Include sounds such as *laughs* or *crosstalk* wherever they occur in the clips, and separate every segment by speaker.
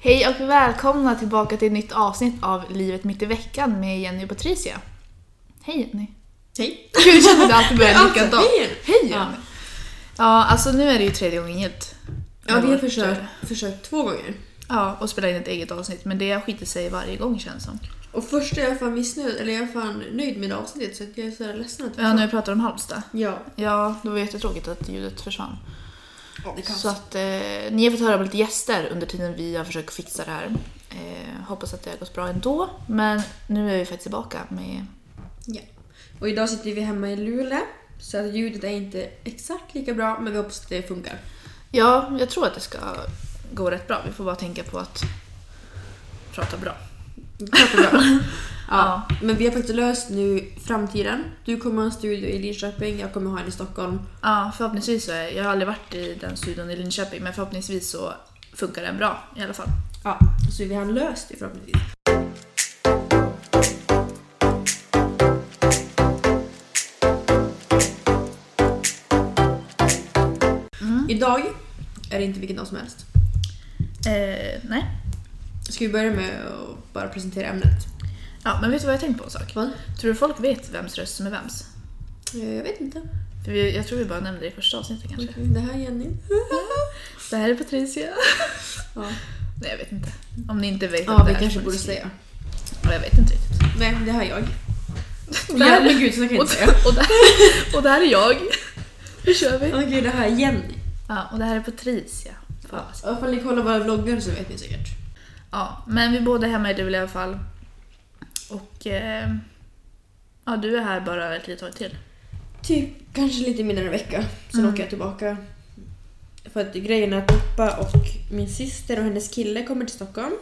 Speaker 1: Hej och välkomna tillbaka till ett nytt avsnitt av Livet mitt i veckan med Jenny och Patricia. Hej *laughs* Jenny!
Speaker 2: Hej!
Speaker 1: Gud, jag känner att det alltid börjar
Speaker 2: Alltså,
Speaker 1: likadant.
Speaker 2: hej!
Speaker 1: Hej Jenny!
Speaker 2: Ja.
Speaker 1: Ja. ja, alltså nu är det ju tredje gången gillt.
Speaker 2: Ja, vi har
Speaker 1: varit,
Speaker 2: försökt,
Speaker 1: eh,
Speaker 2: försökt två gånger.
Speaker 1: Ja, och spela in ett eget avsnitt men det skiter sig varje gång känns som.
Speaker 2: Och först är jag fan missnöjd, eller jag är fan nöjd med det avsnittet så att jag är så här ledsen att
Speaker 1: Ja, när vi pratar om Halmstad.
Speaker 2: ja.
Speaker 1: Ja, det var jättetråkigt att ljudet försvann.
Speaker 2: ja, det kan
Speaker 1: Så att eh, ni har fått höra av lite gäster under tiden vi har försökt fixa det här. Eh, hoppas att det har gått bra ändå, men nu är vi faktiskt tillbaka med...
Speaker 2: ja. Och idag sitter vi hemma i Luleå så att ljudet är inte exakt lika bra men vi hoppas att det funkar.
Speaker 1: Ja, jag tror att det ska gå rätt bra. Vi får bara tänka på att prata bra.
Speaker 2: Klart det
Speaker 1: *laughs*
Speaker 2: är bra.
Speaker 1: Ja.
Speaker 2: Men vi har faktiskt löst nu framtiden. Du kommer ha en studio i Linköping, jag kommer ha en i Stockholm.
Speaker 1: Ja, förhoppningsvis så är, jag har aldrig varit i den studion i Linköping, men förhoppningsvis så funkar den bra i alla fall.
Speaker 2: Ja, så vi har löst det förhoppningsvis. Idag är det inte vilken dag som helst.
Speaker 1: Eh, nej.
Speaker 2: Ska vi börja med att bara presentera ämnet?
Speaker 1: Ja, men vet du vad jag tänkt på en sak?
Speaker 2: Vad?
Speaker 1: Tror du folk vet vems röst som är vems?
Speaker 2: Eh, Jag vet inte.
Speaker 1: För vi, jag tror vi bara nämnde det i första avsnittet kanske.
Speaker 2: Det här är Jenny.
Speaker 1: Det här är Patricia.
Speaker 2: Ja,
Speaker 1: Nej, jag vet inte. Om ni inte vet
Speaker 2: ja
Speaker 1: det
Speaker 2: vi
Speaker 1: är
Speaker 2: kanske
Speaker 1: så
Speaker 2: borde
Speaker 1: ni-
Speaker 2: säga.
Speaker 1: Ja, jag vet inte riktigt.
Speaker 2: Nej, det här är jag.
Speaker 1: Det här-
Speaker 2: Herregud, så kan jag
Speaker 1: Och,
Speaker 2: inte säga.
Speaker 1: *laughs* och, där, och där är jag. Nu kör vi.
Speaker 2: *laughs* Okej, det här är Jenny.
Speaker 1: Ja, och det här är Patricia.
Speaker 2: Ja, ifall ni kollar våra vloggar så vet ni säkert.
Speaker 1: Ja, men vi är båda hemma i Luleå i alla fall. Och eh, ja, du är här bara ett litet tag till.
Speaker 2: Typ kanske lite mindre än en vecka. Sen
Speaker 1: Mm.
Speaker 2: åker jag tillbaka. För att grejen är att pappa och min syster och hennes kille kommer till Stockholm.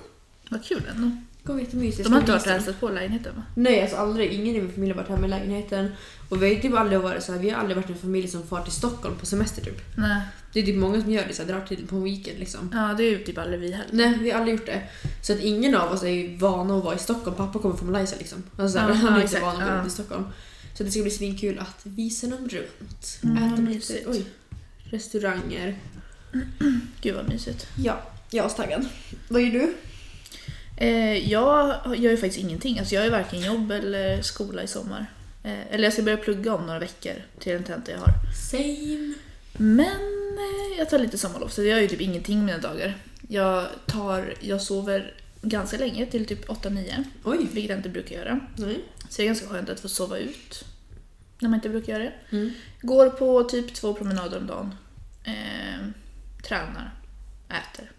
Speaker 1: Vad kul ändå.
Speaker 2: Det kommer bli jättemysigt.
Speaker 1: De har inte
Speaker 2: Jag
Speaker 1: varit och
Speaker 2: ska visa
Speaker 1: hälsat på lägenheten va?
Speaker 2: dem. Nej, alltså aldrig. Ingen i min familj har varit hemma i lägenheten. Och vi har ju typ aldrig varit så här, vi har aldrig varit en familj som far till Stockholm på semester typ.
Speaker 1: Nej.
Speaker 2: Det är typ många som gör det, så här, drar till på en weekend liksom.
Speaker 1: Ja, det är ju typ aldrig vi heller.
Speaker 2: Nej, vi har aldrig gjort det. Så att ingen av oss är ju vana att vara i Stockholm. Pappa kommer från Malaysia liksom. Alltså,
Speaker 1: Ja,
Speaker 2: han är
Speaker 1: ja,
Speaker 2: inte
Speaker 1: exakt.
Speaker 2: van att gå
Speaker 1: Ja.
Speaker 2: runt i Stockholm. Så det ska bli svinkul att visa dem runt.
Speaker 1: Mm, vad
Speaker 2: Äta lite
Speaker 1: mysigt.
Speaker 2: oj, restauranger.
Speaker 1: Gud vad mysigt.
Speaker 2: Ja, jag är taggad. Vad gör du?
Speaker 1: Eh, jag gör ju faktiskt ingenting. Alltså jag har ju varken jobb eller skola i sommar. Eh, eller jag ska börja plugga om några veckor till en tenta jag har.
Speaker 2: Same.
Speaker 1: Men eh, jag tar lite sommarlov så jag gör ju typ ingenting mina dagar. Jag, tar, jag sover ganska länge, till typ 8-9.
Speaker 2: Oj.
Speaker 1: Vilket jag inte brukar göra.
Speaker 2: Nej.
Speaker 1: Så det är ganska skönt att få sova ut när man inte brukar göra det. Går på typ två promenader om dagen. Eh, tränar. Äter.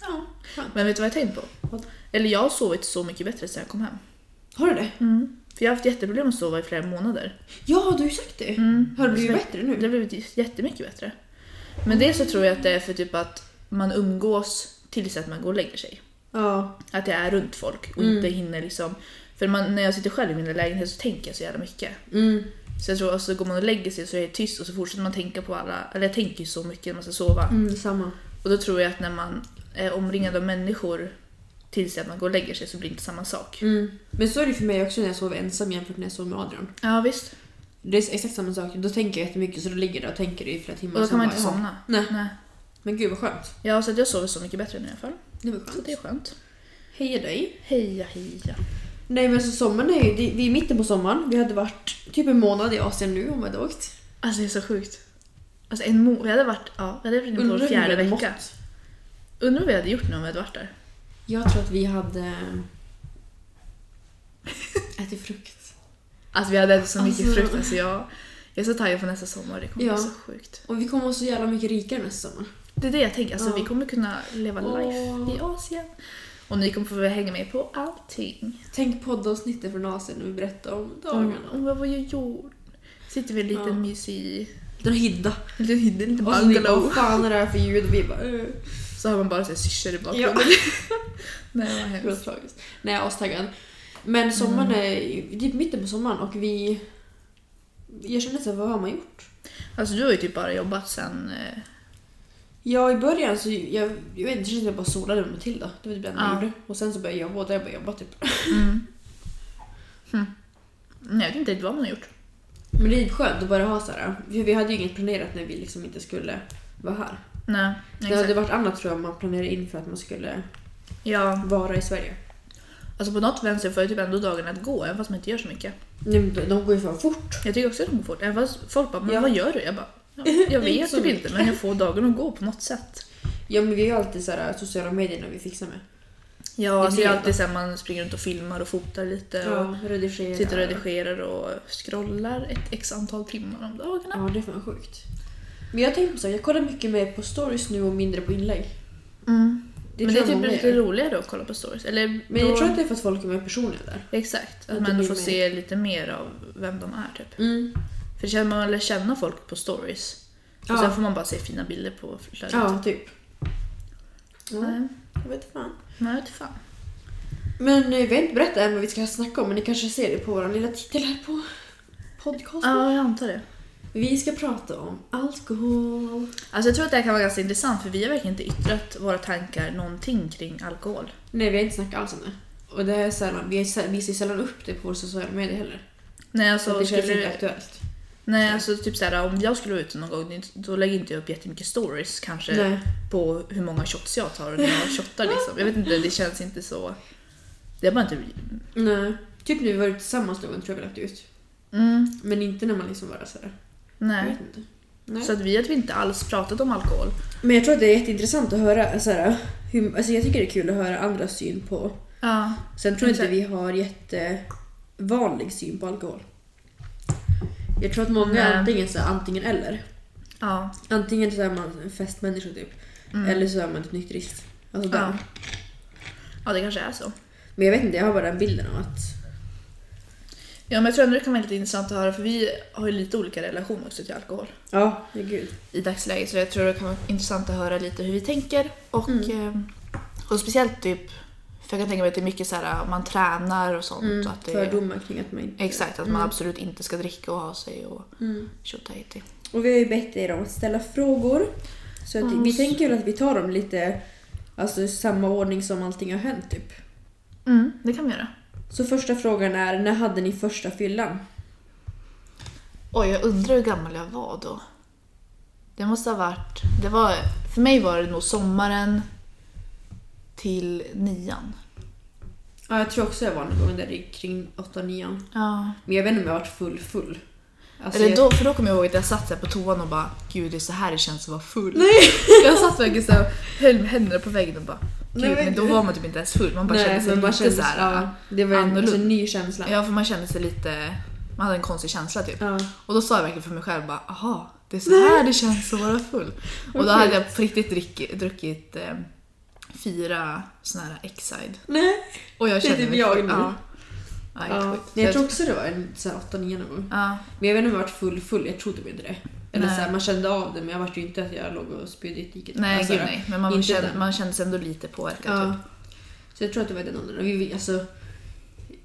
Speaker 2: Ja.
Speaker 1: Men vet du vad jag tänkt på?
Speaker 2: Vad?
Speaker 1: Eller jag har sovit så mycket bättre sedan jag kom hem.
Speaker 2: Har du det?
Speaker 1: För jag har haft jätteproblem att sova i flera månader.
Speaker 2: Ja, du har ju sagt det.
Speaker 1: Mm.
Speaker 2: Har du blivit bättre
Speaker 1: Det har
Speaker 2: nu?
Speaker 1: blivit jättemycket bättre. Men dels så tror jag att det är för typ att man umgås tills att man går och lägger sig.
Speaker 2: Ja.
Speaker 1: Att jag är runt folk och
Speaker 2: Mm.
Speaker 1: inte hinner liksom... För man, när jag sitter själv i min lägenhet så tänker jag så jävla mycket.
Speaker 2: Mm.
Speaker 1: Så jag tror att så går man och lägger sig så är det tyst och så fortsätter man tänka på alla, eller jag tänker ju så mycket när man ska sova.
Speaker 2: Mm, samma.
Speaker 1: Och då tror jag att när man är omringad av människor tills att man går och lägger sig så blir det inte samma sak.
Speaker 2: Mm. Men så är det för mig också när jag sover ensam jämfört med när jag sover med Adrian.
Speaker 1: Ja visst.
Speaker 2: Det är exakt samma sak. Då tänker jag jättemycket så då ligger jag där och tänker i flera timmar.
Speaker 1: Och då
Speaker 2: sen
Speaker 1: kan man
Speaker 2: bara,
Speaker 1: inte
Speaker 2: ja.
Speaker 1: somna.
Speaker 2: Nej.
Speaker 1: Nej.
Speaker 2: Men gud vad skönt.
Speaker 1: Ja, så att jag sover så mycket bättre nu i alla fall.
Speaker 2: Det var
Speaker 1: Så
Speaker 2: skönt.
Speaker 1: det är skönt.
Speaker 2: Heja dig.
Speaker 1: Heja heja.
Speaker 2: Nej men så sommaren är ju, det- vi är i mitten på sommaren. Vi hade varit typ en månad i Asien nu om vi hade åkt.
Speaker 1: Alltså det är så sjukt. Alltså en mo- vi hade varit, ja, vi hade varit inne på vår
Speaker 2: Undrar hur
Speaker 1: fjärde
Speaker 2: vi hade
Speaker 1: vecka.
Speaker 2: mått.
Speaker 1: Undrar vad vi hade gjort nu om vi hade varit där.
Speaker 2: Jag tror att vi hade *laughs* eh, ätit frukt.
Speaker 1: Alltså vi hade ätit så mycket
Speaker 2: Alltså-
Speaker 1: frukt. Alltså jag, jag är så taggad på nästa sommar. Det kommer
Speaker 2: Ja.
Speaker 1: bli så sjukt.
Speaker 2: Och vi kommer vara så jävla mycket rikare nästa sommar.
Speaker 1: Det är det jag tänker. Alltså,
Speaker 2: Ja.
Speaker 1: Vi kommer kunna leva
Speaker 2: Åh.
Speaker 1: life i Asien. Och ni kommer få hänga med på allting.
Speaker 2: Tänk poddavsnittet från Asien när vi berättar om dagarna.
Speaker 1: Och vad var jag gjort? Sitter vi i en liten
Speaker 2: Ja.
Speaker 1: mysig...
Speaker 2: Den hidda.
Speaker 1: En liten hidden, liten
Speaker 2: Och så ni bara,
Speaker 1: bungalow.
Speaker 2: vad fan är det här för ljud? Och vi bara, eh.
Speaker 1: Så har man bara såhär syrsor i
Speaker 2: ja.
Speaker 1: bakgrunden. Nej, vad
Speaker 2: Det var
Speaker 1: hemskt.
Speaker 2: tragiskt. Nej, jag är astaggad. Men sommaren
Speaker 1: Mm.
Speaker 2: är ju- det är mitten på sommaren och vi... Jag känner såhär, vad har man gjort?
Speaker 1: Alltså du har ju typ bara jobbat sen... eh,
Speaker 2: Ja, i början så jag, jag vet inte, det känns som att jag bara solade med Matilda. Det var typ det enda jag
Speaker 1: Ja.
Speaker 2: gjorde. Och sen så började jag jobba och då har jag började jobba typ.
Speaker 1: Mm. Hm. Nej, jag vet inte riktigt vad man har gjort.
Speaker 2: Men det är skönt att bara ha så här. För vi hade ju inget planerat när vi liksom inte skulle vara här.
Speaker 1: Nej,
Speaker 2: Det
Speaker 1: exakt.
Speaker 2: hade varit annat tror jag man planerade in för att man skulle
Speaker 1: Ja,
Speaker 2: vara i Sverige.
Speaker 1: alltså på något vänster får jag typ ändå dagen att gå även fast man inte gör så mycket.
Speaker 2: Nej, men de- de går ju fan fort.
Speaker 1: Jag tycker också att de går fort. Även fast folk bara, men
Speaker 2: Ja.
Speaker 1: vad gör du? Jag bara, ja,
Speaker 2: *laughs*
Speaker 1: jag vet
Speaker 2: så
Speaker 1: typ inte men jag får dagen att gå på något sätt.
Speaker 2: Ja men vi har ju alltid så här, sociala medier när vi fixar med.
Speaker 1: Ja,
Speaker 2: Det
Speaker 1: alltså det
Speaker 2: är
Speaker 1: är
Speaker 2: det.
Speaker 1: alltid såhär man springer runt och filmar och fotar lite och
Speaker 2: redigera.
Speaker 1: sitter och redigerar och scrollar ett x antal timmar om dagarna.
Speaker 2: Ja det är fan sjukt. Men jag tänkte på så här, jag kollar mycket mer på stories nu och mindre på inlägg.
Speaker 1: Mm.
Speaker 2: Det
Speaker 1: men det
Speaker 2: tror
Speaker 1: är
Speaker 2: jag
Speaker 1: typ
Speaker 2: många
Speaker 1: lite
Speaker 2: gör.
Speaker 1: roligare att kolla på stories. Eller
Speaker 2: Men
Speaker 1: då,
Speaker 2: jag tror att det är för att folk är mer personliga där.
Speaker 1: Exakt,
Speaker 2: att
Speaker 1: att
Speaker 2: det
Speaker 1: man
Speaker 2: blir
Speaker 1: får
Speaker 2: mer-
Speaker 1: se lite mer av vem de är typ.
Speaker 2: Mm.
Speaker 1: För känner man lär känna folk på stories. Och
Speaker 2: Ja.
Speaker 1: sen får man bara se fina bilder på flödet.
Speaker 2: Ja, typ. Ja,
Speaker 1: Nej,
Speaker 2: jag vet fan.
Speaker 1: men jag vet fan.
Speaker 2: Men eh, vi har inte berättat än vad vi ska snacka om men ni kanske ser det på vår lilla titel här på podcasten.
Speaker 1: Ja, jag antar det.
Speaker 2: Vi ska prata om alkohol.
Speaker 1: Alltså jag tror att det här kan vara ganska intressant för vi har verkligen inte yttrat våra tankar någonting kring alkohol.
Speaker 2: Nej, vi har inte snackat alls om det. Och det är sällan, vi, är, säl- vi ser sällan upp det på våra sociala medier heller.
Speaker 1: Nej
Speaker 2: Så,
Speaker 1: alltså,
Speaker 2: det känns inte
Speaker 1: skulle,
Speaker 2: aktuellt.
Speaker 1: nej, alltså typ såhär, om jag skulle vara ute någon gång det är inte- då lägger inte jag upp jättemycket stories kanske
Speaker 2: Nej.
Speaker 1: på hur många shots jag tar och när jag shottar liksom. Jag vet inte, det känns inte så... Det är bara inte...
Speaker 2: Nej. Typ när vi var ute tillsammans någon gång tror jag vi lagt ut.
Speaker 1: Mm,
Speaker 2: Men inte när man liksom var sådär. Jag
Speaker 1: nej.
Speaker 2: vet inte. Nej.
Speaker 1: Så att vi har typ inte alls pratat om alkohol.
Speaker 2: Men jag tror att det är jätteintressant att höra såhär, hur, alltså jag tycker det är kul att höra andras syn på
Speaker 1: Ja.
Speaker 2: Sen tror jag inte
Speaker 1: Exakt.
Speaker 2: vi har jättevanlig syn på alkohol. Jag tror att många
Speaker 1: Nej.
Speaker 2: är antingen, så här, antingen eller.
Speaker 1: Ja.
Speaker 2: Antingen så är man en festmänniska typ, eller så är man typ nykterist. Alltså
Speaker 1: Ja.
Speaker 2: där.
Speaker 1: ja, det kanske är så.
Speaker 2: Men jag vet inte, jag har bara den bilden av att...
Speaker 1: Ja, men jag tror ändå det kan vara lite intressant att höra för vi har ju lite olika relation också till alkohol
Speaker 2: Ja, ja gud.
Speaker 1: i dagsläget. Så jag tror det kan vara intressant att höra lite hur vi tänker. Och, eh, och speciellt typ, för jag kan tänka mig att det är mycket så här, man tränar och sånt. och att det,
Speaker 2: Fördomar kring att man inte...
Speaker 1: Exakt, att man absolut inte ska dricka och ha sig och tjotahejti.
Speaker 2: Och vi har ju bett er om att ställa frågor. Så att
Speaker 1: Mm.
Speaker 2: vi tänker väl att vi tar dem lite alltså, i samma ordning som allting har hänt typ.
Speaker 1: Mm, det kan vi göra.
Speaker 2: Så första frågan är, när hade ni första fyllan?
Speaker 1: Oj, jag undrar hur gammal jag var då. Det måste ha varit... Det var, för mig var det nog sommaren till nian.
Speaker 2: Ja, jag tror också jag var någon gång där i- kring 8-9.
Speaker 1: Ja.
Speaker 2: Men jag vet inte om jag varit full full. Alltså,
Speaker 1: Eller
Speaker 2: jag-
Speaker 1: då, för då kommer jag ihåg att jag satt där på toan och bara Gud det är så här det känns att vara full. Nej. *laughs* Jag satt verkligen så här, höll med händerna på väggen och bara Gud,
Speaker 2: Nej, men
Speaker 1: men, då
Speaker 2: gud.
Speaker 1: var man typ inte ens full. Man bara
Speaker 2: Nej,
Speaker 1: kände sig
Speaker 2: men man
Speaker 1: lite
Speaker 2: kände
Speaker 1: så
Speaker 2: sig-
Speaker 1: här.
Speaker 2: ja, Det var en
Speaker 1: annorlunda.
Speaker 2: alltså, ny känsla.
Speaker 1: Ja för man kände sig lite, man hade en konstig känsla typ.
Speaker 2: Ja.
Speaker 1: Och då sa jag verkligen för mig själv bara aha, det är så här det känns att vara full. Och då hade jag på riktigt drick, druckit eh, fyra såna här X-side.
Speaker 2: Nej.
Speaker 1: Och jag
Speaker 2: Det är
Speaker 1: kände
Speaker 2: typ
Speaker 1: mig
Speaker 2: jag
Speaker 1: full.
Speaker 2: nu.
Speaker 1: Ja. Ja, helt
Speaker 2: Ja.
Speaker 1: sjukt.
Speaker 2: Nej, Jag
Speaker 1: Så
Speaker 2: tror också det var en så här 8-9 någon gång.
Speaker 1: ja,
Speaker 2: Men jag vet inte om jag varit full full, jag trodde typ inte det. Eller så
Speaker 1: Nej.
Speaker 2: här, man kände av det men jag vart ju inte att jag låg och spydde i diket.
Speaker 1: nej
Speaker 2: Alltså,
Speaker 1: gud nej. Men man
Speaker 2: inte
Speaker 1: kände,
Speaker 2: den.
Speaker 1: man kände sig ändå lite påverkad
Speaker 2: Ja.
Speaker 1: typ.
Speaker 2: Så jag tror att det var den åldern. Och Vi, alltså,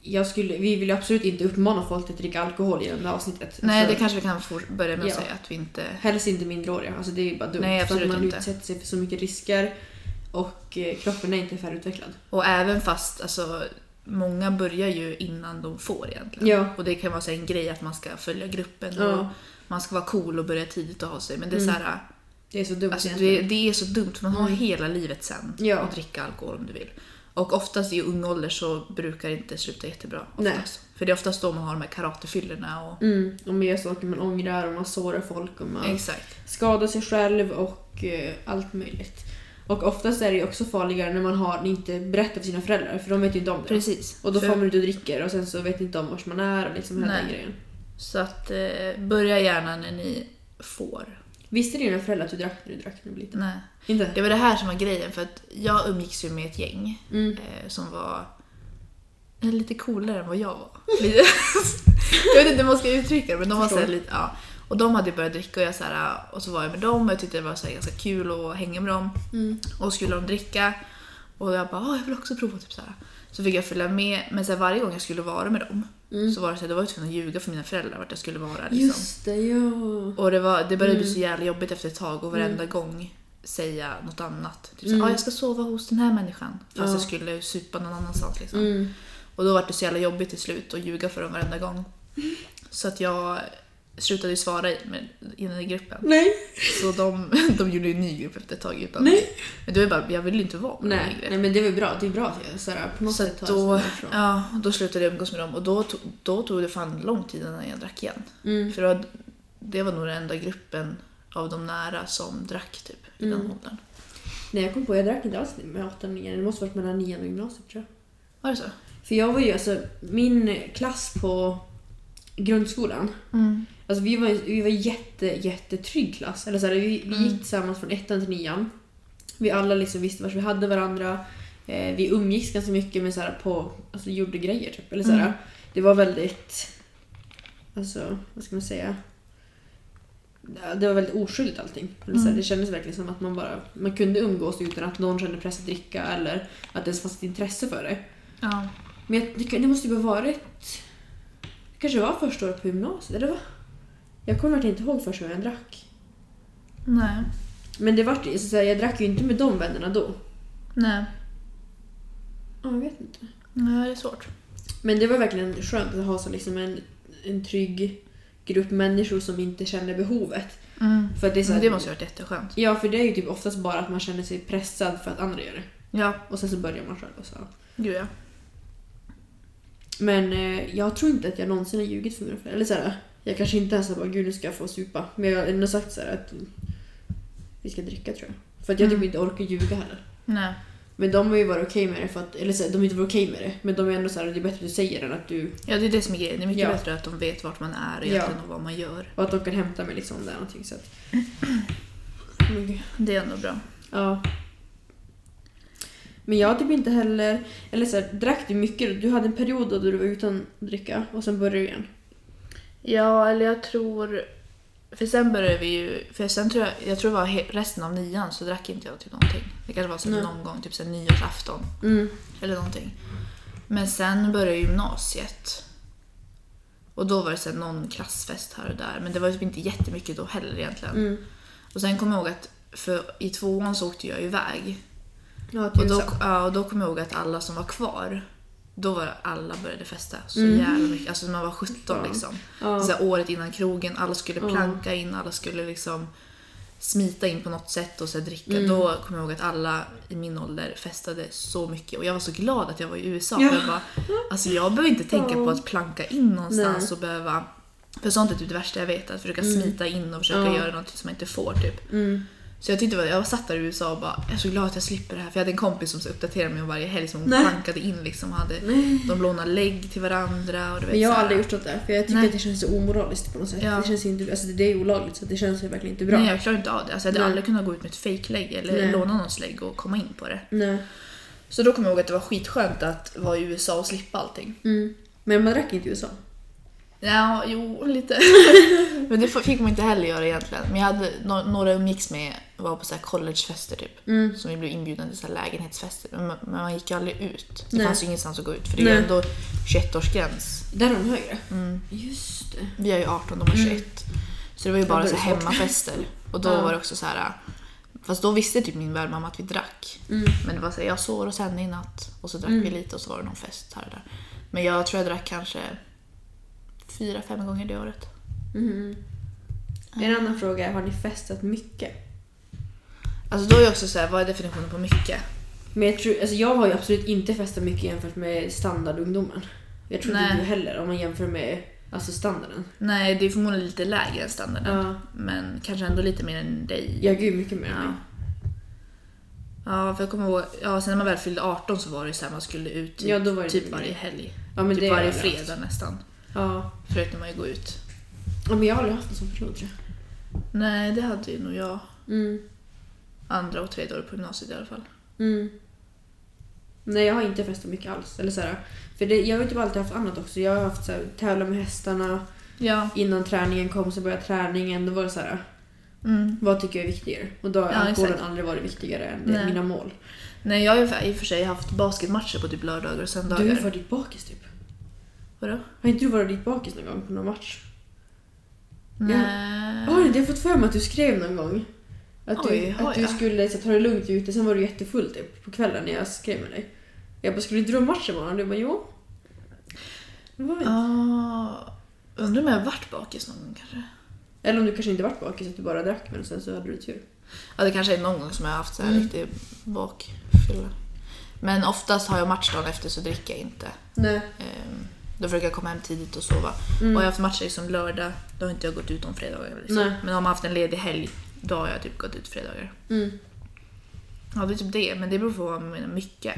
Speaker 2: jag skulle, vi vill ju absolut inte uppmana folk till att dricka alkohol genom det här avsnittet.
Speaker 1: Nej
Speaker 2: Alltså,
Speaker 1: det kanske vi kan for- börja med att
Speaker 2: Ja.
Speaker 1: säga att vi inte...
Speaker 2: Helst inte minderåriga, alltså det är ju bara dumt.
Speaker 1: Nej, absolut
Speaker 2: för att man
Speaker 1: inte.
Speaker 2: utsätter sig för så mycket risker och eh, kroppen är inte färdigutvecklad.
Speaker 1: Och även fast alltså Många börjar ju innan de får egentligen.
Speaker 2: Ja.
Speaker 1: Och det kan vara så här en grej att man ska följa gruppen
Speaker 2: Ja. Mm.
Speaker 1: och man ska vara cool och börja tidigt och ha sig. Men det är så här,
Speaker 2: Det är så dumt
Speaker 1: Alltså, det,
Speaker 2: egentligen.
Speaker 1: det är så dumt för man har hela livet sen
Speaker 2: Mm. Ja.
Speaker 1: att dricka alkohol om du vill. Och oftast i ung ålder så brukar det inte sluta jättebra.
Speaker 2: Nej.
Speaker 1: Oftast. För det är oftast då man har de här karatefyllorna och...
Speaker 2: Mm, och man gör saker man ångrar och man sårar folk och man
Speaker 1: Exakt.
Speaker 2: skadar sig själv och eh, allt möjligt. Och oftast är det ju också farligare när man har, inte berättar för sina föräldrar för de vet ju inte om det.
Speaker 1: Precis.
Speaker 2: Och då
Speaker 1: För-
Speaker 2: får man ut och dricker och sen så vet inte om vars man är och liksom hela
Speaker 1: Nej.
Speaker 2: den grejen.
Speaker 1: Så att eh, börja gärna när ni får.
Speaker 2: Visste dina föräldrar att du drack när du drack när du var liten?
Speaker 1: Nej.
Speaker 2: Inte?
Speaker 1: Det var det här som var grejen för att jag umgicks ju med ett gäng
Speaker 2: Mm.
Speaker 1: eh, som var eh, lite coolare än vad jag
Speaker 2: *laughs*
Speaker 1: var. Lite- jag vet inte hur man ska uttrycka det men de var
Speaker 2: Förstår.
Speaker 1: såhär lite, ja. Och de hade ju börjat dricka och jag så här, eh, och så var jag med dem och jag tyckte det var så här ganska kul att hänga med dem.
Speaker 2: Mm.
Speaker 1: Och skulle de dricka och jag bara "Ah, jag vill också prova typ så här. Så fick jag följa med men så här, varje gång jag skulle vara med dem
Speaker 2: Mm.
Speaker 1: så var det så här, då var jag tvungen att ljuga för mina föräldrar vart jag skulle vara. Liksom.
Speaker 2: Just det, ja.
Speaker 1: Och det, var, det började bli så
Speaker 2: Mm.
Speaker 1: jävla jobbigt efter ett tag och varenda gång säga något annat. Typ såhär, ah, jag ska sova hos den här människan. Fast
Speaker 2: Mm. Ja.
Speaker 1: jag skulle supa någon annanstans liksom.
Speaker 2: Mm. *laughs*
Speaker 1: Och då var det så jävla jobbigt till slut att ljuga för dem varenda gång. Så att jag slutade ju svara i- med- innan i gruppen.
Speaker 2: Nej.
Speaker 1: Så de, *laughs* de gjorde ju en ny grupp efter ett tag utan
Speaker 2: Nej.
Speaker 1: Men det var ju bara, jag ville inte vara med
Speaker 2: Nej,
Speaker 1: längre.
Speaker 2: nej men det är väl bra. Det är bra att jag såhär, på något
Speaker 1: Så
Speaker 2: sätt
Speaker 1: att
Speaker 2: tar
Speaker 1: då,
Speaker 2: sig därifrån.
Speaker 1: ja, då slutade jag umgås med dem och då tog, då tog det fan lång tid innan jag drack igen.
Speaker 2: Mm.
Speaker 1: För det var, det var nog den enda gruppen av de nära som drack typ i den
Speaker 2: Mm.
Speaker 1: åldern.
Speaker 2: Nej jag kom på, jag drack inte alls med 8 och 9 Det måste varit mellan 9 och gymnasiet tror jag.
Speaker 1: Var det så?
Speaker 2: För jag var ju alltså, min klass på grundskolan,
Speaker 1: Mm.
Speaker 2: alltså vi var, vi var jätte, jättetrygg klass. Eller så här, vi, vi
Speaker 1: Mm.
Speaker 2: gick tillsammans från ettan till nian. Vi alla liksom visste vart vi hade varandra. Eh, vi umgicks ganska mycket med så här, på, alltså gjorde grejer typ. Eller så här,
Speaker 1: Mm.
Speaker 2: Det var väldigt, alltså vad ska man säga? Ja, Det var väldigt oskyldigt allting. Eller så här,
Speaker 1: Mm.
Speaker 2: Det kändes verkligen som att man bara man kunde umgås utan att någon kände press att dricka eller att det ens fanns ett intresse för det.
Speaker 1: Ja.
Speaker 2: Men jag, det, det måste ju ha varit... Det kanske var första året på gymnasiet, eller vad? Jag kommer verkligen inte ihåg första gången jag drack.
Speaker 1: Nej.
Speaker 2: Men det vart, ju- så att säga, jag drack ju inte med de vännerna då.
Speaker 1: Nej.
Speaker 2: Ja, jag vet inte.
Speaker 1: Nej, det är svårt.
Speaker 2: Men det var verkligen skönt att ha så liksom en, en trygg grupp människor som inte känner behovet.
Speaker 1: Mm.
Speaker 2: För att det, är så
Speaker 1: Men
Speaker 2: här,
Speaker 1: det måste ju ha varit jätteskönt.
Speaker 2: Ja, för det är ju typ oftast bara att man känner sig pressad för att andra gör det.
Speaker 1: Ja,
Speaker 2: Och sen så börjar man själv. Och så.
Speaker 1: gud ja.
Speaker 2: Men eh, jag tror inte att jag någonsin har ljugit för mina föräldrar. Eller såhär, jag kanske inte ens har bara gud nu ska jag få supa. Men jag har ändå sagt såhär att mm, vi ska dricka tror jag. För att jag
Speaker 1: Mm.
Speaker 2: typ inte orkar ljuga heller.
Speaker 1: Nej.
Speaker 2: Men de har ju varit okej med det för att, eller såhär, de har inte varit okej med det. Men de är ändå såhär, det är bättre att du säger än att du,
Speaker 1: Ja, det är det som är grejen. Det är mycket
Speaker 2: Ja.
Speaker 1: bättre att de vet vart man är
Speaker 2: Ja.
Speaker 1: egentligen och vad man gör.
Speaker 2: och att de kan hämta mig liksom om det är någonting. Så *clears throat* att, men, gud.
Speaker 1: Det är ändå bra.
Speaker 2: ja. Men jag har typ inte heller, eller såhär, drack du mycket? Du hade en period då du var utan att dricka och sen började du igen.
Speaker 1: Ja, eller jag tror... För sen började vi ju... För sen tror jag, jag tror det var he- resten av nian så drack inte jag till någonting. Det kanske var så
Speaker 2: Nej.
Speaker 1: någon gång, typ sen nyårsafton
Speaker 2: Mm.
Speaker 1: eller någonting. Men sen började gymnasiet. Och då var det sen någon klassfest här och där. Men det var typ inte jättemycket då heller egentligen.
Speaker 2: Mm.
Speaker 1: Och sen kommer jag ihåg att för i tvåan så åkte jag iväg.
Speaker 2: Ja, typ
Speaker 1: Och då,
Speaker 2: så.
Speaker 1: ja, och då kommer jag ihåg att alla som var kvar, då var alla började festa så
Speaker 2: Mm.
Speaker 1: jävla mycket. Alltså man var 17
Speaker 2: Ja.
Speaker 1: liksom.
Speaker 2: Ja.
Speaker 1: Så här, året innan krogen, alla skulle
Speaker 2: Ja.
Speaker 1: planka in, alla skulle liksom smita in på något sätt och så här, dricka.
Speaker 2: Mm.
Speaker 1: Då kommer jag ihåg att alla i min ålder festade så mycket och jag var så glad att jag var i USA.
Speaker 2: Ja.
Speaker 1: För jag, bara, alltså, jag behöver inte tänka
Speaker 2: Ja.
Speaker 1: på att planka in någonstans
Speaker 2: Nej.
Speaker 1: och behöva för sånt är typ det värsta jag vet, att försöka
Speaker 2: Mm.
Speaker 1: smita in och försöka
Speaker 2: Ja.
Speaker 1: göra något som man inte får. Typ.
Speaker 2: Mm.
Speaker 1: Så jag tyckte väl, jag satt där i USA och bara, jag är så glad att jag slipper det här. För jag hade en kompis som så uppdaterade mig om varje helg som hon
Speaker 2: Nej.
Speaker 1: plankade in liksom. Hade, de lånade lägg till varandra och du vet
Speaker 2: Men jag har
Speaker 1: så här.
Speaker 2: aldrig gjort något där för jag tycker
Speaker 1: Nej.
Speaker 2: att det känns så omoraliskt på något sätt.
Speaker 1: Ja.
Speaker 2: Det, känns inte, alltså det är ju olagligt så det känns ju verkligen inte bra.
Speaker 1: Nej jag klarar inte av det. Alltså, jag hade
Speaker 2: Nej.
Speaker 1: aldrig kunnat gå ut med ett fejklägg eller
Speaker 2: Nej.
Speaker 1: låna någons lägg och komma in på det.
Speaker 2: Nej.
Speaker 1: Så då kommer jag ihåg att det var skitskönt att vara i USA och slippa allting.
Speaker 2: Mm. Men man drack inte i USA.
Speaker 1: Ja, jo *laughs* lite. Men det fick man inte heller göra egentligen. Men jag hade no- några umgicks med var på så här collegefester typ.
Speaker 2: Mm.
Speaker 1: som vi blev inbjudna till så här lägenhetsfester. Men man, men man gick ju aldrig ut. Det
Speaker 2: Nej.
Speaker 1: fanns ju ingenstans att gå ut för det är ju
Speaker 2: Nej.
Speaker 1: ändå 21-årsgräns.
Speaker 2: Där är de högre.
Speaker 1: Mm.
Speaker 2: Just det.
Speaker 1: Vi är ju 18, de är 21. Så Mm. det var ju
Speaker 2: Ja,
Speaker 1: bara
Speaker 2: då är
Speaker 1: så
Speaker 2: det
Speaker 1: här
Speaker 2: svårt.
Speaker 1: hemmafester. Och då
Speaker 2: Ja.
Speaker 1: var det också så här. Fast då visste typ min värdmamma att vi drack.
Speaker 2: Mm.
Speaker 1: Men det var så här, jag sov hos henne i natt och så drack vi lite och så var det någon fest här och där. Men jag tror jag drack kanske fyra, fem gånger det året.
Speaker 2: Mm. En annan fråga är, har ni festat mycket?
Speaker 1: Alltså då är jag också så här, vad är definitionen på mycket?
Speaker 2: Men jag, tror, alltså jag har ju absolut inte festat mycket jämfört med standardungdomen. Jag tror
Speaker 1: Nej.
Speaker 2: inte du heller om man jämför med alltså standarden.
Speaker 1: Nej, det är förmodligen lite lägre än standarden.
Speaker 2: Ja.
Speaker 1: Men kanske ändå lite mer än dig.
Speaker 2: Jag gud mycket mer än
Speaker 1: Ja.
Speaker 2: mig.
Speaker 1: Ja, för jag kommer ihåg, ja, sen när man väl fyllde 18 så var det ju så här, man skulle ut
Speaker 2: Ja, då var det
Speaker 1: typ
Speaker 2: mycket
Speaker 1: varje
Speaker 2: mer.
Speaker 1: helg.
Speaker 2: Ja, men det
Speaker 1: typ
Speaker 2: har
Speaker 1: varje
Speaker 2: jag aldrig
Speaker 1: fredag nästan.
Speaker 2: haft. Ja.
Speaker 1: Förutom man ju går ut.
Speaker 2: ja. Men jag har aldrig haft en sån period tror
Speaker 1: Nej, det hade ju nog jag
Speaker 2: jag. Mm.
Speaker 1: andra och tredje året på gymnasiet i alla fall.
Speaker 2: Mm. Nej, jag har inte festat mycket alls. Eller så här, för det, jag har ju typ alltid haft annat också. Jag har haft så här, tävla med hästarna.
Speaker 1: Ja.
Speaker 2: Innan träningen kom så började träningen. Då var det så här,
Speaker 1: Mm.
Speaker 2: vad tycker jag är viktigare? Och då har
Speaker 1: Ja,
Speaker 2: alkoholen
Speaker 1: exakt.
Speaker 2: aldrig varit viktigare än det,
Speaker 1: Nej.
Speaker 2: mina mål.
Speaker 1: Nej, jag har ju i och för sig haft basketmatcher på typ lördagar och söndagar.
Speaker 2: Du har ju varit bakis typ.
Speaker 1: Vadå?
Speaker 2: Har inte du varit dit bakis någon gång på någon match?
Speaker 1: Nej.
Speaker 2: Har du inte? Jag har fått för mig att du skrev någon gång. Att du,
Speaker 1: Oj, har
Speaker 2: att du
Speaker 1: jag?
Speaker 2: skulle så, här, ta det lugnt ute, sen var du jättefull typ på kvällen när jag skrev med dig. Jag bara, skulle inte du ha match imorgon? Du bara, jo. Det var inte.
Speaker 1: Ja, Undrar om jag har varit bakis någon gång kanske.
Speaker 2: Eller om du kanske inte varit bakis, att du bara drack men sen så hade du tur.
Speaker 1: Ja, det kanske är någon gång som jag har haft så här
Speaker 2: Mm.
Speaker 1: riktig bakfylla. Men oftast har jag match dagen efter så dricker jag inte.
Speaker 2: Nej.
Speaker 1: Ehm, Då försöker jag komma hem tidigt och sova.
Speaker 2: Mm.
Speaker 1: Och har jag haft matcher liksom lördag, då har inte jag gått ut om fredagar. Liksom.
Speaker 2: Nej.
Speaker 1: Men om jag haft en ledig helg, då har jag typ gått ut fredagar.
Speaker 2: Mm.
Speaker 1: Ja, det är typ det. Men det beror på vad man menar mycket.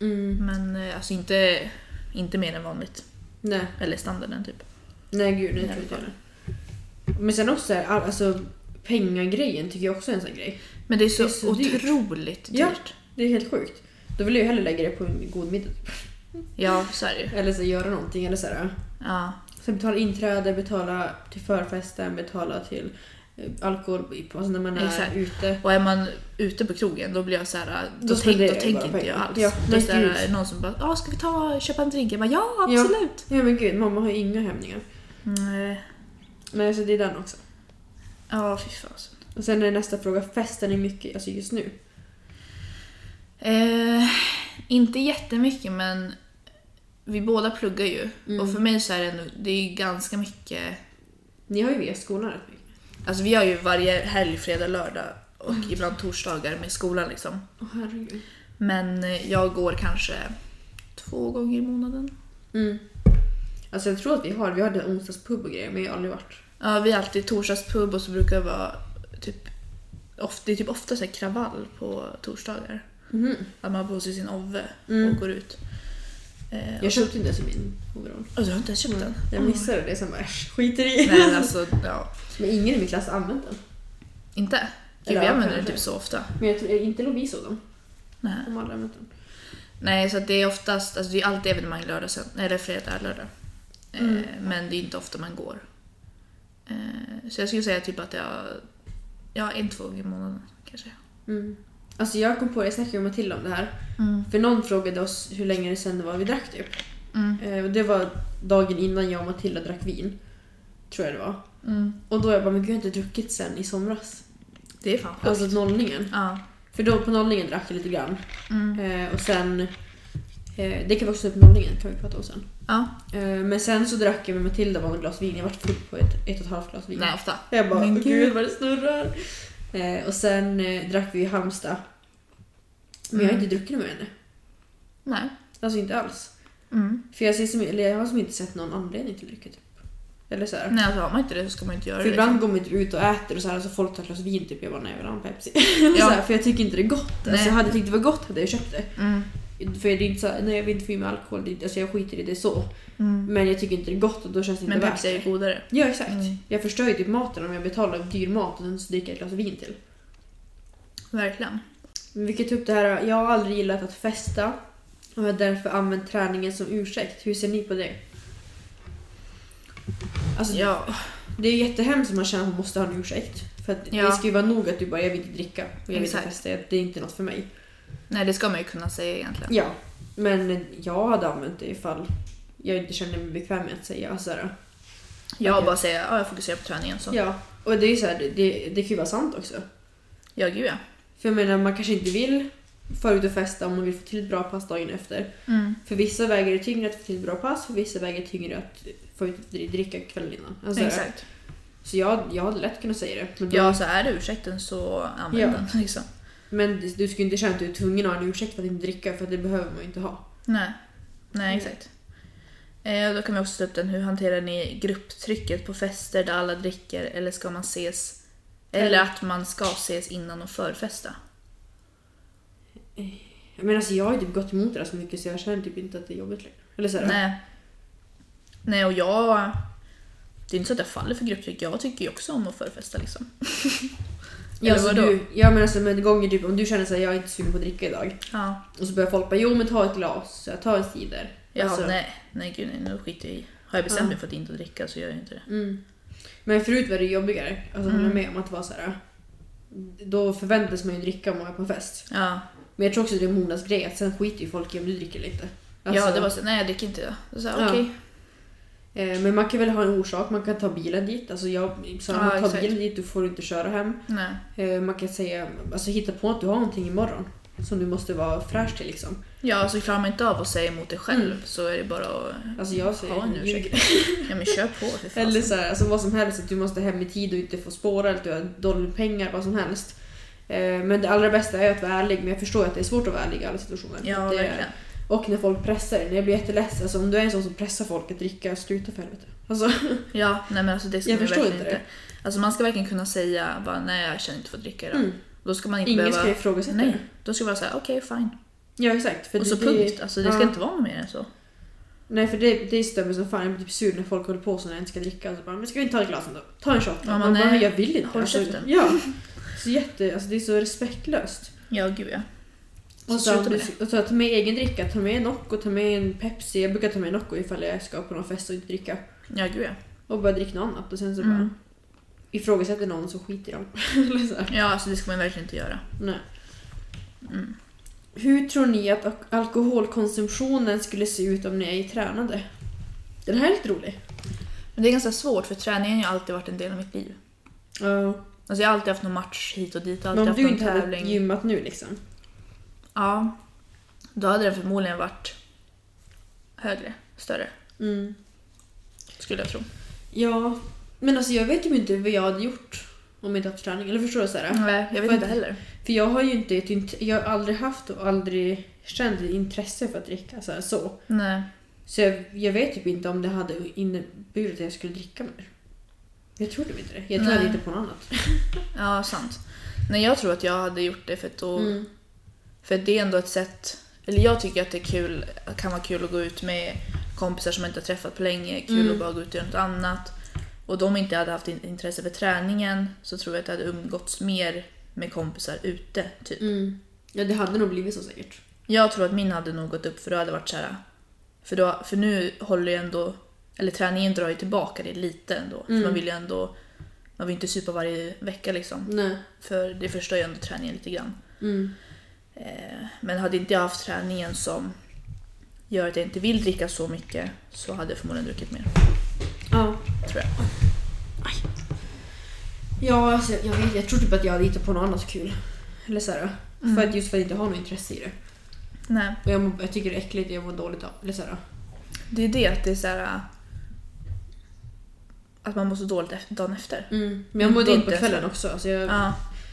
Speaker 2: Mm.
Speaker 1: Men eh, alltså inte, inte mer än vanligt.
Speaker 2: Nej.
Speaker 1: Eller standarden typ.
Speaker 2: Nej gud, nej,
Speaker 1: Nej,
Speaker 2: tror inte jag det. Men sen också så här, all- alltså pengagrejen tycker jag också är en sån grej.
Speaker 1: Men det är så,
Speaker 2: Det är så dyrt.
Speaker 1: otroligt dyrt.
Speaker 2: Ja. Det är helt sjukt. Då vill jag ju hellre lägga det på en god middag. typ.
Speaker 1: Ja, så är det ju.
Speaker 2: Eller så här, göra någonting. Eller så här,
Speaker 1: Ja.
Speaker 2: Så betala inträde, betala till förfesten, betala till eh, alkohol i- alltså när man är
Speaker 1: Exakt.
Speaker 2: ute.
Speaker 1: Och är man ute på krogen då blir jag så här, äh, då,
Speaker 2: Då
Speaker 1: tänk,
Speaker 2: spenderar
Speaker 1: då
Speaker 2: jag
Speaker 1: tänker
Speaker 2: bara
Speaker 1: inte jag
Speaker 2: pengar.
Speaker 1: alls.
Speaker 2: Ja,
Speaker 1: då är
Speaker 2: nej,
Speaker 1: det så här,
Speaker 2: gud.
Speaker 1: är det någon som bara "Ah, “ska vi ta köpa en drink?” Jag bara “ja,
Speaker 2: Ja.
Speaker 1: absolut”.
Speaker 2: Ja men gud, mamma har ju inga hämningar.
Speaker 1: Mm,
Speaker 2: Nej, så det är den också.
Speaker 1: ja, fy fasen.
Speaker 2: Och sen är nästa fråga, festen är mycket, alltså just nu.
Speaker 1: Eh, inte jättemycket men vi båda pluggar ju.
Speaker 2: Mm.
Speaker 1: Och för mig så är det, ändå- det är ju ganska mycket.
Speaker 2: Ni har ju via skolan rätt mycket.
Speaker 1: Alltså vi har ju varje helg, fredag, lördag och
Speaker 2: Mm.
Speaker 1: ibland torsdagar med skolan liksom.
Speaker 2: Åh herregud.
Speaker 1: Men eh, jag går kanske två gånger i månaden.
Speaker 2: Mm. Alltså jag tror att vi har, vi hade onsdagspub och grejer men jag har aldrig varit.
Speaker 1: Ja, vi har alltid torsdagspub och så brukar det vara typ, ofta, det är typ ofta så här kravall på torsdagar.
Speaker 2: Mm.
Speaker 1: Att man har på sig sin ovve
Speaker 2: Mm.
Speaker 1: och går ut. Eh,
Speaker 2: Jag
Speaker 1: och,
Speaker 2: köpte inte ens min overall.
Speaker 1: och du har inte ens köpt den?
Speaker 2: Jag missade det som bara äsch, skiter i.
Speaker 1: Nej men alltså, ja.
Speaker 2: Men ingen i min klass har använt den. *laughs*
Speaker 1: Inte? Gud,
Speaker 2: Eller
Speaker 1: vi
Speaker 2: ja,
Speaker 1: använder den
Speaker 2: kanske.
Speaker 1: typ så ofta.
Speaker 2: Men jag tror, inte Lovisa och dem.
Speaker 1: Nej,
Speaker 2: De har aldrig använt den.
Speaker 1: Nej så att det är oftast, alltså det är alltid evenemang lördag, sen, eller fredag, lördag.
Speaker 2: Mm.
Speaker 1: Eh, men det är inte ofta man går. Eh, så jag skulle säga typ att jag, ja en, två gånger i månaden kanske.
Speaker 2: Mm. Alltså jag kom på det, jag snackade med Matilda om det här. För någon frågade oss hur länge sedan det var vi drack typ.
Speaker 1: Mm.
Speaker 2: Eh, och det var dagen innan jag och Matilda drack vin. Tror jag det var.
Speaker 1: Mm.
Speaker 2: Och då jag bara, men gud jag har inte druckit sen i somras.
Speaker 1: Det är fan sjukt.
Speaker 2: Alltså nollningen.
Speaker 1: Ja.
Speaker 2: För då på nollningen drack jag lite grann.
Speaker 1: Mm.
Speaker 2: Eh, och sen... Eh, det kan vi också ta upp nollningen, kan vi prata om sen.
Speaker 1: ja.
Speaker 2: Eh, men sen så drack jag med Matilda bara något glas vin. Jag vart full på ett, ett och ett halvt glas vin.
Speaker 1: Nej, ofta.
Speaker 2: Jag bara,
Speaker 1: Men
Speaker 2: men gud vad det snurrar. Eh, och sen eh, drack vi i Halmstad. Men jag har
Speaker 1: Mm.
Speaker 2: inte druckit med henne.
Speaker 1: Nej.
Speaker 2: Alltså inte alls.
Speaker 1: Mm.
Speaker 2: För jag, ser som, eller jag har som inte sett någon anledning till att dricka typ. Eller så här.
Speaker 1: Nej, alltså har man inte det så ska man inte göra
Speaker 2: För
Speaker 1: det. liksom-
Speaker 2: ibland går man inte ut och äter och så här, alltså folk tar ett glas vin typ. Jag bara, nej jag vill ha en Pepsi. *laughs* Eller
Speaker 1: Ja.
Speaker 2: så här, för jag tycker inte det är gott.
Speaker 1: Nej.
Speaker 2: Alltså, jag hade tyckt det var gott hade jag köpt det.
Speaker 1: Liksom. Mm.
Speaker 2: För det är inte så här, nej jag vill inte få i mig alkohol, det är inte, alltså jag skiter i det så.
Speaker 1: Mm.
Speaker 2: Men jag tycker inte det är gott och då känns det inte
Speaker 1: Men
Speaker 2: värt
Speaker 1: Pepsi är
Speaker 2: det.
Speaker 1: ju godare.
Speaker 2: Ja exakt.
Speaker 1: Mm.
Speaker 2: Jag förstör ju typ maten om jag betalar dyr mat och sen så dricker jag ett glas vin till.
Speaker 1: Verkligen.
Speaker 2: Mm. Vilket upp det här, jag har aldrig gillat att festa och har därför använt träningen som ursäkt. Hur ser ni på det? Alltså,
Speaker 1: Ja.
Speaker 2: Det är jättehemskt om man känner att man måste ha en ursäkt. För att
Speaker 1: Ja.
Speaker 2: det ska ju vara nog att du bara, jag vill inte dricka och jag vill inte
Speaker 1: Exakt.
Speaker 2: festa, det är inte något för mig.
Speaker 1: Nej, det ska man ju kunna säga egentligen.
Speaker 2: Ja, men jag hade använt det ifall jag inte kände mig bekväm med att säga. Alltså, så här,
Speaker 1: Jag
Speaker 2: Okej.
Speaker 1: bara säger ja, jag fokuserar på träningen så. Ja,
Speaker 2: Ja, och det är ju så här, det, det, det kan ju vara sant också.
Speaker 1: gud ja.
Speaker 2: För jag menar, man kanske inte vill fara ut och festa om man vill få till ett bra pass dagen efter.
Speaker 1: Mm.
Speaker 2: För vissa väger det tyngre att få till ett bra pass, för vissa väger det tyngre att få ut och dricka kvällen innan. Alltså,
Speaker 1: Exakt.
Speaker 2: Så jag, jag hade lätt kunnat säga det. Men, då,
Speaker 1: Ja, så är det ursäkten så använd
Speaker 2: Ja.
Speaker 1: den. *laughs* Liksom.
Speaker 2: men du ska ju inte känna att du är tvungen att ha en ursäkt för att inte dricka, för det behöver man ju inte ha.
Speaker 1: Nej. Nej,
Speaker 2: Mm.
Speaker 1: exakt. Eh, och då kan vi också ta upp den, hur hanterar ni grupptrycket på fester där alla dricker eller ska man ses eller att man ska ses innan och förfesta?
Speaker 2: Men alltså, jag har ju typ gått emot det där så mycket så jag känner typ inte att det är jobbigt längre. Eller så här,
Speaker 1: Nej. Nej, och jag... Det är inte så att jag faller för grupptryck. Jag tycker ju också om att förfesta liksom.
Speaker 2: Ja,
Speaker 1: Eller
Speaker 2: alltså,
Speaker 1: vadå?
Speaker 2: du, ja men alltså med gånger typ om du känner såhär, jag är inte sugen på att dricka idag.
Speaker 1: Ja.
Speaker 2: Och så börjar folk bara, jo men ta ett glas, så jag tar en cider.
Speaker 1: Ja,
Speaker 2: Alltså,
Speaker 1: nej. Nej, gud nej. Nu skiter jag i. Har jag bestämt
Speaker 2: Ja.
Speaker 1: mig för att inte dricka så gör jag inte det.
Speaker 2: Mm. Men förut var det jobbigare, alltså
Speaker 1: Mm.
Speaker 2: håller med om att vara såhär. Då förväntas man ju dricka om man är på en fest.
Speaker 1: Ja,
Speaker 2: Men jag tror också det är Monas grej, att sen skiter ju folk i om du dricker eller inte. Alltså,
Speaker 1: ja det var så. Nej, jag dricker inte idag. Så, så,
Speaker 2: Ja.
Speaker 1: Okej.
Speaker 2: eh, men man kan väl ha en orsak, man kan ta bilen dit. Alltså jag sa,
Speaker 1: Ja,
Speaker 2: man tar
Speaker 1: exakt.
Speaker 2: bilen dit, du får inte köra hem.
Speaker 1: Nej.
Speaker 2: Eh, man kan säga, alltså hitta på att du har någonting imorgon. som du måste vara fräsch till liksom.
Speaker 1: Ja, så klarar man inte av att säga emot dig själv så är det bara att
Speaker 2: Mm. Alltså jag säger
Speaker 1: ha en
Speaker 2: ljug.
Speaker 1: ursäkt. *laughs* ja men kör på för fan.
Speaker 2: Eller så här, alltså vad som helst, att du måste hem i tid och inte få spåra, eller att du har dåligt med pengar, vad som helst. Eh, Men det allra bästa är att vara ärlig, men jag förstår ju att det är svårt att vara ärlig i alla situationer.
Speaker 1: Ja,
Speaker 2: det,
Speaker 1: verkligen.
Speaker 2: Och när folk pressar dig, när jag blir jätteledsen, alltså om du är en sån som pressar folk att dricka, sluta för helvete. Alltså,
Speaker 1: Ja, nej men alltså det ska
Speaker 2: Jag
Speaker 1: man ju
Speaker 2: förstår
Speaker 1: verkligen
Speaker 2: inte
Speaker 1: inte.
Speaker 2: det.
Speaker 1: Alltså man ska verkligen kunna säga bara nej jag känner inte för att dricka idag.
Speaker 2: Mm.
Speaker 1: Då ska man inte
Speaker 2: ingen
Speaker 1: behöva...
Speaker 2: ska ifrågasätta
Speaker 1: Nej,
Speaker 2: det.
Speaker 1: då ska man säga okej fine.
Speaker 2: Ja exakt. För
Speaker 1: Och så
Speaker 2: det,
Speaker 1: punkt. Alltså Typ. det ska
Speaker 2: ja.
Speaker 1: inte vara något mer än så.
Speaker 2: Nej för det, det stämmer som fan, jag blir typ sur när folk håller på så när jag inte ska dricka. Alltså bara, men ska vi inte ta ett glas ändå? Ta en shot
Speaker 1: Ja,
Speaker 2: då.
Speaker 1: man
Speaker 2: man bara,
Speaker 1: är-
Speaker 2: men jag vill inte.
Speaker 1: håll
Speaker 2: alltså,
Speaker 1: käften.
Speaker 2: Ja. Så jätte, alltså det är så respektlöst.
Speaker 1: Ja gud ja. Så
Speaker 2: Och så,
Speaker 1: sluta med det.
Speaker 2: och så ta med egen dricka, ta med en Nocco, ta med en Pepsi. Jag brukar ta med en Nocco ifall jag ska på någon fest och inte dricka.
Speaker 1: Ja gud ja.
Speaker 2: Och börja dricka något annat och sen så
Speaker 1: Mm.
Speaker 2: bara ifrågasätter någon så skiter jag *laughs* Eller så här.
Speaker 1: Ja alltså det ska man verkligen inte göra.
Speaker 2: Nej.
Speaker 1: Mm.
Speaker 2: Hur tror ni att ak- alkoholkonsumtionen skulle se ut om ni är tränade? Den här är lite rolig.
Speaker 1: Men det är ganska svårt för träningen har ju alltid varit en del av mitt liv.
Speaker 2: Ja.
Speaker 1: Alltså jag har alltid haft någon match hit och dit,
Speaker 2: Men
Speaker 1: alltid
Speaker 2: om
Speaker 1: haft
Speaker 2: du
Speaker 1: någon
Speaker 2: inte hade
Speaker 1: tävling.
Speaker 2: gymmat nu liksom?
Speaker 1: Ja. Då hade den förmodligen varit högre, större
Speaker 2: Mm.
Speaker 1: skulle jag tro.
Speaker 2: Ja. Men alltså jag vet ju inte vad jag hade gjort om jag inte haft träning. Eller förstår du? Så här?
Speaker 1: Nej, jag vet
Speaker 2: För
Speaker 1: inte
Speaker 2: att-
Speaker 1: heller.
Speaker 2: För jag har ju inte ett int- jag har aldrig haft och aldrig känt ett intresse för att dricka så. Här, så.
Speaker 1: Nej.
Speaker 2: så jag, jag vet typ inte om det hade inneburit att jag skulle dricka mer. Jag tror typ inte det. Jag tror jag
Speaker 1: Nej.
Speaker 2: hade hittat på något annat.
Speaker 1: Ja, sant. Nej, jag tror att jag hade gjort det för att, då,
Speaker 2: Mm.
Speaker 1: för att det är ändå ett sätt... Eller jag tycker att det är kul, kan vara kul att gå ut med kompisar som man inte har träffat på länge. Kul
Speaker 2: Mm.
Speaker 1: att bara gå ut och göra något annat. Och de inte hade haft in- intresse för träningen så tror jag att jag hade umgåtts mer med kompisar ute. Typ.
Speaker 2: Mm. Ja, det hade nog blivit så säkert.
Speaker 1: Jag tror att min hade nog gått upp för då hade det varit så här. För, då, för nu håller ju ändå... Eller träningen drar ju tillbaka det lite ändå.
Speaker 2: Mm.
Speaker 1: För man vill ju ändå... Man vill inte supa varje vecka liksom.
Speaker 2: Nej.
Speaker 1: För det förstör ju ändå träningen lite grann.
Speaker 2: Mm.
Speaker 1: Eh, Men hade inte jag haft träningen som gör att jag inte vill dricka så mycket så hade jag förmodligen druckit mer.
Speaker 2: Ja.
Speaker 1: Tror jag.
Speaker 2: Aj. Ja, alltså, jag, jag, vet, jag tror typ att jag hade hittat på något annat kul. Eller så här,
Speaker 1: Mm.
Speaker 2: för att Just för att jag inte har något intresse i det.
Speaker 1: Nej,
Speaker 2: Och jag, mår- jag tycker det är äckligt, jag mår dåligt av eller så här.
Speaker 1: det är det att det är så här äh, att man mår så dåligt efter, dagen efter.
Speaker 2: Mm. Men jag mår
Speaker 1: Det är
Speaker 2: dåligt på
Speaker 1: inte så.
Speaker 2: kvällen också. Alltså jag,
Speaker 1: Ja,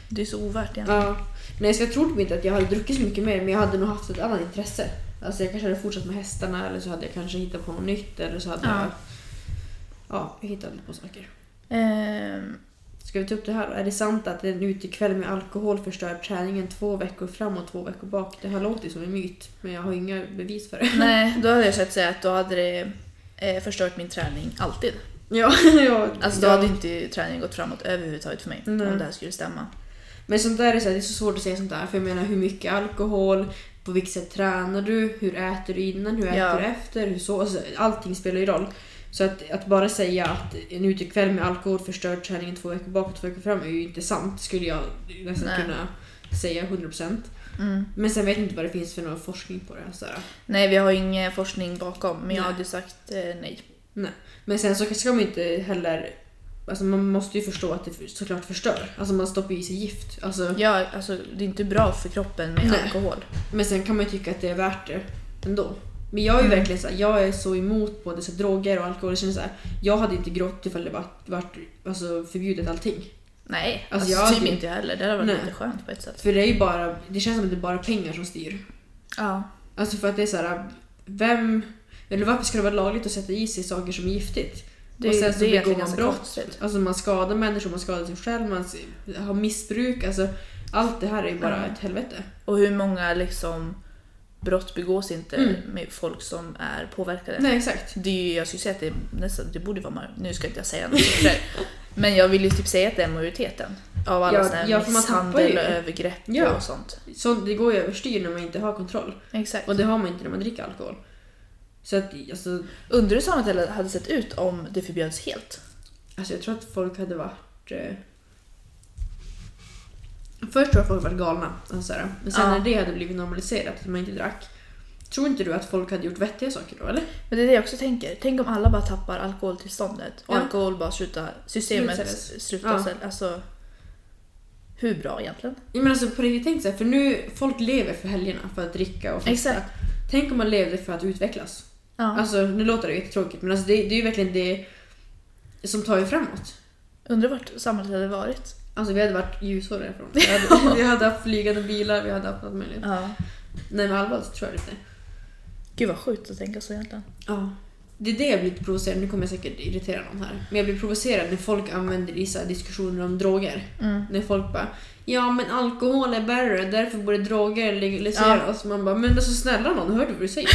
Speaker 1: det är så ovärt egentligen.
Speaker 2: Ja. Nej, så jag tror typ inte att jag hade druckit så mycket mer, men jag hade nog haft ett annat intresse. Alltså jag kanske hade fortsatt med hästarna, eller så hade jag kanske hittat på något nytt, eller så hade
Speaker 1: Ja.
Speaker 2: jag... Ja, jag hittade på saker.
Speaker 1: Ehm,
Speaker 2: Ska vi ta upp det här då? Är det sant att en utekväll med alkohol förstör träningen två veckor fram och två veckor bak? Det här låter ju som en myt, men jag har inga bevis för det.
Speaker 1: nej, då hade jag sett säga att då hade det eh, förstört min träning alltid.
Speaker 2: Ja, *laughs* ja.
Speaker 1: Alltså då
Speaker 2: ja.
Speaker 1: hade inte träningen gått framåt överhuvudtaget för mig
Speaker 2: Nej.
Speaker 1: om det här skulle stämma.
Speaker 2: Men sånt där är så, här, det är så svårt att säga sånt där, för jag menar hur mycket alkohol, på vilket sätt tränar du, hur äter du innan, hur äter
Speaker 1: Ja.
Speaker 2: du efter, hur så, alltså, allting spelar ju roll. Så att, att bara säga att en utekväll med alkohol förstör träningen två veckor bakåt, två veckor fram är ju inte sant, skulle jag nästan
Speaker 1: Nej.
Speaker 2: kunna säga 100%.
Speaker 1: Mm.
Speaker 2: Men sen vet jag inte vad det finns för någon forskning på det. här, Så här.
Speaker 1: Nej, vi har ingen forskning bakom men jag
Speaker 2: Nej.
Speaker 1: hade sagt eh, nej.
Speaker 2: Men sen så ska man ju inte heller... Alltså man måste ju förstå att det för- såklart förstör. Alltså man stoppar i sig gift. Alltså,
Speaker 1: Ja, alltså det är inte bra för kroppen med
Speaker 2: Nej.
Speaker 1: alkohol.
Speaker 2: men sen kan man ju tycka att det är värt det ändå. Men jag är ju
Speaker 1: Mm.
Speaker 2: verkligen så här, jag är så emot både så här, droger och alkohol. Jag känner så här, jag hade inte gråtit ifall det varit, varit alltså, förbjudet allting.
Speaker 1: Nej,
Speaker 2: Alltså,
Speaker 1: alltså,
Speaker 2: jag
Speaker 1: typ
Speaker 2: hade-
Speaker 1: inte jag heller. Det hade varit
Speaker 2: Nej.
Speaker 1: lite skönt på ett sätt.
Speaker 2: För det är ju bara, det känns som att det är bara pengar som styr.
Speaker 1: Ja.
Speaker 2: Alltså för att det är så här, vem... Eller varför ska det vara lagligt att sätta i sig saker som är giftigt?
Speaker 1: Det,
Speaker 2: och sen så
Speaker 1: det är
Speaker 2: begår
Speaker 1: egentligen
Speaker 2: man
Speaker 1: ganska
Speaker 2: brott.
Speaker 1: konstigt.
Speaker 2: Alltså man skadar människor, man skadar sig själv, man s- har missbruk. Alltså, allt det här är ju bara
Speaker 1: Ja.
Speaker 2: ett helvete.
Speaker 1: Och hur många liksom, brott begås inte
Speaker 2: Mm.
Speaker 1: med folk som är påverkade?
Speaker 2: Nej, exakt.
Speaker 1: Det är ju, jag skulle säga att det, är nästan, det borde vara... mar- Nu ska inte jag säga några siffror.
Speaker 2: *laughs*
Speaker 1: men jag vill ju typ säga att det är majoriteten. Av alla
Speaker 2: Ja,
Speaker 1: såna här
Speaker 2: ja, för man tappar
Speaker 1: misshandel
Speaker 2: ju.
Speaker 1: och övergrepp
Speaker 2: Ja.
Speaker 1: och sånt.
Speaker 2: Så det går ju överstyr när man inte har kontroll.
Speaker 1: Exakt.
Speaker 2: Och det har man inte när man dricker alkohol. Så att, alltså,
Speaker 1: Undrar hur samhället hade sett ut om det förbjöds helt?
Speaker 2: alltså jag tror att folk hade varit... Eh... Först tror jag folk hade varit galna. Alltså, så här. men sen
Speaker 1: Ja.
Speaker 2: när det hade blivit normaliserat, att man inte drack. Tror inte du att folk hade gjort vettiga saker då, eller?
Speaker 1: Men det är det jag också tänker. Tänk om alla bara tappar alkoholtillståndet och
Speaker 2: Ja.
Speaker 1: alkohol bara slutar, systemet
Speaker 2: Slutsäljas.
Speaker 1: slutar
Speaker 2: Ja.
Speaker 1: sälja. Alltså, hur bra egentligen.
Speaker 2: Jag menar alltså på riktigt, tänk så här, för nu, folk lever för helgerna för att dricka och festa.
Speaker 1: Exakt.
Speaker 2: Tänk om man levde för att utvecklas.
Speaker 1: Ja.
Speaker 2: Alltså nu låter det ju jättetråkigt men alltså, det, det är ju verkligen det som tar ju framåt.
Speaker 1: Undrar vart samhället hade varit.
Speaker 2: Alltså vi hade varit ljusår därifrån. Vi hade, *laughs* vi hade haft flygande bilar, vi hade haft allt möjligt.
Speaker 1: Ja.
Speaker 2: Nej men allvarligt så tror jag inte.
Speaker 1: Gud vad sjukt att tänka så egentligen.
Speaker 2: Ja. Det är det jag blir lite provocerad, nu kommer jag säkert irritera någon här. Men jag blir provocerad när folk använder det i så här diskussioner om droger.
Speaker 1: Mm.
Speaker 2: När folk bara “ja men alkohol är värre, därför borde droger legaliseras”. Man bara “men alltså snälla någon, hör du vad du säger?”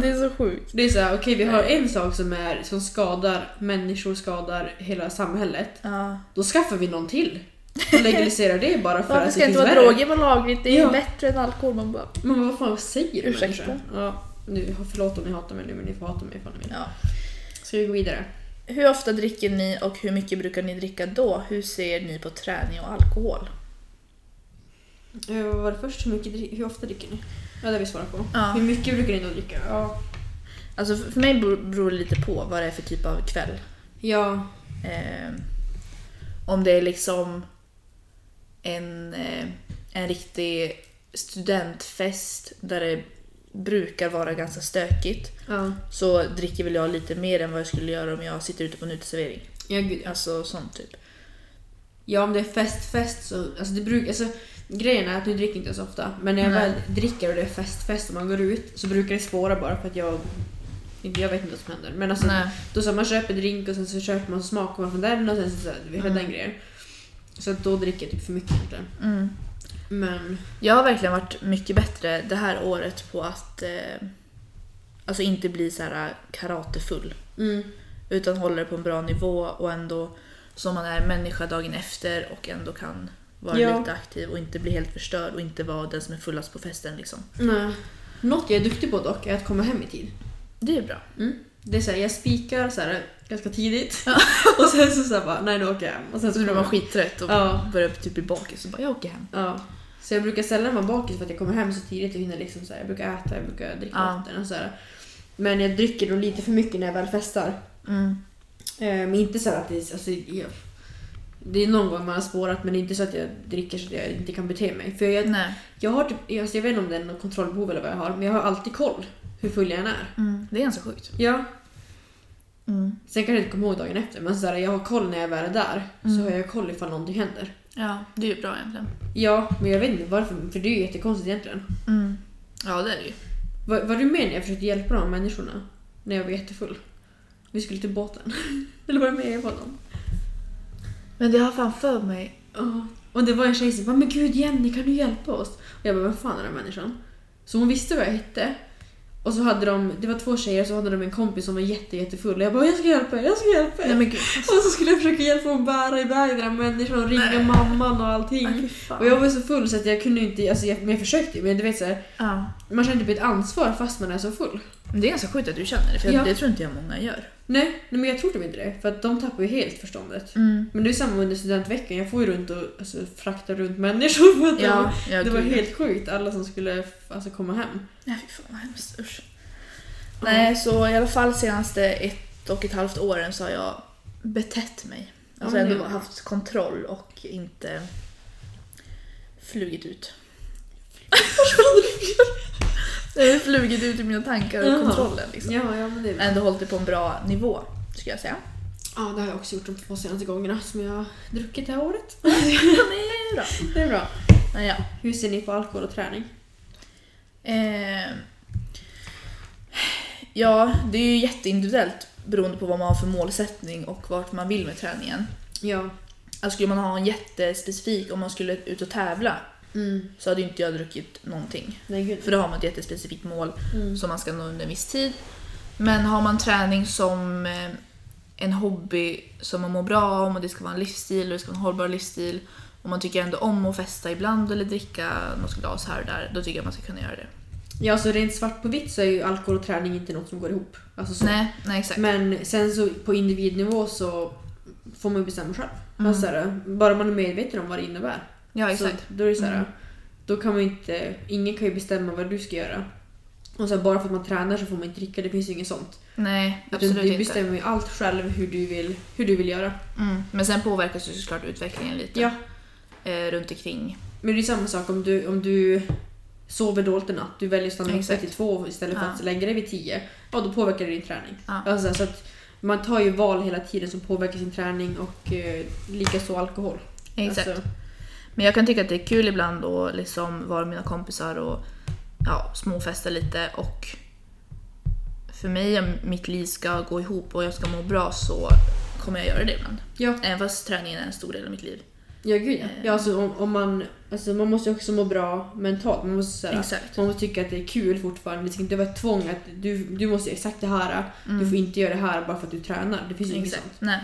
Speaker 1: det är så sjukt.
Speaker 2: *laughs* Det är så här, okej vi har en sak som, är, som skadar människor, skadar hela samhället.
Speaker 1: Ja.
Speaker 2: Då skaffar vi någon till och legaliserar det bara för
Speaker 1: Varför
Speaker 2: att det
Speaker 1: ska
Speaker 2: finns
Speaker 1: inte vara
Speaker 2: värre.
Speaker 1: droger vara lagligt? Det är ju
Speaker 2: Ja.
Speaker 1: bättre än alkohol. Man bara...
Speaker 2: Men vad fan säger du
Speaker 1: Ursäkta.
Speaker 2: människa? Ja, nu, förlåt om ni hatar mig nu men ni får hata mig ifall ni vill.
Speaker 1: Ja.
Speaker 2: Ska vi gå vidare?
Speaker 1: Hur ofta dricker ni och hur mycket brukar ni dricka då? Hur ser ni på träning och alkohol?
Speaker 2: Eh, Vad var det först? Hur, mycket, dri- hur ofta dricker ni? Ja, det har vi svarat på.
Speaker 1: Ja.
Speaker 2: Hur mycket brukar ni då dricka? Ja.
Speaker 1: Alltså för för mig beror beror det lite på vad det är för typ av kväll.
Speaker 2: Ja.
Speaker 1: Eh, om det är liksom en, eh, en riktig studentfest där det brukar vara ganska stökigt
Speaker 2: Ja,
Speaker 1: så dricker väl jag lite mer än vad jag skulle göra om jag sitter ute på en uteservering.
Speaker 2: ja gud ja.
Speaker 1: Alltså sånt typ.
Speaker 2: ja. om det är fest, fest så... Alltså, det brukar, alltså, grejen är att nu dricker inte jag så ofta. Men när jag
Speaker 1: Nej.
Speaker 2: väl dricker och det är fest, fest och man går ut så brukar det spåra bara för att jag... inte- Jag vet inte vad som händer. Men alltså,
Speaker 1: Nej.
Speaker 2: då så här, man köper drink och sen så köper man smak och man från den och sen så, så här, vi har
Speaker 1: Mm.
Speaker 2: den grejen. Så att då dricker jag typ för mycket egentligen.
Speaker 1: Mm.
Speaker 2: Men
Speaker 1: Jag har verkligen varit mycket bättre det här året på att eh, alltså inte bli så här karatefull.
Speaker 2: mm,
Speaker 1: Utan hålla det på en bra nivå och ändå som man är människa dagen efter och ändå kan vara
Speaker 2: Ja.
Speaker 1: lite aktiv och inte bli helt förstörd och inte vara den som är fullast på festen. Liksom.
Speaker 2: nej. Något jag är duktig på dock är att komma hem i tid.
Speaker 1: Det är bra.
Speaker 2: Mm. Det är såhär, jag spikar såhär, ganska tidigt *laughs* och sen så, såhär bara, nej nu åker jag hem. Och sen
Speaker 1: Så
Speaker 2: så
Speaker 1: blir man skittrött och
Speaker 2: Ja.
Speaker 1: börjar typ bli bakis och bara jag åker hem.
Speaker 2: Ja. Så jag brukar sällan vara bakis för att jag kommer hem så tidigt och hinner liksom såhär, jag brukar äta, jag brukar dricka
Speaker 1: Ja.
Speaker 2: vatten och såhär. Men jag dricker då lite för mycket när jag väl festar.
Speaker 1: Mm.
Speaker 2: Eh, Men inte så här att det är, alltså, jag, det är någon gång man har spårat men det är inte så att jag dricker så att jag inte kan bete mig. För jag,
Speaker 1: Nej.
Speaker 2: jag har typ, alltså, jag vet inte om det är något kontrollbehov eller vad jag har men jag har alltid koll hur full jag än är.
Speaker 1: Mm. Det är ganska sjukt.
Speaker 2: Ja,
Speaker 1: Mm.
Speaker 2: Sen kanske jag inte kommer ihåg dagen efter, men sådär, jag har koll när jag väl är där. Så
Speaker 1: Mm.
Speaker 2: har jag koll ifall någonting händer.
Speaker 1: Ja, det är ju bra egentligen.
Speaker 2: Ja, men jag vet inte varför, för det är ju jättekonstigt egentligen.
Speaker 1: Mm. Ja, det är det ju.
Speaker 2: Vad, vad du menar när jag försökte hjälpa de här människorna? När jag var jättefull. Vi skulle till båten. *laughs* Eller var det med jag var dem?
Speaker 1: Men det har fan för mig.
Speaker 2: Ja. Och det var en tjej som bara “men gud Jenny, kan du hjälpa oss?” Och jag bara “vem fan är den här människan?” Så hon visste vad jag hette. Och så hade de, det var två tjejer, så hade de en kompis som var jätte, jättefull och jag bara “jag ska hjälpa er, jag ska hjälpa er”.
Speaker 1: Nej men gud.
Speaker 2: Och så skulle jag försöka hjälpa hon bära iväg den här människan, ringa
Speaker 1: Nej.
Speaker 2: mamman och allting.
Speaker 1: Nej, fy fan.
Speaker 2: Och jag var så full så att jag kunde inte, alltså jag, men jag försökte ju, men du vet så här,
Speaker 1: ja.
Speaker 2: man känner typ ett ansvar fast man är så full.
Speaker 1: Men Det är ganska sjukt att du känner det, för jag-
Speaker 2: Ja.
Speaker 1: det tror inte jag många gör.
Speaker 2: Nej, nej men jag tror typ inte det, för att de tappar ju helt förståndet.
Speaker 1: Mm.
Speaker 2: Men det är samma under studentveckan, jag får ju runt och alltså, frakta runt människor för att
Speaker 1: Ja, ja,
Speaker 2: de, det var
Speaker 1: gud.
Speaker 2: helt sjukt, alla som skulle f- alltså, komma hem.
Speaker 1: Nej, fy fan vad hemskt. Usch. Nej, så i alla fall senaste ett och ett halvt åren så har jag betett mig.
Speaker 2: Ja,
Speaker 1: Alltså
Speaker 2: men det är
Speaker 1: ändå
Speaker 2: bra.
Speaker 1: haft kontroll och inte flugit
Speaker 2: *laughs*
Speaker 1: ut. Jag har flugit ut i mina tankar och
Speaker 2: Jaha.
Speaker 1: kontrollen liksom.
Speaker 2: Ja, ja men det är bra.
Speaker 1: Ändå hållit det på en bra nivå, skulle jag säga.
Speaker 2: Ja, det har jag också gjort de två senaste gångerna som jag har druckit det här året.
Speaker 1: *laughs* Nej, då.
Speaker 2: *laughs* Det är bra.
Speaker 1: Men ja.
Speaker 2: Hur ser ni på alkohol och träning?
Speaker 1: Eh, ja, det är ju jätteindividuellt beroende på vad man har för målsättning och vart man vill med träningen.
Speaker 2: Ja.
Speaker 1: Alltså skulle man ha en jättespecifik, om man skulle ut och tävla
Speaker 2: Mm.
Speaker 1: så hade ju inte jag druckit någonting.
Speaker 2: Nej gud.
Speaker 1: För då har man ett jättespecifikt mål
Speaker 2: Mm.
Speaker 1: som man ska nå under en viss tid. Men har man träning som eh, en hobby som man mår bra om och det ska vara en livsstil och det ska vara en hållbar livsstil och man tycker ändå om att festa ibland eller dricka något glas här och där, då tycker jag man ska kunna göra det.
Speaker 2: Ja, så rent svart på vitt så är ju alkohol och träning inte något som går ihop. Alltså så.
Speaker 1: Nej, nej exakt.
Speaker 2: Men sen så på individnivå så får man ju bestämma själv.
Speaker 1: Mm.
Speaker 2: Alltså, så här, bara man är medveten om vad det innebär.
Speaker 1: Ja,
Speaker 2: så
Speaker 1: exakt.
Speaker 2: då är det så här,
Speaker 1: Mm.
Speaker 2: då kan man ju inte, ingen kan ju bestämma vad du ska göra. Och så här, bara för att man tränar så får man inte dricka, det finns ju inget sånt.
Speaker 1: Nej,
Speaker 2: Utan
Speaker 1: absolut
Speaker 2: du
Speaker 1: inte.
Speaker 2: bestämmer ju allt själv hur du vill, hur du vill göra.
Speaker 1: Mm. Men sen påverkas ju såklart utvecklingen lite.
Speaker 2: Ja.
Speaker 1: eh, runt omkring.
Speaker 2: Men det är samma sak om du, om du sover dåligt en natt. Du väljer att stanna uppe
Speaker 1: Exakt.
Speaker 2: till två istället för
Speaker 1: Ja.
Speaker 2: att lägga dig vid tio. Ja, då påverkar det din träning.
Speaker 1: Ja.
Speaker 2: Alltså, så att man tar ju val hela tiden som påverkar sin träning och eh, likaså alkohol.
Speaker 1: Exakt.
Speaker 2: Alltså,
Speaker 1: Men jag kan tycka att det är kul ibland att liksom vara med mina kompisar och ja, småfesta lite och för mig om mitt liv ska gå ihop och jag ska må bra så kommer jag göra det ibland.
Speaker 2: ja,
Speaker 1: Även fast träningen är en stor del av mitt liv.
Speaker 2: ja, gud ja. ja alltså, om, om man, alltså, man måste ju också må bra mentalt. Man måste, så här,
Speaker 1: Exakt.
Speaker 2: man måste tycka att det är kul fortfarande. Det ska inte vara ett tvång att du, du måste göra exakt det här. Du får inte göra det här bara för att du tränar. Det finns ju inget
Speaker 1: Mm. Exakt.
Speaker 2: sånt.
Speaker 1: Nej.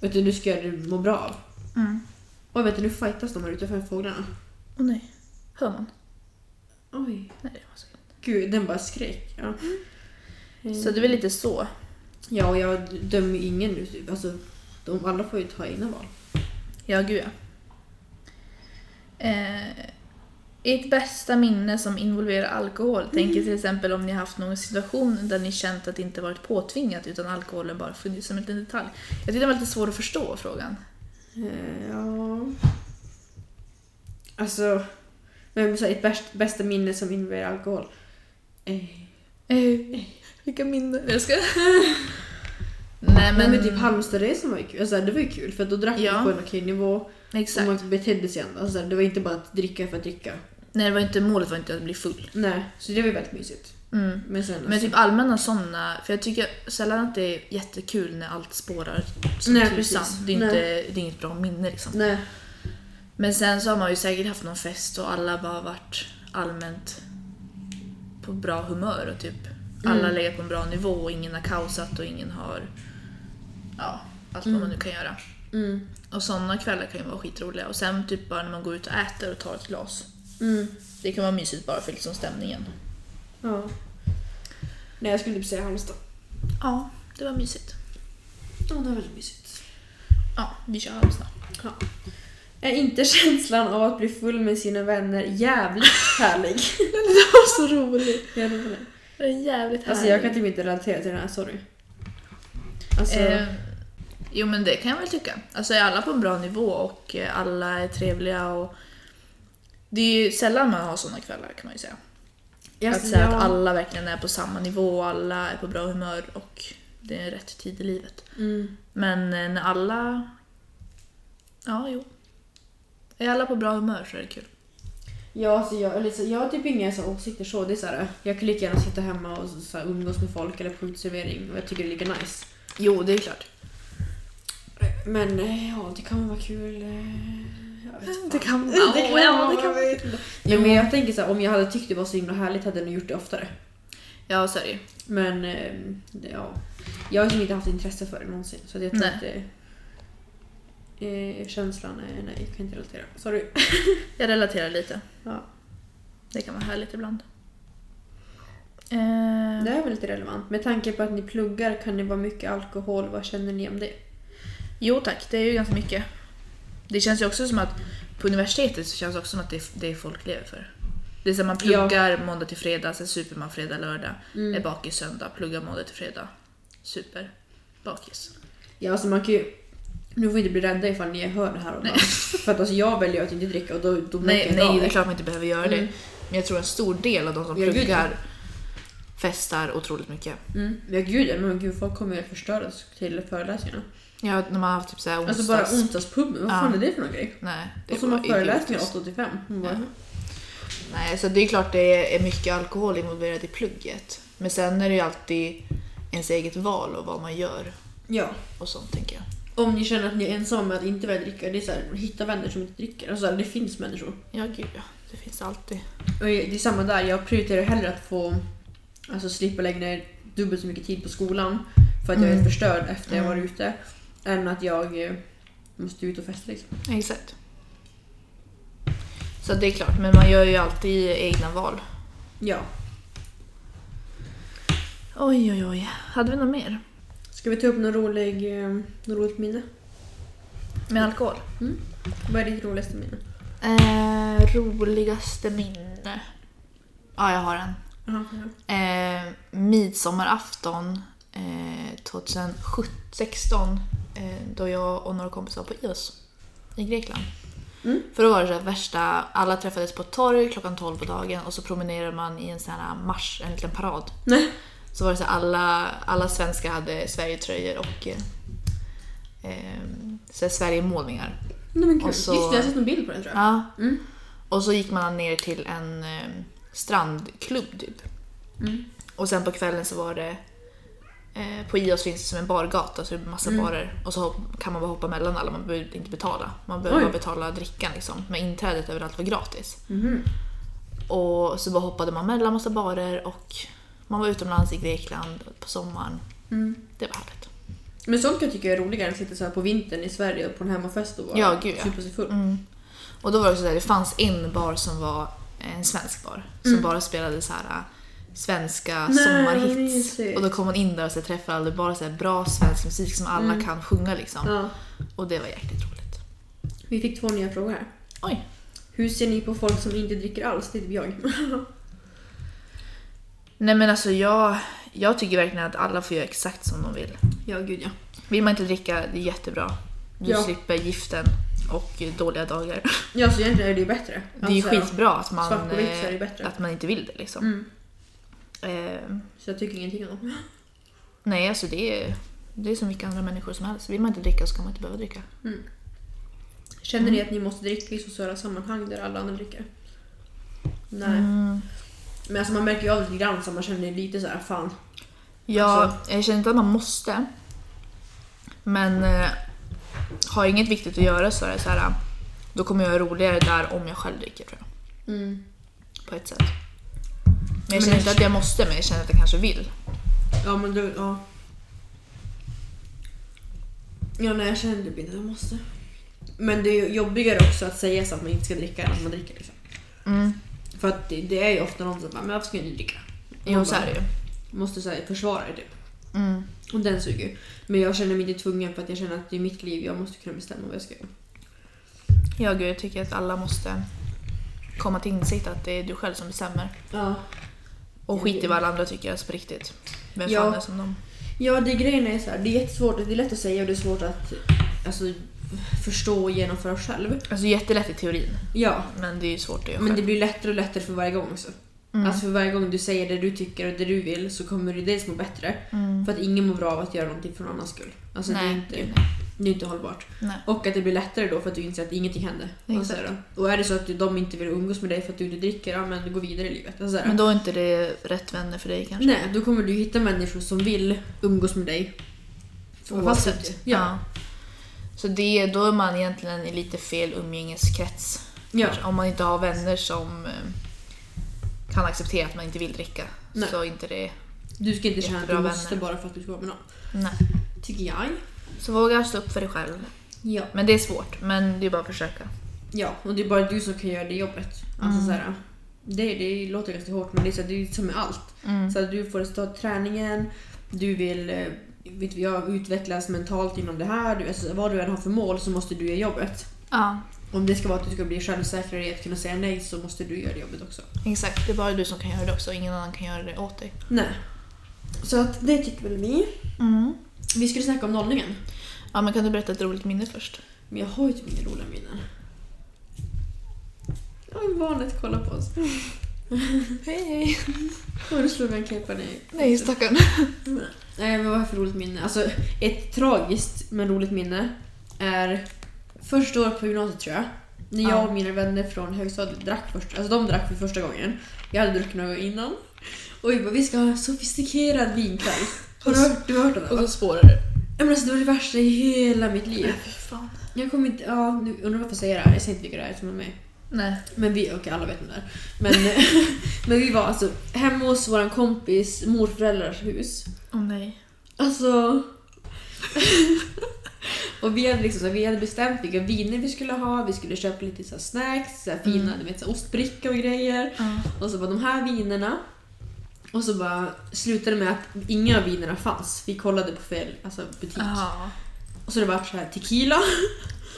Speaker 2: Utan du ska göra det du mår bra av.
Speaker 1: Mm.
Speaker 2: Oj, vet du, nu fightas de här ute för fåglarna.
Speaker 1: Åh nej. Hör man?
Speaker 2: Oj.
Speaker 1: Nej, det var så gott.
Speaker 2: Gud, den bara skrek. Ja.
Speaker 1: Mm.
Speaker 2: Eh,
Speaker 1: Så det är väl lite så.
Speaker 2: Ja, och jag dömer ju ingen nu. typ. Alltså, de alla får ju ta egna val.
Speaker 1: Ja, gud ja. Eh, ert bästa minne som involverar alkohol? Tänk
Speaker 2: Mm.
Speaker 1: er till exempel om ni har haft någon situation där ni känt att det inte varit påtvingat utan alkoholen bara funnits som en liten detalj. Jag tyckte den var lite svår att förstå frågan.
Speaker 2: Eh, ja... Alltså... Men så här, ett bäst, bästa minne som involverar alkohol? Eh,
Speaker 1: Eh, vilka minnen? Jag
Speaker 2: *laughs*
Speaker 1: ska... Nej
Speaker 2: men,
Speaker 1: men...
Speaker 2: men typ Halmstadresan var ju kul. Alltså, det var ju kul för att då drack
Speaker 1: Ja.
Speaker 2: man på en okej nivå
Speaker 1: Exakt.
Speaker 2: och man betedde sig ändå. Alltså, det var inte bara att dricka för att dricka.
Speaker 1: Nej, det var inte, målet var inte att bli full.
Speaker 2: Nej, så det var ju väldigt mysigt.
Speaker 1: Mm.
Speaker 2: Men sen... alltså-
Speaker 1: Men typ allmänna sådana, för jag tycker sällan att det är jättekul när allt spårar som
Speaker 2: Nej,
Speaker 1: tusan.
Speaker 2: precis.
Speaker 1: Det är, ju inte,
Speaker 2: Nej.
Speaker 1: det är inget bra minne liksom.
Speaker 2: Nej.
Speaker 1: Men sen så har man ju säkert haft någon fest och alla bara varit allmänt på bra humör och typ alla
Speaker 2: Mm.
Speaker 1: lägger på en bra nivå och ingen har kaosat och ingen har ja, allt vad man nu kan göra.
Speaker 2: Mm.
Speaker 1: Och sådana kvällar kan ju vara skitroliga och sen typ bara när man går ut och äter och tar ett glas.
Speaker 2: Mm.
Speaker 1: Det kan vara mysigt bara för liksom stämningen.
Speaker 2: Ja. Nej, jag skulle typ säga Halmstad.
Speaker 1: Ja, det var mysigt.
Speaker 2: Ja, det var väldigt mysigt.
Speaker 1: Ja, vi *laughs* kör Halmstad.
Speaker 2: Är inte *laughs* känslan av att bli full med sina vänner jävligt härlig?
Speaker 1: Det var så roligt.
Speaker 2: Jag lovar det.
Speaker 1: Det är jävligt härligt.
Speaker 2: *laughs* alltså jag kan typ inte relatera till den här, sorry. Alltså,
Speaker 1: Eh, jo men det kan jag väl tycka. Alltså är alla på en bra nivå och eh, alla är trevliga och det är ju sällan man har sådana kvällar kan man ju säga.
Speaker 2: jag,
Speaker 1: att säga att alla verkligen är på samma nivå och alla är på bra humör och det är rätt tid i livet.
Speaker 2: Mm,
Speaker 1: Men eh, när alla... Ja, jo. Är alla på bra humör så är det kul.
Speaker 2: ja, alltså jag, eller så, jag har typ inga så här åsikter så. Det är så här, jag kan lika gärna sitta hemma och så, så här, umgås med folk eller på uteservering och jag tycker det är lika nice.
Speaker 1: Jo, det är klart.
Speaker 2: Men eh, ja, det kan vara kul. eh, Jag vet inte.
Speaker 1: Det
Speaker 2: *laughs*
Speaker 1: kan man.
Speaker 2: Det kan
Speaker 1: ja,
Speaker 2: vara,
Speaker 1: det kan
Speaker 2: jag vet inte. Nej, men jag tänker så här, om jag hade tyckt det var så himla härligt hade jag nog gjort det oftare.
Speaker 1: Ja, så är det ju.
Speaker 2: Men eh, det- ja, jag har liksom inte haft intresse för det någonsin. Så att jag tror
Speaker 1: Nej.
Speaker 2: att det, eh, känslan är nej, jag kan inte relatera. Sorry.
Speaker 1: Jag relaterar lite.
Speaker 2: Ja.
Speaker 1: Det kan vara härligt ibland. Eh,
Speaker 2: Det är väl lite relevant. Med tanke på att ni pluggar kan det vara mycket alkohol. Vad känner ni om det?
Speaker 1: Jo tack, det är ju ganska mycket. Det känns ju också som att på universitetet så känns det också som att det är det folk lever för. Det är som man pluggar måndag till fredag, sen super man fredag, lördag,
Speaker 2: Mm.
Speaker 1: är bakis söndag, pluggar måndag till fredag, super, bakis.
Speaker 2: Ja, alltså man kan ju... Nu får vi inte bli rädda ifall ni hör det här. Och bara, för att alltså jag väljer att inte dricka och då, då
Speaker 1: Nej,
Speaker 2: märker jag
Speaker 1: nej
Speaker 2: av
Speaker 1: det är klart man inte behöver göra det. Men jag tror en stor del av de som
Speaker 2: Mm. Ja, gud, ja.
Speaker 1: pluggar festar otroligt mycket.
Speaker 2: Mm. Ja gud ja, men gud folk kommer ju att förstöras till föreläsningarna.
Speaker 1: Ja, när man har haft typ såhär onsdags...
Speaker 2: Alltså bara onsdagspubben, vad
Speaker 1: Ja.
Speaker 2: fan är det för någon grej?
Speaker 1: Nej, det
Speaker 2: Och så har
Speaker 1: var
Speaker 2: man föreläsningar
Speaker 1: idiotiskt.
Speaker 2: 8 till 5. Man bara,
Speaker 1: Nej, så det är klart det är mycket alkohol involverat i plugget. Men sen är det ju alltid ens eget val och vad man gör
Speaker 2: Ja.
Speaker 1: och sånt tänker jag.
Speaker 2: Om ni känner att ni är ensamma med att inte vilja dricka, det är så här, hitta vänner som inte dricker. Alltså, det finns människor.
Speaker 1: Ja, gud ja. Det finns alltid.
Speaker 2: Och det är samma där, jag prioriterar hellre att få alltså, slippa lägga ner dubbelt så mycket tid på skolan för att jag är
Speaker 1: Mm.
Speaker 2: förstörd efter jag varit ute. Än att jag eh, måste ut och festa liksom.
Speaker 1: Exakt. Så det är klart, men man gör ju alltid egna val.
Speaker 2: Ja.
Speaker 1: Oj, oj, oj. Hade vi något mer?
Speaker 2: Ska vi ta upp någon rolig, eh, något roligt minne?
Speaker 1: Med alkohol?
Speaker 2: Vad är ditt roligaste minne?
Speaker 1: Eh, roligaste minne? Ja, jag har en. Eh, midsommarafton eh, 2016 eh, då jag och några kompisar var på Ios i Grekland.
Speaker 2: Mm.
Speaker 1: För då var det så här värsta, alla träffades på ett torg klockan 12 på dagen och så promenerade man i en sån här marsch, en liten parad.
Speaker 2: Nej.
Speaker 1: Så var det så här, alla, alla svenskar hade Sverigetröjor och eh, eh, så här Sverigemålningar.
Speaker 2: Nej men gud.
Speaker 1: Och så-
Speaker 2: Just det, jag har sett en bild på den tror jag.
Speaker 1: Ja.
Speaker 2: Mm.
Speaker 1: Och så gick man ner till en eh, strandklubb typ.
Speaker 2: Mm.
Speaker 1: Och sen på kvällen så var det eh, på Ios finns det som en bargata så det är
Speaker 2: Mm.
Speaker 1: massa barer och så hop- kan man bara hoppa mellan alla, man behöver inte betala. Man behöver
Speaker 2: Oj.
Speaker 1: bara betala drickan liksom. Men inträdet överallt var gratis.
Speaker 2: Mhm.
Speaker 1: Och så bara hoppade man mellan massa barer och man var utomlands i Grekland på sommaren.
Speaker 2: Mm.
Speaker 1: Det var härligt.
Speaker 2: Men sånt kan jag tycka är roligare än att sitta så här på vintern i Sverige och på en hemmafest och vara
Speaker 1: Ja, gud, ja.
Speaker 2: super, super full.
Speaker 1: Mm. Och då var det också så här, det fanns en bar som var en svensk bar som bara spelade så här äh, svenska
Speaker 2: Mm. Nej, vad
Speaker 1: sommarhits.
Speaker 2: mysigt.
Speaker 1: Och då kom hon in där och så här, träffade alla bara så här, bra svensk musik som
Speaker 2: Mm.
Speaker 1: alla kan sjunga liksom.
Speaker 2: Ja.
Speaker 1: Och det var jäkligt roligt.
Speaker 2: Vi fick två nya frågor här.
Speaker 1: Oj.
Speaker 2: Hur ser ni på folk som inte dricker alls? Det är typ jag.
Speaker 1: *laughs* Nej men alltså jag, jag tycker verkligen att alla får göra exakt som de vill.
Speaker 2: ja, gud ja.
Speaker 1: Vill man inte dricka, det är jättebra. Du
Speaker 2: Ja.
Speaker 1: slipper giften och dåliga dagar.
Speaker 2: Ja, så egentligen är det ju bättre.
Speaker 1: Det är ju
Speaker 2: Alltså,
Speaker 1: skitbra att man,
Speaker 2: svart på vitt så är det
Speaker 1: eh,
Speaker 2: bättre.
Speaker 1: att man inte vill det liksom.
Speaker 2: Mm.
Speaker 1: Eh,
Speaker 2: Så jag tycker ingenting om dem.
Speaker 1: Nej, alltså det är, det är som vilka andra människor som helst. Vill man inte dricka så ska man inte behöva dricka.
Speaker 2: Känner
Speaker 1: Mm.
Speaker 2: ni att ni måste dricka i sociala sammanhang där alla andra dricker? Nej.
Speaker 1: Mm.
Speaker 2: Men alltså man märker ju av lite grann så man känner lite så här fan.
Speaker 1: Ja,
Speaker 2: Alltså-
Speaker 1: jag känner inte att man måste. Men eh, har jag inget viktigt att göra så är det så här. Då kommer jag göra roligare där om jag själv dricker tror jag. Mm. På ett sätt. Men
Speaker 2: Men
Speaker 1: jag känner
Speaker 2: det-
Speaker 1: inte att jag måste, men jag känner att jag kanske vill.
Speaker 2: Ja men du, ja. Ja nej jag känner typ inte att jag måste. Men det är ju jobbigare också att säga så att man inte ska dricka än att man dricker liksom.
Speaker 1: Mm.
Speaker 2: För att det, det är ju ofta någon som bara, men varför ska jag inte dricka? Och man
Speaker 1: Jo, så är det ju.
Speaker 2: bara Måste så här, försvara det typ.
Speaker 1: Mm.
Speaker 2: Och den suger ju. Men jag känner mig inte tvungen för att jag känner att det är mitt liv, jag måste kunna bestämma vad jag ska göra.
Speaker 1: Ja, gud, jag tycker att alla måste komma till insikt att det är du själv som bestämmer.
Speaker 2: Ja.
Speaker 1: Och skit i vad alla andra tycker, alltså på riktigt. Vem
Speaker 2: Ja.
Speaker 1: fan är som dem?
Speaker 2: Ja, det grejen är så här, det är jättesvårt, det är lätt att säga och det är svårt att alltså, förstå och genomföra själv.
Speaker 1: Alltså jättelätt i teorin,
Speaker 2: Ja,
Speaker 1: men det är ju svårt att göra
Speaker 2: men
Speaker 1: själv.
Speaker 2: det blir lättare och lättare för varje gång också.
Speaker 1: Mm.
Speaker 2: Alltså för varje gång du säger det du tycker och det du vill så kommer du dels må bättre.
Speaker 1: Mm.
Speaker 2: För att ingen mår bra av att göra någonting för någon annans skull. Alltså det, är
Speaker 1: Nej,
Speaker 2: inte,
Speaker 1: gud, nej.
Speaker 2: det är inte hållbart.
Speaker 1: Nej.
Speaker 2: Och att det blir lättare då för att du inser att ingenting hände. Alltså,
Speaker 1: Exakt.
Speaker 2: då. och är det så att de inte vill umgås med dig för att du inte dricker, ja men gå vidare i livet. Alltså, så här.
Speaker 1: Men då är inte det rätt vänner för dig kanske?
Speaker 2: Nej, då kommer du hitta människor som vill umgås med dig. Fast du
Speaker 1: Oavsett.
Speaker 2: inte- Mm. Ja.
Speaker 1: Så det, då är man egentligen i lite fel umgängeskrets.
Speaker 2: ja.
Speaker 1: Om man inte har vänner som eh, kan acceptera att man inte vill dricka.
Speaker 2: Nej.
Speaker 1: Så inte det...
Speaker 2: Du ska inte känna att du
Speaker 1: Jättebra
Speaker 2: måste
Speaker 1: vänner.
Speaker 2: bara för att du ska vara med någon.
Speaker 1: Nej.
Speaker 2: Tycker jag.
Speaker 1: Så våga stå upp för dig själv.
Speaker 2: Ja.
Speaker 1: Men det är svårt. Men det är bara att försöka.
Speaker 2: Ja, och det är bara du som kan göra det jobbet.
Speaker 1: Mm.
Speaker 2: Alltså, så här, det, det låter ganska hårt men det är, så här, det är ju som med allt.
Speaker 1: Mm.
Speaker 2: Så här, du får resultat i träningen, du vill eh, vet vi, jag, utvecklas mentalt inom det här. Du, alltså, vad du än har för mål så måste du göra jobbet.
Speaker 1: Ja,
Speaker 2: Om det ska vara att du ska bli självsäkrare i att kunna säga nej så måste du göra det jobbet också.
Speaker 1: exakt. Det är bara du som kan göra det också. Ingen annan kan göra det åt dig.
Speaker 2: Nej. Så att det tycker väl vi.
Speaker 1: Mm.
Speaker 2: Vi skulle snacka om nollningen.
Speaker 1: Ja, men kan du berätta ett roligt minne först?
Speaker 2: Men jag har ju typ inga roliga minnen. Oj, barnet kollar på oss.
Speaker 1: Hej, hej.
Speaker 2: Och du slog en klippa ner.
Speaker 1: Nej, stackarn.
Speaker 2: Nej, men vad är för roligt minne? Alltså, ett tragiskt men roligt minne är första året på gymnasiet tror jag. När jag
Speaker 1: Ja.
Speaker 2: och mina vänner från högstadiet drack först, alltså de drack för första gången. Jag hade druckit några gånger innan. Och vi bara, vi ska ha en sofistikerad vinkväll. Har du hört, du har hört om det?
Speaker 1: Och
Speaker 2: va?
Speaker 1: så spårar du.
Speaker 2: Ja, men alltså, det var det värsta i hela mitt liv.
Speaker 1: Fy fan.
Speaker 2: Jag kommer inte, ja, nu undrar varför jag säger det här. Jag säger inte vilka det är som är med.
Speaker 1: Nej.
Speaker 2: Men vi, okej alla vet om det här. Men, *laughs* men vi var alltså hemma hos våran kompis morföräldrars hus.
Speaker 1: Åh nej.
Speaker 2: Alltså... *laughs* och vi hade, liksom, så här, vi hade bestämt vilka viner vi skulle ha, vi skulle köpa lite så här, snacks, så här, fina du vet, så här, ostbricka och grejer. Och så var de här vinerna. Och så bara slutade det med att inga av vinerna fanns. Vi kollade på fel alltså, butik.
Speaker 1: Jaha.
Speaker 2: Och så det vart så här tequila,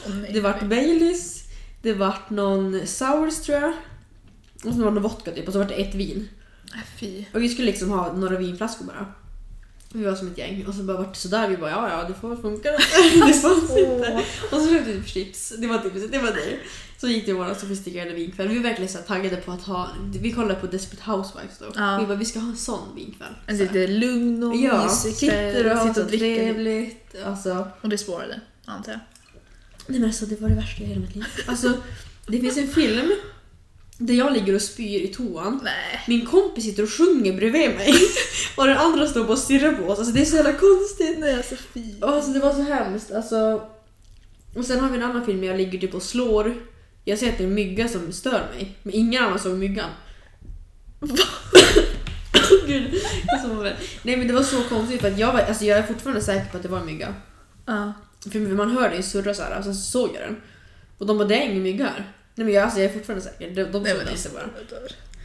Speaker 1: Åh, nej.
Speaker 2: det vart Baileys, det vart någon sours tror jag. Och så var det någon vodka typ och så vart det ett vin.
Speaker 1: Äh, Fy.
Speaker 2: Och vi skulle liksom ha några vinflaskor bara. Vi var som ett gäng och så bara vart det sådär. Vi bara ja, ja, det får väl funka. då." *laughs* det fanns inte. Och så köpte vi typ chips. Det var tipset, det var det. Så gick det vår sofistikerade vinkväll. Vi var verkligen så här taggade på att ha... Vi kollade på Desperate Housewives då.
Speaker 1: Ja.
Speaker 2: Vi bara vi ska ha en sån vinkväll.
Speaker 1: En
Speaker 2: Så här.
Speaker 1: lite Alltså, lugn och
Speaker 2: Ja,
Speaker 1: mysig
Speaker 2: sitter och
Speaker 1: kväll.
Speaker 2: har
Speaker 1: Sitta
Speaker 2: så
Speaker 1: och dricka.
Speaker 2: trevligt. Alltså,
Speaker 1: Och det spårade, antar jag.
Speaker 2: Nej men alltså det var det värsta i hela mitt liv. Alltså, det finns en film där jag ligger och spyr i toan.
Speaker 1: Nej.
Speaker 2: Min kompis sitter och sjunger bredvid mig och den andra står bara och stirrar på oss. Alltså det är så jävla konstigt.
Speaker 1: Nej, alltså fy.
Speaker 2: Och Alltså det var så hemskt. Alltså... Och sen har vi en annan film där jag ligger typ och slår. Jag ser att det är en mygga som stör mig, men ingen annan såg myggan. Gud, jag sover. Nej men det var så konstigt för att jag, var, alltså, jag är fortfarande säker på att det var en mygga.
Speaker 1: Ja.
Speaker 2: För man hör den ju surra såhär, och sen så såg jag den. Och de bara, det är ingen mygga här. Nej men jag, alltså, jag är fortfarande säker. De, de
Speaker 1: Nej, men
Speaker 2: såg den.
Speaker 1: alltså bara.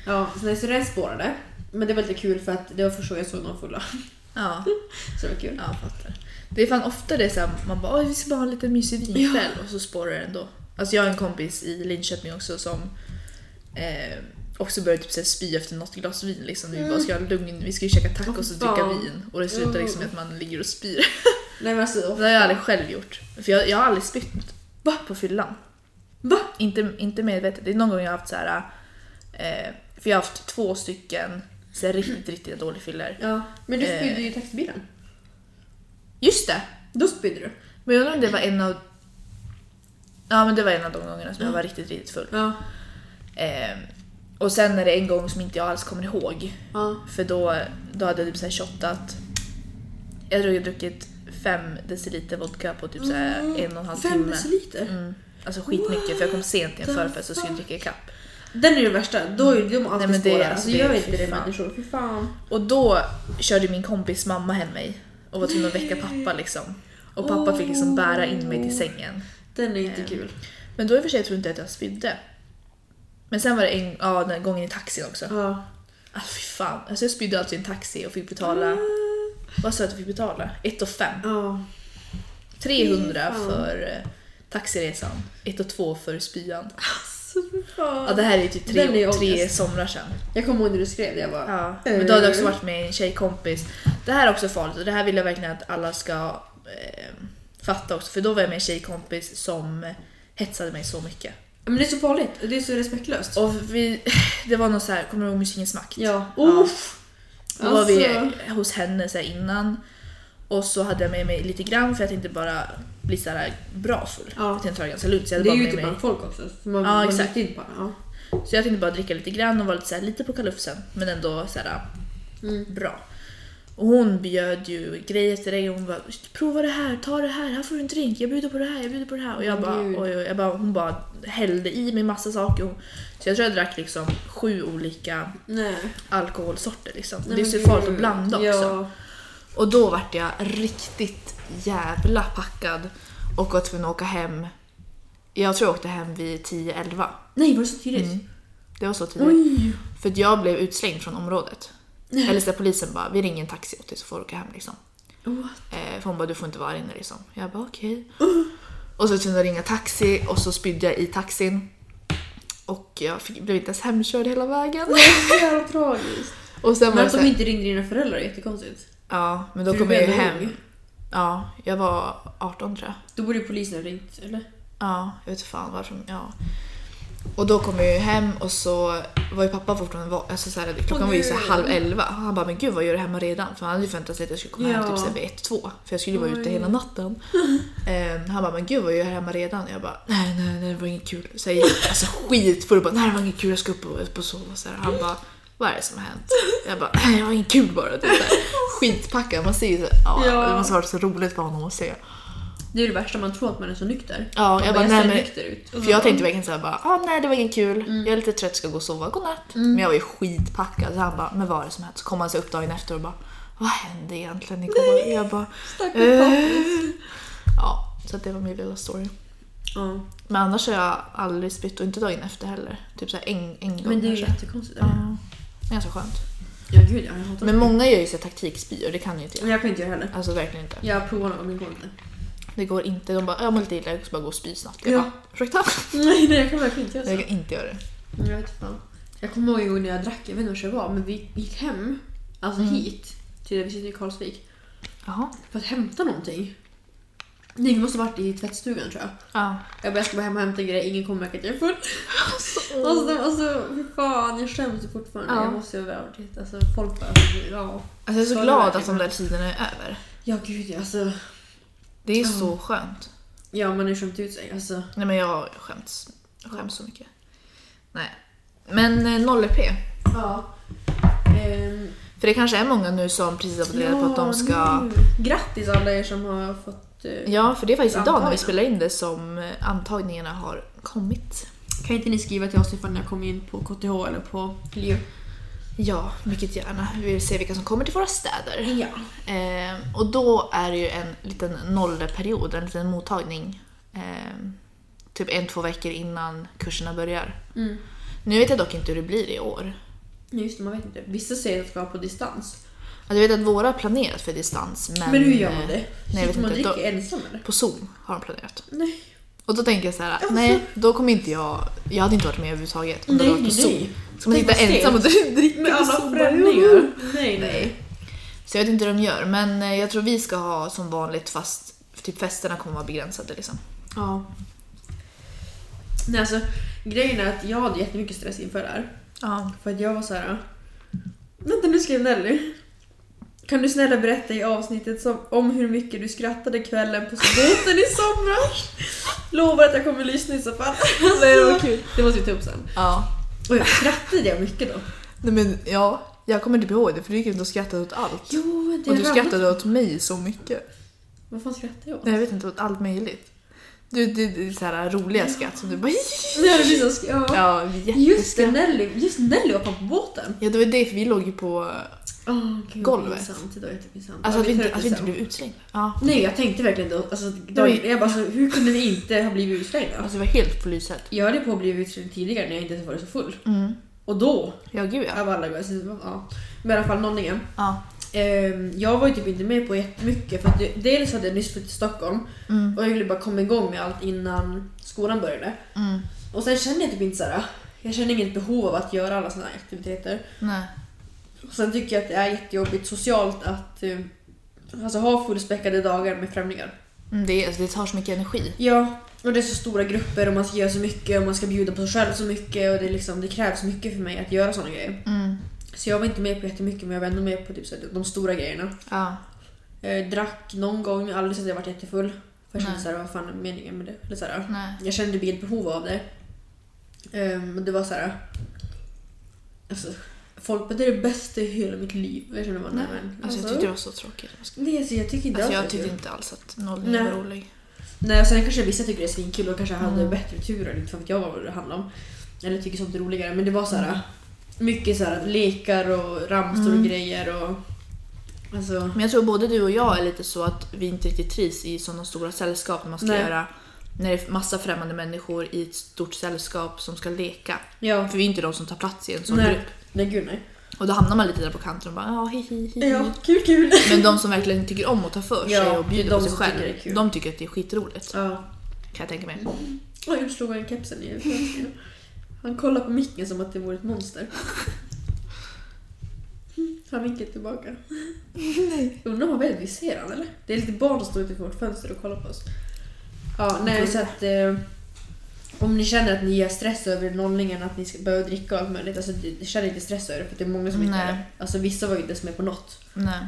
Speaker 2: Ja, så, nej, så den spårade. Men det var lite kul för att det var första gången jag såg någon fulla. *laughs*
Speaker 1: Ja,
Speaker 2: Så det var kul.
Speaker 1: ja, jag fattar. Det är fan ofta det är såhär, man bara "Åh, vi ska bara ha en liten mysig vinkväll och så spårar det ändå. Alltså jag har en kompis i Linköping också som eh, också började typ så här spy efter något glas vin liksom. Vi bara ska ha lugn, vi ska ju käka tacos och dricka
Speaker 2: Fan.
Speaker 1: vin. Och det slutar liksom med att man ligger och spyr. *laughs*
Speaker 2: Nej men alltså,
Speaker 1: Det har jag aldrig själv gjort. För jag, jag har aldrig spytt Va? på fyllan.
Speaker 2: Va?
Speaker 1: Inte, inte medvetet. Det är någon gång jag har haft så här. Eh, för jag har haft två stycken så här, riktigt, riktigt dåliga fyllor.
Speaker 2: Ja, men du
Speaker 1: Eh.
Speaker 2: spydde ju i taxibilen.
Speaker 1: Just det!
Speaker 2: Då spydde du.
Speaker 1: Men jag undrar om det var en av... Ja men det var en av de gångerna som jag var riktigt, riktigt full.
Speaker 2: Ja.
Speaker 1: Eh, och sen är det en gång som inte jag alls kommer ihåg.
Speaker 2: ja.
Speaker 1: För då, då hade jag typ såhär shottat... Jag tror jag hade druckit fem deciliter vodka på typ såhär en och en halv
Speaker 2: Mm. Fem
Speaker 1: timme.
Speaker 2: deciliter?
Speaker 1: Mm. Alltså skitmycket för jag kom sent till en
Speaker 2: What the
Speaker 1: förfest och skulle dricka ikapp.
Speaker 2: Den är ju det värsta. Då är de alltid
Speaker 1: Nej, men det är-
Speaker 2: spårar.
Speaker 1: alltså,
Speaker 2: Alltså,
Speaker 1: det är-
Speaker 2: gör
Speaker 1: fy
Speaker 2: inte det
Speaker 1: fan.
Speaker 2: människor. Fy fan.
Speaker 1: Och då körde min kompis mamma hem mig och var tvungen att väcka pappa liksom. Och pappa fick liksom bära in mig till sängen.
Speaker 2: Den är inte kul.
Speaker 1: Men då i och för sig tror jag inte att jag spydde. Men sen var det en, ja, den gången i taxin också.
Speaker 2: Ja.
Speaker 1: Alltså fy fan. Alltså jag spydde alltså i en taxi och fick betala,
Speaker 2: Ah.
Speaker 1: vad sa jag att jag fick betala? 1 5.
Speaker 2: Ja.
Speaker 1: 300
Speaker 2: Fy fan.
Speaker 1: för eh, taxiresan, 1 2 för spyan.
Speaker 2: Alltså fy
Speaker 1: Ja
Speaker 2: fan.
Speaker 1: det här är ju typ
Speaker 2: Den är
Speaker 1: tre,
Speaker 2: ju
Speaker 1: tre
Speaker 2: ångest. Eh.
Speaker 1: somrar sedan.
Speaker 2: Jag kommer ihåg när du skrev det. Jag bara...
Speaker 1: Ja. Men då hade jag också varit med en tjejkompis. Det här är också farligt och det här vill jag verkligen att alla ska eh, fatta också. För då var jag med en tjejkompis som hetsade mig så mycket.
Speaker 2: Men det är så farligt. Det är så respektlöst.
Speaker 1: Och vi, *laughs* det var någon så här, kommer du ihåg Musikens makt?
Speaker 2: Ja.
Speaker 1: Uff. Då var vi
Speaker 2: Alltså.
Speaker 1: hos henne så här innan och så hade jag med mig lite grann för jag tänkte bara bli så här bra full.
Speaker 2: Ja.
Speaker 1: Jag tänkte ta det ganska lugnt så jag hade
Speaker 2: Det
Speaker 1: bara
Speaker 2: är ju
Speaker 1: med
Speaker 2: typ
Speaker 1: mig.
Speaker 2: bland folk också. Så man,
Speaker 1: Ja,
Speaker 2: man
Speaker 1: exakt.
Speaker 2: gick in på det. Ja.
Speaker 1: Så jag tänkte bara dricka lite grann och vara lite, så här, lite på kalufsen men ändå så här,
Speaker 2: Mm.
Speaker 1: bra. Och hon bjöd ju grej efter grej. Hon bara “prova det här, ta det här, här får du en drink, jag bjuder på det här, jag bjuder på det här”. Och jag bara,
Speaker 2: Gud.
Speaker 1: oj, oj, jag bara, hon bara hällde i mig massa saker. Och- Så jag tror jag drack liksom sju olika
Speaker 2: Nej.
Speaker 1: alkoholsorter. Liksom. Och
Speaker 2: Nej,
Speaker 1: det är
Speaker 2: men
Speaker 1: så
Speaker 2: gud.
Speaker 1: farligt att blanda också.
Speaker 2: Ja.
Speaker 1: Och då vart jag riktigt jävla packad och var tvungen att åka hem. Jag tror jag åkte hem vid 10-11.
Speaker 2: Nej, var det så tidigt?
Speaker 1: Mm. Det var så tidigt.
Speaker 2: Oj!
Speaker 1: För att jag blev utslängd från området. Eller så där polisen bara, vi ringer en taxi åt dig så får du åka hem liksom.
Speaker 2: What?
Speaker 1: Eh, för hon bara, du får inte vara här inne liksom. Jag bara okej.
Speaker 2: Uh.
Speaker 1: Och så var jag tvungen att ringa taxi och så spydde jag i taxin. Och jag fick, blev inte ens hemkörd hela vägen.
Speaker 2: Så jävla tragiskt.
Speaker 1: Och sen var
Speaker 2: *laughs* Men
Speaker 1: det
Speaker 2: att
Speaker 1: så
Speaker 2: de
Speaker 1: här,
Speaker 2: inte ringde dina föräldrar är jättekonstigt.
Speaker 1: Ja, men då
Speaker 2: För du
Speaker 1: kom jag ju
Speaker 2: blev
Speaker 1: hem.
Speaker 2: ung.
Speaker 1: Ja, jag var 18 tror jag.
Speaker 2: Då borde ju polisen ha ringt, eller?
Speaker 1: Ja, jag vet fan varför. Ja. Och då kom jag ju hem och så var ju pappa fortfarande va- alltså så här, Klockan
Speaker 2: Åh,
Speaker 1: var ju så här
Speaker 2: gud.
Speaker 1: halv elva. Han bara, men gud vad gör du hemma redan? För han hade ju förväntat sig att jag skulle komma hem
Speaker 2: Ja.
Speaker 1: typ så här vid ett, två. För jag skulle ju vara ute
Speaker 2: Oj.
Speaker 1: hela natten.
Speaker 2: *laughs*
Speaker 1: Ehm, han bara, men gud vad gör du hemma redan? Jag bara, nej nej nej det var inget kul. Så jag gick alltså skitfull och bara, nej det var inget kul jag ska upp och, upp och sova. Så här. Han bara, vad är det som har hänt? Jag bara, nej det var inget kul bara. Typ så
Speaker 2: *laughs*
Speaker 1: här. Skitpackad. Man ser ju så här, ja,
Speaker 2: Ja.
Speaker 1: det måste ha varit så roligt för honom att se.
Speaker 2: Det är ju det värsta, man tror att man är så nykter.
Speaker 1: Ja, jag bara, nej,
Speaker 2: jag ser
Speaker 1: men-
Speaker 2: nykter ut.
Speaker 1: För jag tänkte verkligen såhär bara, ah, nej det var inget kul,
Speaker 2: Mm.
Speaker 1: jag är lite trött, ska gå och sova, godnatt. Men jag var ju skitpackad så han bara, men vad är det som hänt? Så kom han sig upp dagen efter och bara, vad hände egentligen igår? Jag bara,
Speaker 2: Stackars pappa.
Speaker 1: eh. Ja, så att det var min lilla story.
Speaker 2: Ja.
Speaker 1: Men annars har jag aldrig spytt och inte dagen efter heller. Typ såhär en, en gång
Speaker 2: Men det är ju
Speaker 1: kanske.
Speaker 2: jättekonstigt.
Speaker 1: Ja,
Speaker 2: eller?
Speaker 1: det är ganska skönt.
Speaker 2: Ja, gud ja. Jag hatar
Speaker 1: Men
Speaker 2: det.
Speaker 1: många gör ju såhär taktikspyor, det kan ju inte jag.
Speaker 2: Men jag kan inte göra det heller.
Speaker 1: Alltså verkligen inte.
Speaker 2: Jag provar någon gång, men det går inte.
Speaker 1: Det går inte. De bara, jag mår lite illa, jag ska bara gå och spy snabbt. Jag
Speaker 2: Ja.
Speaker 1: bara, ursäkta?
Speaker 2: Nej, nej, jag kan verkligen inte göra så.
Speaker 1: Jag kan inte göra det.
Speaker 2: Jag vet fan. Jag Mm. kommer ihåg en gång när jag drack, jag vet inte vad det var, men vi gick hem, alltså hit, till där vi sitter i Karlsvik.
Speaker 1: Jaha.
Speaker 2: för att hämta någonting. Nej, vi måste ha varit i tvättstugan tror jag.
Speaker 1: Ja.
Speaker 2: Jag bara, jag ska bara hem och hämta en grej, ingen kommer märka att jag är full.
Speaker 1: Alltså,
Speaker 2: Alltså, alltså fy fan, jag skäms ju fortfarande.
Speaker 1: Ja.
Speaker 2: Jag måste ju över dit. Alltså folk bara, alltså, ja.
Speaker 1: jag är
Speaker 2: Så
Speaker 1: så
Speaker 2: är
Speaker 1: glad
Speaker 2: det
Speaker 1: att de där tiderna är över.
Speaker 2: Ja gud ja, alltså.
Speaker 1: Det är så skönt.
Speaker 2: Ja, man har ju skämt ut sig. Alltså.
Speaker 1: Nej men jag skäms. Jag skäms så mycket. Nej. Men eh, 0P.
Speaker 2: Ja. Ehm,
Speaker 1: För det kanske är många nu som precis har fått reda på att de ska...
Speaker 2: nu. Grattis alla er som har fått... eh,
Speaker 1: Ja, för det är faktiskt idag när vi
Speaker 2: Antagna.
Speaker 1: spelar in det som eh, antagningarna har kommit.
Speaker 2: Kan inte ni skriva till oss ifall ni har kommit in på KTH eller på LIU?
Speaker 1: Ja, mycket gärna. Vi vill se vilka som kommer till våra städer.
Speaker 2: Ja.
Speaker 1: Eh, och då är det ju en liten nollperiod, en liten mottagning. Eh, typ en, två veckor innan kurserna börjar.
Speaker 2: Mm.
Speaker 1: Nu vet jag dock inte hur det blir i år.
Speaker 2: Nej, Just det, man vet inte. Vissa säger att det ska vara på distans.
Speaker 1: Alltså, jag vet att våra har planerat för distans, men...
Speaker 2: Men hur gör man
Speaker 1: eh,
Speaker 2: det?
Speaker 1: jag vet
Speaker 2: Sitter man och
Speaker 1: inte.
Speaker 2: dricker ensam eller?
Speaker 1: På Zoom har de planerat.
Speaker 2: Nej.
Speaker 1: Och då tänker jag så här, nej, då kommer inte jag... Jag hade inte varit med överhuvudtaget om det hade
Speaker 2: Nej,
Speaker 1: varit på Zoom.
Speaker 2: nej.
Speaker 1: Ska man
Speaker 2: Tänk
Speaker 1: sitta
Speaker 2: vad stelt.
Speaker 1: ensam och dricka
Speaker 2: Med
Speaker 1: på
Speaker 2: alla
Speaker 1: Zoom?
Speaker 2: främlingar. Nej, nej.
Speaker 1: Så jag vet inte hur de gör, men eh, jag tror vi ska ha som vanligt fast typ festerna kommer vara begränsade liksom.
Speaker 2: Ja. Nej, alltså grejen är att jag hade jättemycket stress inför det här.
Speaker 1: Ja.
Speaker 2: För att jag var så här. Vänta nu skrev Nelly. Kan du snälla berätta i avsnittet som, om hur mycket du skrattade kvällen på båten i
Speaker 1: *laughs*
Speaker 2: somras? Lovar att jag kommer lyssna i så fall. Alltså,
Speaker 1: Nej, det var kul.
Speaker 2: Det måste vi ta upp sen.
Speaker 1: Ja.
Speaker 2: Och jag skrattade jag mycket då?
Speaker 1: Nej, men ja, jag kommer inte ihåg det för du gick runt och skrattade åt allt.
Speaker 2: Jo,
Speaker 1: och du skrattade åt mig så mycket.
Speaker 2: Vad fan skrattade jag åt?
Speaker 1: Nej, jag vet inte, åt allt möjligt. Du, det det är så här roliga skratt som du bara... *laughs*
Speaker 2: Nej, det blir så sk- ja.
Speaker 1: Ja,
Speaker 2: Just det,
Speaker 1: jätteskratt.
Speaker 2: Nelly, just Nelly var på båten.
Speaker 1: Ja, det var det för vi låg ju på...
Speaker 2: Oh, gud,
Speaker 1: Golvet.
Speaker 2: Pinsamt, det var jättepinsamt.
Speaker 1: Alltså
Speaker 2: Ja,
Speaker 1: att vi
Speaker 2: tar
Speaker 1: inte,
Speaker 2: upp
Speaker 1: att
Speaker 2: det
Speaker 1: vi inte
Speaker 2: sen.
Speaker 1: blev utslängda. Ja.
Speaker 2: Nej, jag tänkte verkligen då. Alltså, då
Speaker 1: Nej.
Speaker 2: jag bara, så, hur kunde vi inte ha blivit utslängda?
Speaker 1: Alltså det var helt polishet.
Speaker 2: Jag hade på att bli utslängd tidigare när jag inte ens varit så full.
Speaker 1: Mm.
Speaker 2: Och då,
Speaker 1: Ja, gud ja.
Speaker 2: av alla gånger, så- ja. Men i alla fall någonting.
Speaker 1: Ja.
Speaker 2: Ehm, jag var ju typ inte med på jättemycket för att det- dels hade jag nyss flyttat till Stockholm
Speaker 1: Mm.
Speaker 2: och jag ville bara komma igång med allt innan skolan började.
Speaker 1: Mm.
Speaker 2: Och sen kände jag typ inte såhär, jag kände inget behov av att göra alla såna här aktiviteter.
Speaker 1: Nej.
Speaker 2: Och sen tycker jag att det är jättejobbigt socialt att eh, alltså, ha fullspäckade dagar med främlingar.
Speaker 1: Mm, det, är, alltså, det tar så mycket energi.
Speaker 2: Ja, och det är så stora grupper och man ska göra så mycket och man ska bjuda på sig själv så mycket och det, är liksom, det krävs mycket för mig att göra såna grejer.
Speaker 1: Mm.
Speaker 2: Så jag var inte med på jättemycket men jag var ändå med på typ så här, de stora grejerna.
Speaker 1: Ja.
Speaker 2: Jag drack någon gång, men aldrig så att jag varit jättefull. För jag kände
Speaker 1: Nej.
Speaker 2: såhär, vad fan är meningen med det? Eller så här,
Speaker 1: Nej.
Speaker 2: jag kände inget behov av det. Ehm, och det var så här. Alltså, folk bara, det är det bästa i hela mitt liv. Och jag kände bara, nej,
Speaker 1: Nej.
Speaker 2: men.
Speaker 1: Alltså jag tyckte det var så tråkigt.
Speaker 2: Nej, alltså, jag tycker inte
Speaker 1: Alltså,
Speaker 2: alls
Speaker 1: jag
Speaker 2: det
Speaker 1: tyckte
Speaker 2: är kul.
Speaker 1: inte alls att nollan var
Speaker 2: Nej.
Speaker 1: rolig.
Speaker 2: Nej, och sen kanske vissa tycker det är svinkul och kanske hade
Speaker 1: Mm.
Speaker 2: bättre tur eller inte fan vet jag vad det handlar om. Eller tycker sånt är roligare. Men det var så här mycket så här lekar och ramsor
Speaker 1: Mm.
Speaker 2: och grejer och... Alltså...
Speaker 1: Men jag tror både du och jag är lite så att vi inte riktigt trivs i sådana stora sällskap när man ska
Speaker 2: Nej.
Speaker 1: göra när det är massa främmande människor i ett stort sällskap som ska leka.
Speaker 2: Ja.
Speaker 1: För vi är inte de som tar plats i en sån
Speaker 2: Nej.
Speaker 1: grupp.
Speaker 2: Nej, gud nej. Mm.
Speaker 1: Och då hamnar man lite där på kanten och bara ja, hi, hi, hi.
Speaker 2: Ja, kul kul.
Speaker 1: Men de som verkligen tycker om att ta för sig
Speaker 2: Ja,
Speaker 1: och bjuda
Speaker 2: de
Speaker 1: på sig
Speaker 2: som
Speaker 1: själv,
Speaker 2: tycker det är kul.
Speaker 1: de tycker att det är skitroligt.
Speaker 2: Ja. Mm.
Speaker 1: Kan jag tänka mig.
Speaker 2: Oj, nu slog han kepsen i ögonen. Han kollar på micken som att det vore ett monster. Han vinkar tillbaka. Nej. Undrar om han vet att vi ser han eller? Det är lite barn som står utanför vårt fönster och kollar på oss. Ja, nej så att... Eh, om ni känner att ni är stress över nollningen, att ni ska börja dricka och allt möjligt. Alltså det- jag känner inte stress över det för det är många som inte
Speaker 1: Nej.
Speaker 2: är det. Alltså vissa var ju inte ens med på något.
Speaker 1: Nej.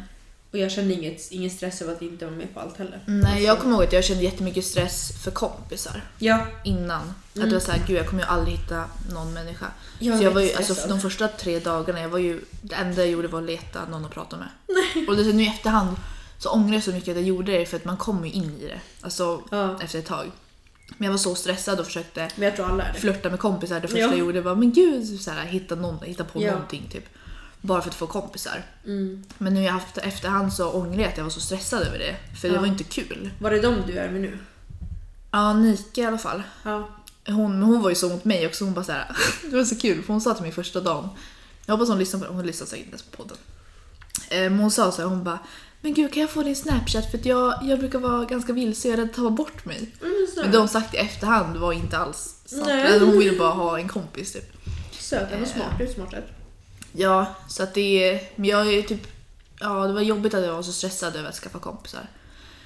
Speaker 2: Och jag kände inget, ingen stress över att inte vara med på allt heller.
Speaker 1: Nej,
Speaker 2: alltså,
Speaker 1: jag kommer ihåg att jag kände jättemycket stress för kompisar
Speaker 2: Ja.
Speaker 1: innan. Att det var såhär, gud jag kommer ju aldrig hitta någon människa.
Speaker 2: Mm. Jag
Speaker 1: så jag
Speaker 2: är
Speaker 1: var ju,
Speaker 2: jättestressad.
Speaker 1: alltså, de första tre dagarna, jag var ju, det enda jag gjorde var att leta någon att prata med. Och det, nu i efterhand så ångrar jag så mycket att jag gjorde det för att man kommer ju in i det. Alltså
Speaker 2: Ja.
Speaker 1: efter ett tag. Men jag var så stressad och försökte
Speaker 2: Men jag tror alla är det.
Speaker 1: flörta med kompisar. Det första
Speaker 2: Ja.
Speaker 1: jag gjorde var men gud, så här, hitta, någon, hitta på
Speaker 2: Ja.
Speaker 1: någonting typ. Bara för att få kompisar.
Speaker 2: Mm.
Speaker 1: Men nu i haft- efterhand så ångrar jag att jag var så stressad över det. För det
Speaker 2: Ja.
Speaker 1: var inte kul.
Speaker 2: Var det de du är med nu?
Speaker 1: Ja, Nika i alla fall.
Speaker 2: Ja.
Speaker 1: Hon, men hon var ju så mot mig också. Hon bara så här, *laughs* det var så kul för hon sa till mig första dagen. Jag hoppas hon lyssnar på Hon lyssnar säkert inte ens på podden. Eh, Men hon sa så här, hon bara Men gud kan jag få din snapchat för att jag, jag brukar vara ganska vilse och jag är rädd att tappa bort mig.
Speaker 2: Mm,
Speaker 1: Men det hon sagt i efterhand var inte alls sant.
Speaker 2: Nej.
Speaker 1: Eller Hon ville bara ha en kompis typ.
Speaker 2: Söt, ändå smart. Det är smart.
Speaker 1: Ja, så att det är... Men jag är typ... ja, det var jobbigt att jag var så stressad över att skaffa kompisar.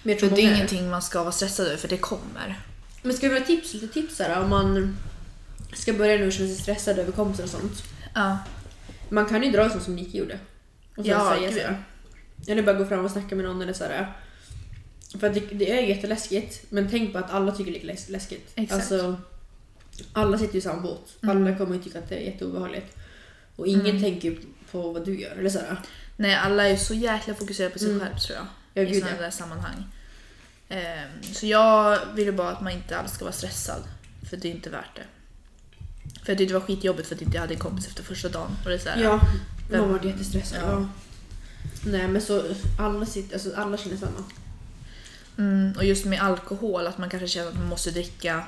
Speaker 2: Men, jag
Speaker 1: För
Speaker 2: tror
Speaker 1: det är
Speaker 2: många-
Speaker 1: ingenting man ska vara stressad över för det kommer.
Speaker 2: men ska vi ha tips, lite tips så här, om man ska börja nu och känna sig stressad över kompisar och sånt.
Speaker 1: Ja,
Speaker 2: Man kan ju dra så som Nicky gjorde. Och sen
Speaker 1: Ja,
Speaker 2: säga
Speaker 1: gud,
Speaker 2: så här. Eller bara gå fram och snacka med någon eller så här. För att det, det är jätteläskigt, men tänk på att alla tycker lika läs- läskigt.
Speaker 1: Exakt. Mm.
Speaker 2: Alltså, alla sitter ju i samma båt. Alla kommer ju tycka att det är jätteobehagligt. Och ingen tänker ju på vad du gör. Eller så här.
Speaker 1: Nej, alla är ju så jäkla fokuserade på sig själv tror jag.
Speaker 2: Ja,
Speaker 1: I
Speaker 2: gud,
Speaker 1: sådana
Speaker 2: ja.
Speaker 1: där sammanhang. Ehm, så jag ville bara att man inte alls ska vara stressad. För det är inte värt det. För jag tyckte det var skitjobbigt för att inte jag hade en kompis efter första dagen. Och det är så här,
Speaker 2: Ja,
Speaker 1: Vem-
Speaker 2: man vart jättestressad.
Speaker 1: Ja.
Speaker 2: Äh, Ja. Nej men så alla, sitter, alltså, alla känner samma.
Speaker 1: mm, och just med alkohol, att man kanske känner att man måste dricka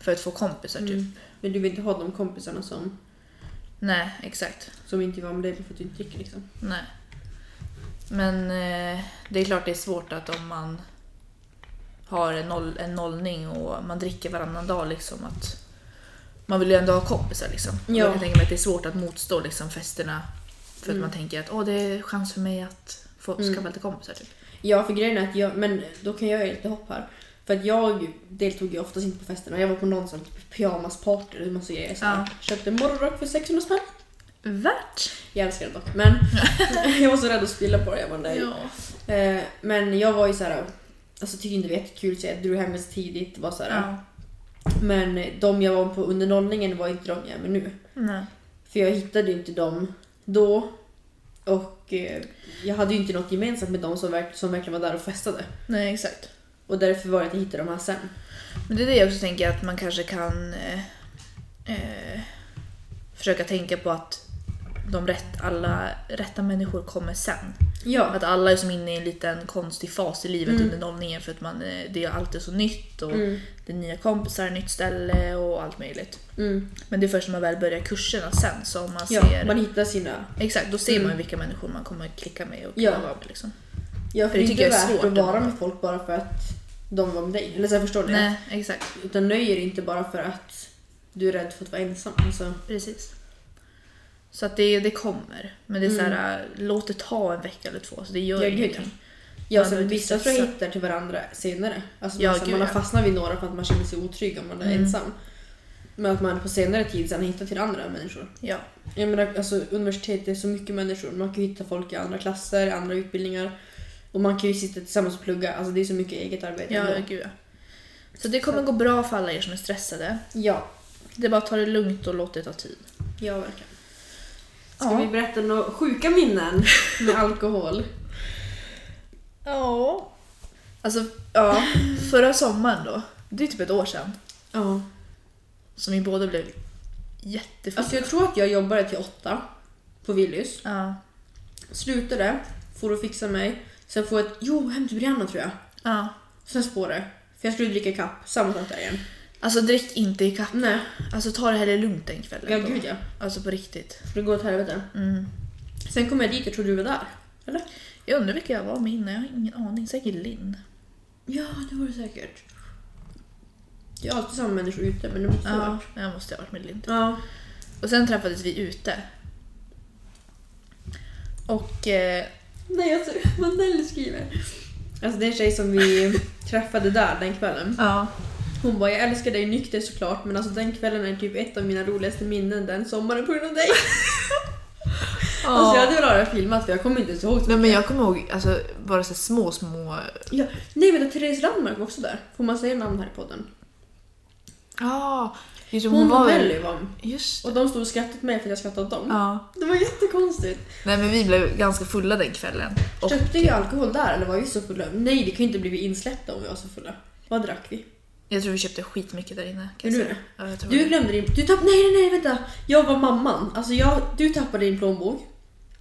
Speaker 1: för att få kompisar typ.
Speaker 2: Men du vill inte ha de kompisarna som,
Speaker 1: Nej, exakt.
Speaker 2: som inte var med dig för att du inte dricker liksom.
Speaker 1: Nej. Men eh, det är klart det är svårt att om man har en, noll, en nollning och man dricker varannan dag liksom att man vill ju ändå ha kompisar liksom. Och
Speaker 2: Ja.
Speaker 1: Jag kan tänka mig att det är svårt att motstå liksom festerna för att man tänker att åh det är chans för mig att få skaffa lite kompisar typ.
Speaker 2: Ja, för grejen är att jag, men då kan jag göra lite hopp här. För att jag deltog ju oftast inte på festerna. Jag var på någon sån pyjamasparty och massa grejer. Så här.
Speaker 1: Ja.
Speaker 2: Köpte morgonrock för 600 spänn.
Speaker 1: Värt!
Speaker 2: Jag älskar det dock, *laughs* men jag var så rädd att spilla på det. Jag bara, nej. Eh, men jag var ju så här, alltså tyckte inte det var jättekul så jag drog hem mig så tidigt. Var så här,
Speaker 1: ja.
Speaker 2: Men de jag var på under nollningen var inte de jag är med nu.
Speaker 1: Nej.
Speaker 2: För jag hittade ju inte dem då. Och eh, jag hade ju inte något gemensamt med dem som, verk- som verkligen var där och festade.
Speaker 1: Nej exakt.
Speaker 2: Och därför var det att jag hittade dem här sen.
Speaker 1: Men det är det jag också tänker att man kanske kan eh, eh, försöka tänka på att de rätt, alla rätta människor kommer sen.
Speaker 2: Ja,
Speaker 1: Att alla är som inne i en liten konstig fas i livet under nollningen för att man, eh, det är alltid så nytt och
Speaker 2: Mm.
Speaker 1: det är nya kompisar, nytt ställe och allt möjligt.
Speaker 2: mm.
Speaker 1: Men det är först när man väl börjar kurserna sen som man
Speaker 2: ja
Speaker 1: ser...
Speaker 2: man hittar sina...
Speaker 1: Exakt, då ser man ju vilka människor man kommer att klicka med och
Speaker 2: Ja.
Speaker 1: kunna vara med. Liksom.
Speaker 2: Ja,
Speaker 1: För
Speaker 2: för
Speaker 1: det
Speaker 2: det är
Speaker 1: tycker
Speaker 2: inte
Speaker 1: jag är
Speaker 2: värt
Speaker 1: svårt
Speaker 2: att vara
Speaker 1: ändå.
Speaker 2: med folk bara för att de var med dig. Eller så här, förstår ni?
Speaker 1: Nej, exakt.
Speaker 2: Utan nöjer inte bara för att du är rädd för att vara ensam. Alltså,
Speaker 1: Precis. Så att det, det kommer. Men det är så här, äh, låt det ta en vecka eller två så det gör
Speaker 2: Mm. Ja, gud,
Speaker 1: ingenting.
Speaker 2: ja,
Speaker 1: Man
Speaker 2: typ så
Speaker 1: behöver inte
Speaker 2: vissa tror jag
Speaker 1: stressa.
Speaker 2: hittar till varandra senare. Alltså,
Speaker 1: Ja,
Speaker 2: man, så här,
Speaker 1: gud,
Speaker 2: man har
Speaker 1: ja.
Speaker 2: fastnat vid några för att man känner sig otrygg om man är ensam. Men att man på senare tid sen hittar till andra människor.
Speaker 1: Ja.
Speaker 2: Jag menar, alltså, universitet är så mycket människor. Man kan ju hitta folk i andra klasser, i andra utbildningar. Och man kan ju sitta tillsammans och plugga. Alltså, det är så mycket eget arbete.
Speaker 1: Ja,
Speaker 2: ändå.
Speaker 1: gud ja. Så det kommer gå bra för alla er som är stressade.
Speaker 2: ja.
Speaker 1: Det är bara att ta det lugnt och låt det ta tid.
Speaker 2: ja verkligen. Ska
Speaker 1: Ja.
Speaker 2: vi berätta några sjuka *laughs* minnen med alkohol?
Speaker 1: Ja. Alltså, ja. Förra sommaren då. Det är typ ett år sedan.
Speaker 2: Ja.
Speaker 1: Som vi båda blev jättefulla.
Speaker 2: Alltså jag tror att jag jobbade till åtta på Willys.
Speaker 1: ja.
Speaker 2: Slutade, for och fixa mig. Sen får jag ett jo, hem till Brianna tror jag.
Speaker 1: ja.
Speaker 2: Sen spårade. För jag skulle dricka kapp, samma sak där igen.
Speaker 1: Alltså drick inte i kapp.
Speaker 2: Nej,
Speaker 1: Alltså ta det hellre lugnt den kvällen.
Speaker 2: ja
Speaker 1: då.
Speaker 2: gud ja.
Speaker 1: Alltså på riktigt.
Speaker 2: För det går åt helvete.
Speaker 1: Mm.
Speaker 2: Sen kom jag dit, jag trodde du var där. Eller?
Speaker 1: Jag undrar vilka jag var med innan, jag har ingen aning. Säkert Linn.
Speaker 2: Ja, det var det säkert. Det är alltid samma människor ute, men det måste ha
Speaker 1: Ja,
Speaker 2: varit.
Speaker 1: jag måste ha varit med Linn.
Speaker 2: Ja.
Speaker 1: Och sen träffades vi ute. Och eh,
Speaker 2: Nej, alltså *laughs* vad Nelly skriver. Alltså det är en tjej som vi *laughs* träffade där den kvällen.
Speaker 1: ja.
Speaker 2: Hon bara, jag älskar dig nykter såklart men alltså den kvällen är typ ett av mina roligaste minnen den sommaren på grund av dig. Alltså jag hade velat ha det här filmat för jag kommer inte ens ihåg. så
Speaker 1: Nej, men
Speaker 2: mycket.
Speaker 1: jag kommer ihåg alltså, bara så här små, små...
Speaker 2: Ja, nej vänta, Therese Landmark var också där. Får man säga namn här i podden?
Speaker 1: Ja, just det,
Speaker 2: Hon,
Speaker 1: hon, var Mm.
Speaker 2: och
Speaker 1: väl...
Speaker 2: Melly var
Speaker 1: Just det.
Speaker 2: Och de stod och skrattade åt mig för att jag skrattade åt dem.
Speaker 1: Ja.
Speaker 2: Det var jättekonstigt.
Speaker 1: Nej, men vi blev ganska fulla den kvällen. Och,
Speaker 2: Köpte jag alkohol där eller var vi så fulla? Nej det kan ju inte bli insläppta om vi var så fulla. Vad drack vi?
Speaker 1: jag tror vi köpte skitmycket där inne. kan
Speaker 2: Gjorde
Speaker 1: jag
Speaker 2: du
Speaker 1: säga. Ja, jag tror
Speaker 2: Du
Speaker 1: det.
Speaker 2: glömde din... Du tappade... Nej nej nej vänta! Jag var mamman. Alltså jag... du tappade din plånbok.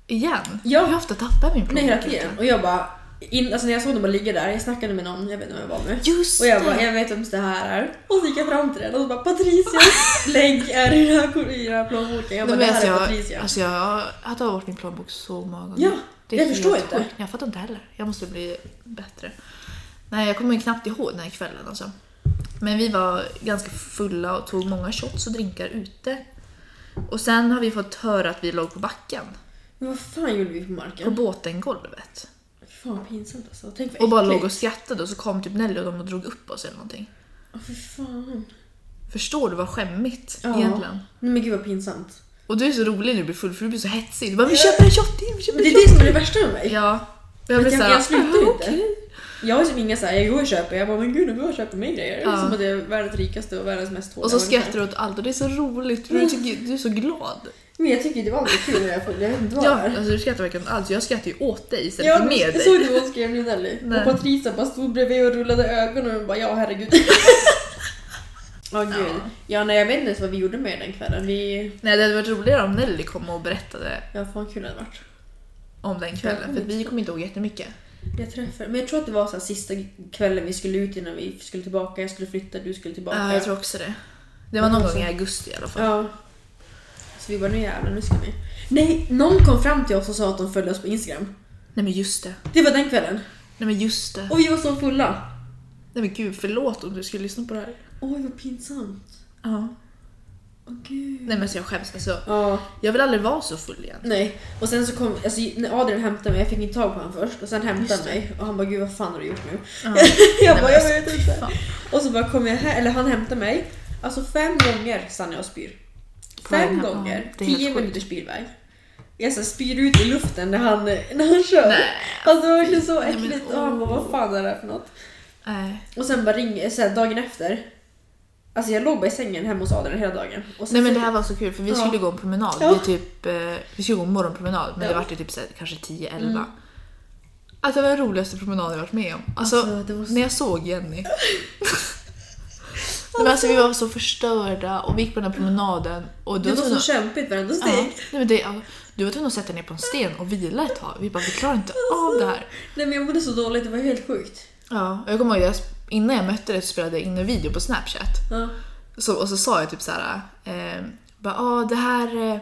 Speaker 1: Igen?
Speaker 2: Ja.
Speaker 1: Jag har ofta tappat min
Speaker 2: Nej
Speaker 1: plånbok.
Speaker 2: hela tiden. Och jag bara... In, alltså när jag såg dem bara ligga där, jag snackade med någon, jag vet inte vem jag var med.
Speaker 1: Just
Speaker 2: Och jag bara,
Speaker 1: det.
Speaker 2: jag vet vem det här är. Och så gick jag fram till den och så bara,
Speaker 1: *laughs*
Speaker 2: Patricias länk är i den här, kor- i den här plånboken. Jag bara,
Speaker 1: Nej,
Speaker 2: det
Speaker 1: men
Speaker 2: här
Speaker 1: alltså,
Speaker 2: är
Speaker 1: jag,
Speaker 2: Patricia.
Speaker 1: alltså, jag har tagit bort min plånbok så många gånger.
Speaker 2: Ja, jag
Speaker 1: helt
Speaker 2: förstår inte.
Speaker 1: sjukt. Jag fattar inte heller. Jag måste bli bättre. Nej, jag kommer ju knappt ihåg den här kvällen alltså. Men vi var ganska fulla och tog många shots och drinkar ute. Och sen har vi fått höra att vi låg på backen.
Speaker 2: Men vad fan gjorde vi på
Speaker 1: på
Speaker 2: marken?
Speaker 1: båtengolvet.
Speaker 2: Fan pinsamt alltså. Tänk vad
Speaker 1: Och bara
Speaker 2: äckligt.
Speaker 1: låg och skrattade och så kom typ Nelly och de och drog upp oss eller någonting.
Speaker 2: Ja, för fan.
Speaker 1: Förstår du vad skämmigt
Speaker 2: Ja.
Speaker 1: egentligen?
Speaker 2: Nej men gud vad pinsamt.
Speaker 1: Och du är så rolig när du blir full för du blir så hetsig. Du bara vi köper en shotty, vi köper
Speaker 2: Men
Speaker 1: en
Speaker 2: det är
Speaker 1: shotty.
Speaker 2: det som är det värsta med mig.
Speaker 1: Ja. Jag
Speaker 2: Jag,
Speaker 1: blir
Speaker 2: jag,
Speaker 1: såhär,
Speaker 2: jag slutar inte.
Speaker 1: okej.
Speaker 2: Jag har liksom inga såhär, jag går och köper, jag bara men gud nu går jag och köper mig grejer.
Speaker 1: Ja.
Speaker 2: Som att jag är världens rikaste och världens mest hårda
Speaker 1: Och så
Speaker 2: människa.
Speaker 1: skrattar du åt allt och det är så roligt för du, tycker, du är så glad.
Speaker 2: Men jag tycker det var aldrig kul när jag följde, jag vet inte vad
Speaker 1: Ja,
Speaker 2: det är.
Speaker 1: alltså du skrattar verkligen åt allt. Jag skrattar ju åt dig istället
Speaker 2: Jag
Speaker 1: för med dig.
Speaker 2: såg du vad hon skrev nu Nelly?
Speaker 1: Nej.
Speaker 2: Och Patricia bara stod bredvid och rullade ögonen och bara
Speaker 1: *laughs*
Speaker 2: ja herregud. Åh gud.
Speaker 1: Ja.
Speaker 2: Ja nej jag vet inte ens vad vi gjorde med den kvällen. Vi...
Speaker 1: Nej, det hade varit roligare om Nelly kom och berättade
Speaker 2: Ja fan kul det hade varit.
Speaker 1: om den kvällen för vi kommer inte ihåg jättemycket.
Speaker 2: Jag träffade, men jag tror att det var så här sista kvällen vi skulle ut innan vi skulle tillbaka. Jag skulle flytta, du skulle tillbaka.
Speaker 1: Ja, jag tror också det. Det var någon gång i augusti i alla fall.
Speaker 2: Ja. Så vi bara, nu jävlar, nu ska vi. Nej, någon kom fram till oss och sa att de följde oss på Instagram.
Speaker 1: Nej men just det.
Speaker 2: Det var den kvällen.
Speaker 1: Nej men just det.
Speaker 2: Och vi var så fulla.
Speaker 1: Nej men gud, förlåt om du skulle lyssna på det här.
Speaker 2: Oj, vad pinsamt.
Speaker 1: Ja.
Speaker 2: Åh gud.
Speaker 1: Nej men alltså jag skäms. Alltså,
Speaker 2: Ja,
Speaker 1: jag vill aldrig vara så full igen.
Speaker 2: nej. Och sen så kom, alltså när Adrian hämtade mig, jag fick inte tag på honom först. Och sen hämtade han mig och han bara, gud vad fan har du gjort nu?
Speaker 1: Ja.
Speaker 2: *laughs* jag
Speaker 1: Nej, men
Speaker 2: bara, jag
Speaker 1: alltså,
Speaker 2: vet
Speaker 1: fy
Speaker 2: inte.
Speaker 1: fan.
Speaker 2: Och så bara kom jag här, eller han hämtade mig. Alltså fem gånger stannar jag och spyr.
Speaker 1: På
Speaker 2: Fem
Speaker 1: vägen, ja,
Speaker 2: gånger.
Speaker 1: det är helt
Speaker 2: Tio
Speaker 1: sjukt.
Speaker 2: minuters bilväg. Jag så här spyr ut i luften när han, *laughs* när han kör.
Speaker 1: Nej.
Speaker 2: Alltså det var verkligen så
Speaker 1: Nej, men
Speaker 2: äckligt. och han bara, vad fan är det här för något?
Speaker 1: Nej.
Speaker 2: Och sen bara ringer, så här, dagen efter. Alltså jag låg bara i sängen hemma hos Adrian hela dagen. Och sen,
Speaker 1: Nej men det här var så kul för vi
Speaker 2: Alltså, Ja.
Speaker 1: skulle gå en promenad.
Speaker 2: Ja.
Speaker 1: Vi, typ, eh, vi skulle gå en morgonpromenad men det
Speaker 2: Ja. Mm.
Speaker 1: var ju typ så här, kanske 10-11. Alltså det var den roligaste promenaden jag varit med om. Alltså,
Speaker 2: Alltså, det var så-
Speaker 1: när jag såg
Speaker 2: *laughs*
Speaker 1: Jenny. Nej, men alltså, vi var så förstörda och vi gick på den här promenaden. Och
Speaker 2: det
Speaker 1: du
Speaker 2: var så
Speaker 1: tvungen-
Speaker 2: kämpigt varenda
Speaker 1: Ja.
Speaker 2: steg.
Speaker 1: Nej, men det, ja, du var tvungen att sätta ner på en sten och vila ett tag. Vi bara, vi klarar inte av det här.
Speaker 2: Nej men jag mådde så dåligt, det var helt sjukt.
Speaker 1: Ja, och jag kommer ihåg, jag, sp- innan jag mötte dig så spelade jag in en video på Snapchat.
Speaker 2: Ja.
Speaker 1: Så, och så sa jag typ så här, eh, bara, ah, det här, eh,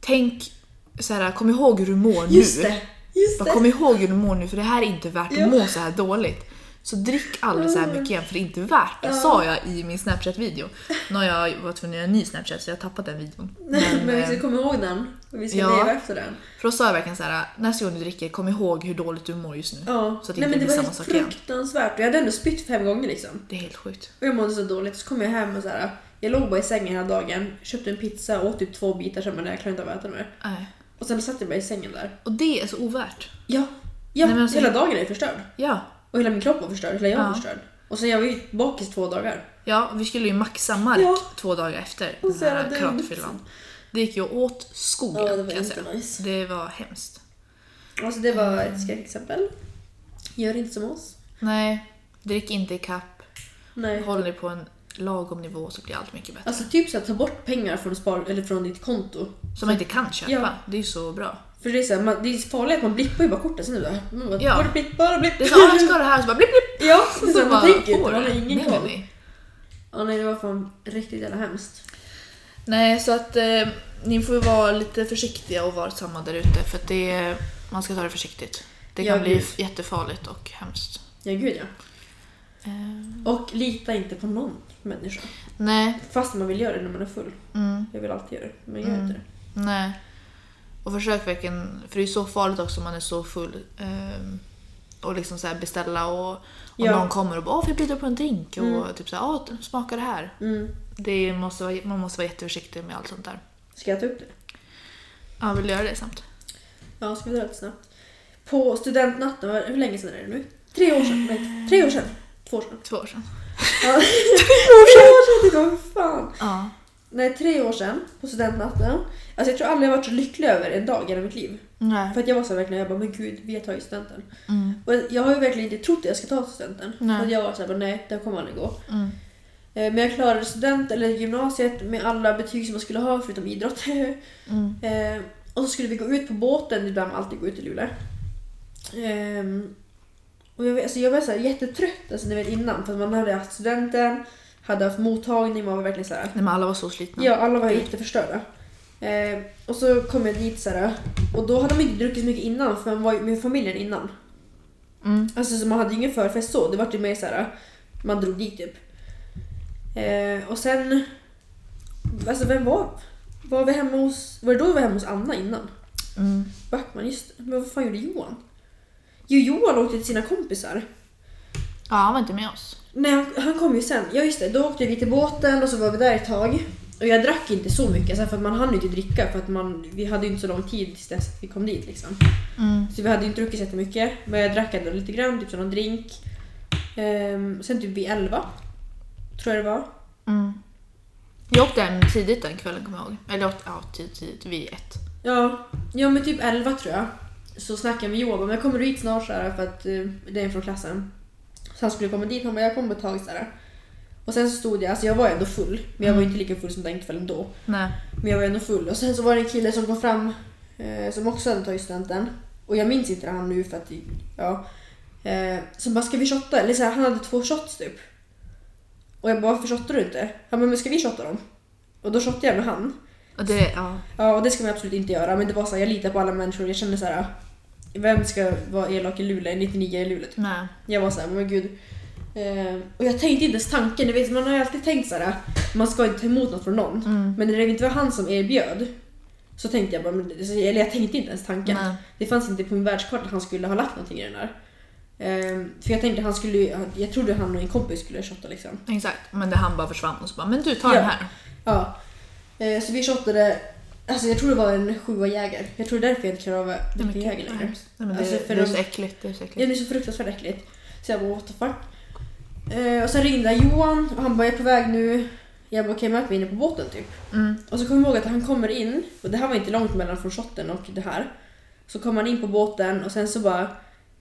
Speaker 1: tänk, så här, kom ihåg hur du mår nu.
Speaker 2: Just det! Just
Speaker 1: Bara,
Speaker 2: det!
Speaker 1: kom ihåg hur du mår nu för det här är inte värt att
Speaker 2: Ja.
Speaker 1: må så här dåligt. Så drick aldrig så här mycket igen för det är inte värt det, sa jag i min Snapchat-video. Nu har jag varit tvungen att göra en ny Snapchat så jag har tappat den videon.
Speaker 2: Nej, men vi
Speaker 1: eh,
Speaker 2: ska komma ihåg den. Och vi ska
Speaker 1: ja.
Speaker 2: leva efter den.
Speaker 1: för då sa jag verkligen så här: nästa gång du dricker, kom ihåg hur dåligt du mår just nu.
Speaker 2: Ja.
Speaker 1: Så att det inte
Speaker 2: Nej men det
Speaker 1: blir
Speaker 2: var
Speaker 1: samma
Speaker 2: helt
Speaker 1: sak igen.
Speaker 2: fruktansvärt. Och jag hade ändå spytt fem gånger liksom.
Speaker 1: Det är helt sjukt.
Speaker 2: Och jag mådde så dåligt. Så kom jag hem och så här. Jag låg bara i sängen hela dagen, köpte en pizza och åt typ två bitar sen bara, nej jag klarar inte av att äta mer.
Speaker 1: Nej.
Speaker 2: Och sen satt jag bara i sängen där.
Speaker 1: Och det är så ovärt.
Speaker 2: Ja, ja
Speaker 1: Nej, men alltså-
Speaker 2: hela dagen är förstörd.
Speaker 1: Ja.
Speaker 2: Och hela min kropp var förstörd, hela jag var
Speaker 1: Ja.
Speaker 2: förstörd. Och sen jag var ju bakis två dagar.
Speaker 1: Ja, vi skulle ju maxa mark
Speaker 2: Ja.
Speaker 1: två dagar efter
Speaker 2: Och
Speaker 1: den
Speaker 2: så jävla
Speaker 1: här
Speaker 2: dumt.
Speaker 1: karatefyllan. Det gick ju åt skogen
Speaker 2: Ja, det var
Speaker 1: kan jag
Speaker 2: inte
Speaker 1: säga.
Speaker 2: nice.
Speaker 1: Det var hemskt.
Speaker 2: Alltså det var
Speaker 1: Mm.
Speaker 2: ett skräckexempel. Gör inte som oss.
Speaker 1: Nej, drick inte ikapp.
Speaker 2: Nej.
Speaker 1: Håll dig på en lagom nivå så blir allt mycket bättre.
Speaker 2: Alltså typ så att ta bort pengar från, spar- eller från ditt konto.
Speaker 1: Som man inte kan köpa.
Speaker 2: Ja.
Speaker 1: Det är ju så bra.
Speaker 2: För det är, så här, man, det är farligt att man blippar ju bara kortet sen nu. Bara, man bara,
Speaker 1: Ja.
Speaker 2: Bara blipp, bara blipp.
Speaker 1: Det är så ah, jag ska ha det här och *laughs* så bara blipp blipp.
Speaker 2: ja, det är *laughs* så här, man tänker inte,
Speaker 1: får
Speaker 2: man
Speaker 1: det.
Speaker 2: har ingen
Speaker 1: nej,
Speaker 2: koll.
Speaker 1: nej, nej.
Speaker 2: Ja, nej, det var fan riktigt jävla hemskt.
Speaker 1: nej, så att eh, ni får ju vara lite försiktiga och varsamma där ute för att det, man ska ta det försiktigt. Det
Speaker 2: Ja,
Speaker 1: kan bli
Speaker 2: gud.
Speaker 1: jättefarligt och hemskt.
Speaker 2: Ja, gud ja.
Speaker 1: Eh,
Speaker 2: Och lita inte på någon människa.
Speaker 1: nej,
Speaker 2: Fast man vill göra det när man är full.
Speaker 1: mm.
Speaker 2: Jag vill alltid göra det, men jag gör
Speaker 1: Mm.
Speaker 2: inte det.
Speaker 1: Nej. Och försök verkligen, för det är så farligt också om man är så full. ehm, och liksom så här beställa och om
Speaker 2: Ja.
Speaker 1: någon kommer och bara "Åh, får jag bjuda på en drink? Och typ så här, "Ja, smaka det här.
Speaker 2: Mm.
Speaker 1: Det måste vara, man måste vara jätteförsiktig med allt sånt där.
Speaker 2: Ska jag ta upp det?
Speaker 1: Ja, vill du göra det snabbt?
Speaker 2: Ja, ska vi dra lite snabbt. På studentnatten, var- hur länge sedan är det nu? Tre år sedan, nej, tre år sedan. Två *laughs* år sedan.
Speaker 1: Två år sedan.
Speaker 2: Ja. tre år sedan! Det var fan.
Speaker 1: Ja.
Speaker 2: Nej, tre år sedan på studentnatten. Alltså jag tror aldrig jag varit så lycklig över en dag i hela mitt liv.
Speaker 1: Nej.
Speaker 2: För att jag var så här verkligen, jag bara men gud, vi har tagit studenten.
Speaker 1: Mm.
Speaker 2: Och jag har ju verkligen inte trott att jag ska ta studenten.
Speaker 1: Nej.
Speaker 2: För att jag var såhär, nej det här kommer aldrig gå.
Speaker 1: Mm.
Speaker 2: Eh, Men jag klarade student eller gymnasiet med alla betyg som jag skulle ha förutom idrott. *laughs*
Speaker 1: Mm.
Speaker 2: Eh, och så skulle vi gå ut på båten, ibland man alltid går ut i Luleå. Ehm, och jag, var- alltså jag var så här jättetrött alltså, ni vet, innan för att man hade haft studenten, hade haft mottagning, man var verkligen så här.
Speaker 1: Nej, men alla var så slitna.
Speaker 2: Ja, alla var jätteförstörda. Eh, och så kom jag dit så här, och då hade man inte druckit så mycket innan för man var ju med familjen innan.
Speaker 1: Mm.
Speaker 2: Alltså så man hade ju ingen förfest så, det var ju mer så här, man drog dit typ. Eh, och sen, alltså vem var, var vi hemma hos, var det då vi var hemma hos Anna innan?
Speaker 1: Mm.
Speaker 2: Backman, just Men vad fan gjorde Johan? Jo, Johan åkte till sina kompisar.
Speaker 1: Ja, han var inte med oss.
Speaker 2: Nej, han, han kom ju sen. Ja, just det. Då åkte vi till båten och så var vi där ett tag. Och jag drack inte så mycket, så här, för att man hann ju inte dricka för att man, vi hade ju inte så lång tid tills dess att vi kom dit. Liksom.
Speaker 1: Mm.
Speaker 2: Så vi hade ju inte druckit så jättemycket, men jag drack ändå lite grann, typ som någon drink. Ehm, sen typ vid elva, tror jag det var.
Speaker 1: Mm. Jag åkte hem tidigt den kvällen kommer jag ihåg. Eller jag åkte- ja, tidigt, tidigt vid ett.
Speaker 2: Ja, ja men typ 11 tror jag. Så snackade jag med Johan, men kommer du hit snart så här, för att eh, det är från klassen. Så han skulle komma dit, han bara jag kommer på ett tag så här. Och sen så stod jag, alltså jag var ju ändå full, men jag var ju inte lika full som den kvällen då.
Speaker 1: Nej.
Speaker 2: Men jag var ändå full och sen så var det en kille som kom fram eh, som också hade tagit studenten. Och jag minns inte han nu för att, ja. Eh, som bara ska vi shotta? Eller så här, han hade två shots typ. Och jag bara varför shottar du inte? Han bara men ska vi shotta dem? Och då shottade jag med han.
Speaker 1: Och det, ja.
Speaker 2: Ja, och det ska man absolut inte göra. Men det var så här, jag litar på alla människor. Jag kände så här. "Ah, Vem ska vara elak i Luleå? 99 i Luleå typ.
Speaker 1: Nej.
Speaker 2: Jag var så här, men gud. Eh, och jag tänkte inte ens tanken. Du vet, man har ju alltid tänkt så här. Man ska inte ta emot något från någon.
Speaker 1: Mm.
Speaker 2: Men när det inte var han som erbjöd. Så tänkte jag bara, men, eller jag tänkte inte ens tanken.
Speaker 1: Nej.
Speaker 2: Det fanns inte på min världskarta att han skulle ha lagt någonting i den här. Eh, för jag tänkte han skulle, ju- jag trodde han och en kompis skulle shotta liksom.
Speaker 1: Exakt. Men det han bara försvann och så bara, men du tar
Speaker 2: Ja.
Speaker 1: den här.
Speaker 2: Ja. Eh, så vi shottade, alltså jag tror det var en sjua jäger. Jag tror det är därför jag inte klarar av att
Speaker 1: Nej,
Speaker 2: dricka
Speaker 1: men
Speaker 2: jäger
Speaker 1: gud, vad
Speaker 2: längre.
Speaker 1: hemskt. Nej, men det,
Speaker 2: Alltså, för
Speaker 1: Eh, det är
Speaker 2: de-
Speaker 1: så äckligt. Det är så
Speaker 2: Ja,
Speaker 1: äckligt.
Speaker 2: det är så fruktansvärt äckligt. Så jag bara what the fuck. Eh, och sen ringde jag Johan och han bara jag är på väg nu. Jag bara okej möt mig inne på båten typ.
Speaker 1: Mm.
Speaker 2: Och så kommer jag ihåg att han kommer in, och det här var inte långt mellan från shotten och det här. Så kommer han in på båten och sen så bara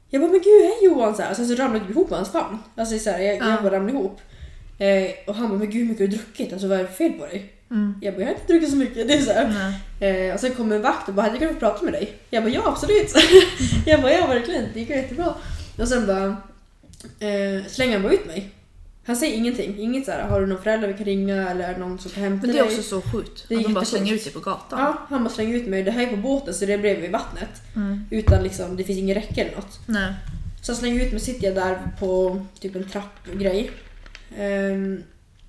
Speaker 2: jag bara men gud hej Johan så här. Och sen så ramlade jag ihop med hans famn. Alltså så här, jag,
Speaker 1: Ja.
Speaker 2: jag bara ramlade ihop. Eh, och han bara men gud hur mycket har du druckit? Alltså vad är det för fel på dig?
Speaker 1: Mm.
Speaker 2: Jag bara jag har inte druckit så mycket. Det är så här.
Speaker 1: Nej.
Speaker 2: Eh, och sen kom en vakt och bara “hade jag kunnat få prata med dig?” Jag bara “ja absolut”. *laughs* jag bara “ja verkligen, det gick ju jättebra”. Och sen bara eh, slänger han bara ut mig. Han säger ingenting. Inget såhär “har du någon förälder vi kan ringa?” eller “någon som kan hämta
Speaker 1: Men det är
Speaker 2: dig?”
Speaker 1: också så sjukt.
Speaker 2: Det är
Speaker 1: att de bara
Speaker 2: jättesjukt.
Speaker 1: slänger ut dig på gatan.
Speaker 2: Ja, han bara slänger ut mig. Det här är på båten så det är bredvid vattnet.
Speaker 1: Mm.
Speaker 2: Utan liksom, det finns ingen räcke eller något.
Speaker 1: Nej.
Speaker 2: Så han slänger ut mig, sitter jag där på typ en trappgrej. Ehm,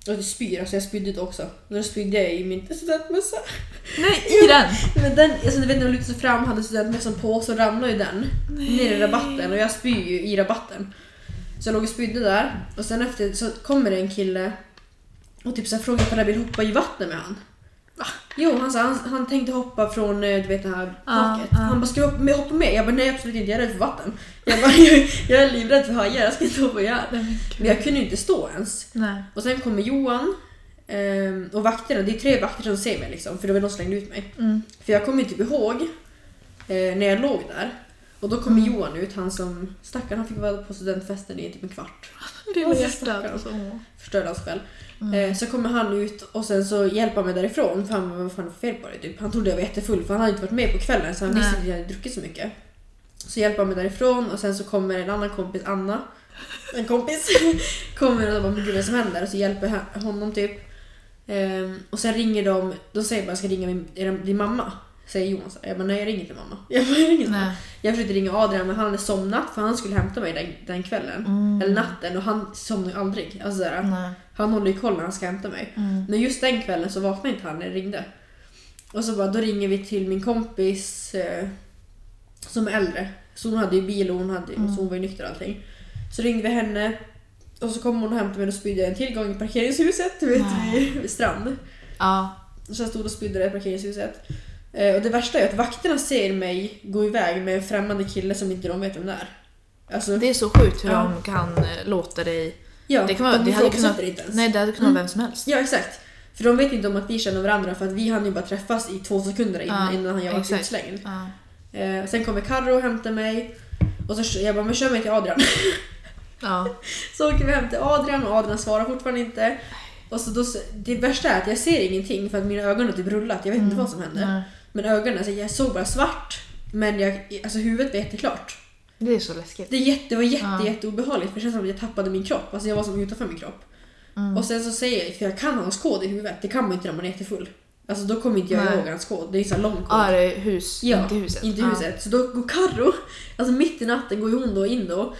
Speaker 2: och det spyr, alltså jag spydde ut också. Och då spydde jag i min alltså, studentmössa.
Speaker 1: Nej, i den!
Speaker 2: Men den, alltså du vet när man lutade sig fram hade studentmössan på så ramlade ju den ner i rabatten och jag spyr ju i rabatten. Så jag låg och spydde där och sen efter så kommer det en kille och typ så här frågar om jag vill hoppa i vattnet med han. Va? Jo, han, sa, han, han tänkte hoppa från eh, du vet, det här
Speaker 1: Ja,
Speaker 2: taket.
Speaker 1: ja.
Speaker 2: Han bara, ska jag hoppa med? hoppa med? Jag bara, nej absolut inte, jag är rädd för vatten. Jag, bara, *laughs* jag, jag är livrädd för hajar, jag ska inte hoppa i här. Men jag kunde ju inte stå ens.
Speaker 1: Nej.
Speaker 2: Och sen kommer Johan ehm, och vakterna, det är tre vakter som ser mig liksom, för det var de som slängde ut mig.
Speaker 1: Mm.
Speaker 2: För jag kommer typ ihåg eh, när jag låg där. Och då kom Johan ut, han som stackaren, han fick vara på studentfesten i typ en kvart.
Speaker 1: Lilla
Speaker 2: Och så
Speaker 1: hjärtat.
Speaker 2: stackars.
Speaker 1: Alltså.
Speaker 2: Förstörde hans själ.
Speaker 1: Mm.
Speaker 2: Eh, så kommer han ut och sen så hjälper han mig därifrån för han bara, vad fan är det för fel på dig? Typ. Han trodde jag var jättefull för han hade inte varit med på kvällen så han
Speaker 1: Nej.
Speaker 2: visste inte att jag hade druckit så mycket. Så hjälper han mig därifrån och sen så kommer en annan kompis, Anna. En kompis. *laughs* kommer och bara men gud vad är det som händer? Och så hjälper han- honom typ. Ehm, och sen ringer de, de säger bara jag ska ringa min, är det din mamma. Säger Johan så här. Jag bara nej jag ringer inte mamma. *laughs* Jag bara, jag ringer inte mamma.
Speaker 1: Nej.
Speaker 2: Jag försökte ringa Adrian men han hade somnat för han skulle hämta mig den, den kvällen. Eller natten och han somnar ju aldrig. Alltså, såhär,
Speaker 1: Mm. Nej.
Speaker 2: han håller ju koll när han ska hämta mig.
Speaker 1: Mm.
Speaker 2: Men just den kvällen så vaknade inte han när jag ringde. Och så bara, då ringer vi till min kompis eh, som är äldre. Så hon hade ju bil och hon, hade,
Speaker 1: Mm.
Speaker 2: så hon var ju nykter och allting. Så ringde vi henne och så kom hon och hämtade mig och då spydde jag en till gång i parkeringshuset du vet, vid, vid strand.
Speaker 1: Ja.
Speaker 2: Så jag stod och spydde där i parkeringshuset. Eh, och det värsta är att vakterna ser mig gå iväg med en främmande kille som inte de vet vem det är. Alltså,
Speaker 1: Det är så sjukt hur
Speaker 2: Ja.
Speaker 1: de kan eh, låta dig...
Speaker 2: ja,
Speaker 1: Det kan vara,
Speaker 2: de
Speaker 1: det hade
Speaker 2: ifrågasätter
Speaker 1: kunnat,
Speaker 2: inte ens.
Speaker 1: nej, det hade kunnat vara vem som helst.
Speaker 2: Ja, exakt. För de vet inte om att vi känner varandra för att vi hann ju bara träffas i två sekunder innan,
Speaker 1: Ja,
Speaker 2: innan jag var
Speaker 1: exakt.
Speaker 2: utslängd.
Speaker 1: Ja.
Speaker 2: Eh, sen kommer Carro och hämtar mig. Och så jag bara, men kör mig till Adrian. *laughs*
Speaker 1: Ja.
Speaker 2: så åker vi hem till Adrian och Adrian svarar fortfarande inte. Och så då, det värsta är att jag ser ingenting för att mina ögon har typ rullat. Jag vet inte vad som hände.
Speaker 1: Mm. Nej.
Speaker 2: Men ögonen, alltså, jag såg bara svart. Men jag, alltså, huvudet var jätteklart.
Speaker 1: Det är så läskigt.
Speaker 2: Det, är jätte, det var jätte,
Speaker 1: Ja.
Speaker 2: jätteobehagligt för det känns som att jag tappade min kropp. Alltså jag var som utanför min kropp.
Speaker 1: Mm.
Speaker 2: Och sen så säger jag, för jag kan hans kod i huvudet. Det kan man inte när man är jättefull. Alltså då kommer inte jag
Speaker 1: Nej.
Speaker 2: ihåg hans kod. Det är ju så här lång kod.
Speaker 1: Ja, det är hus,
Speaker 2: Ja,
Speaker 1: inte huset.
Speaker 2: Inte
Speaker 1: Ja.
Speaker 2: huset. Så då går Carro, alltså mitt i natten går ju hon då in då.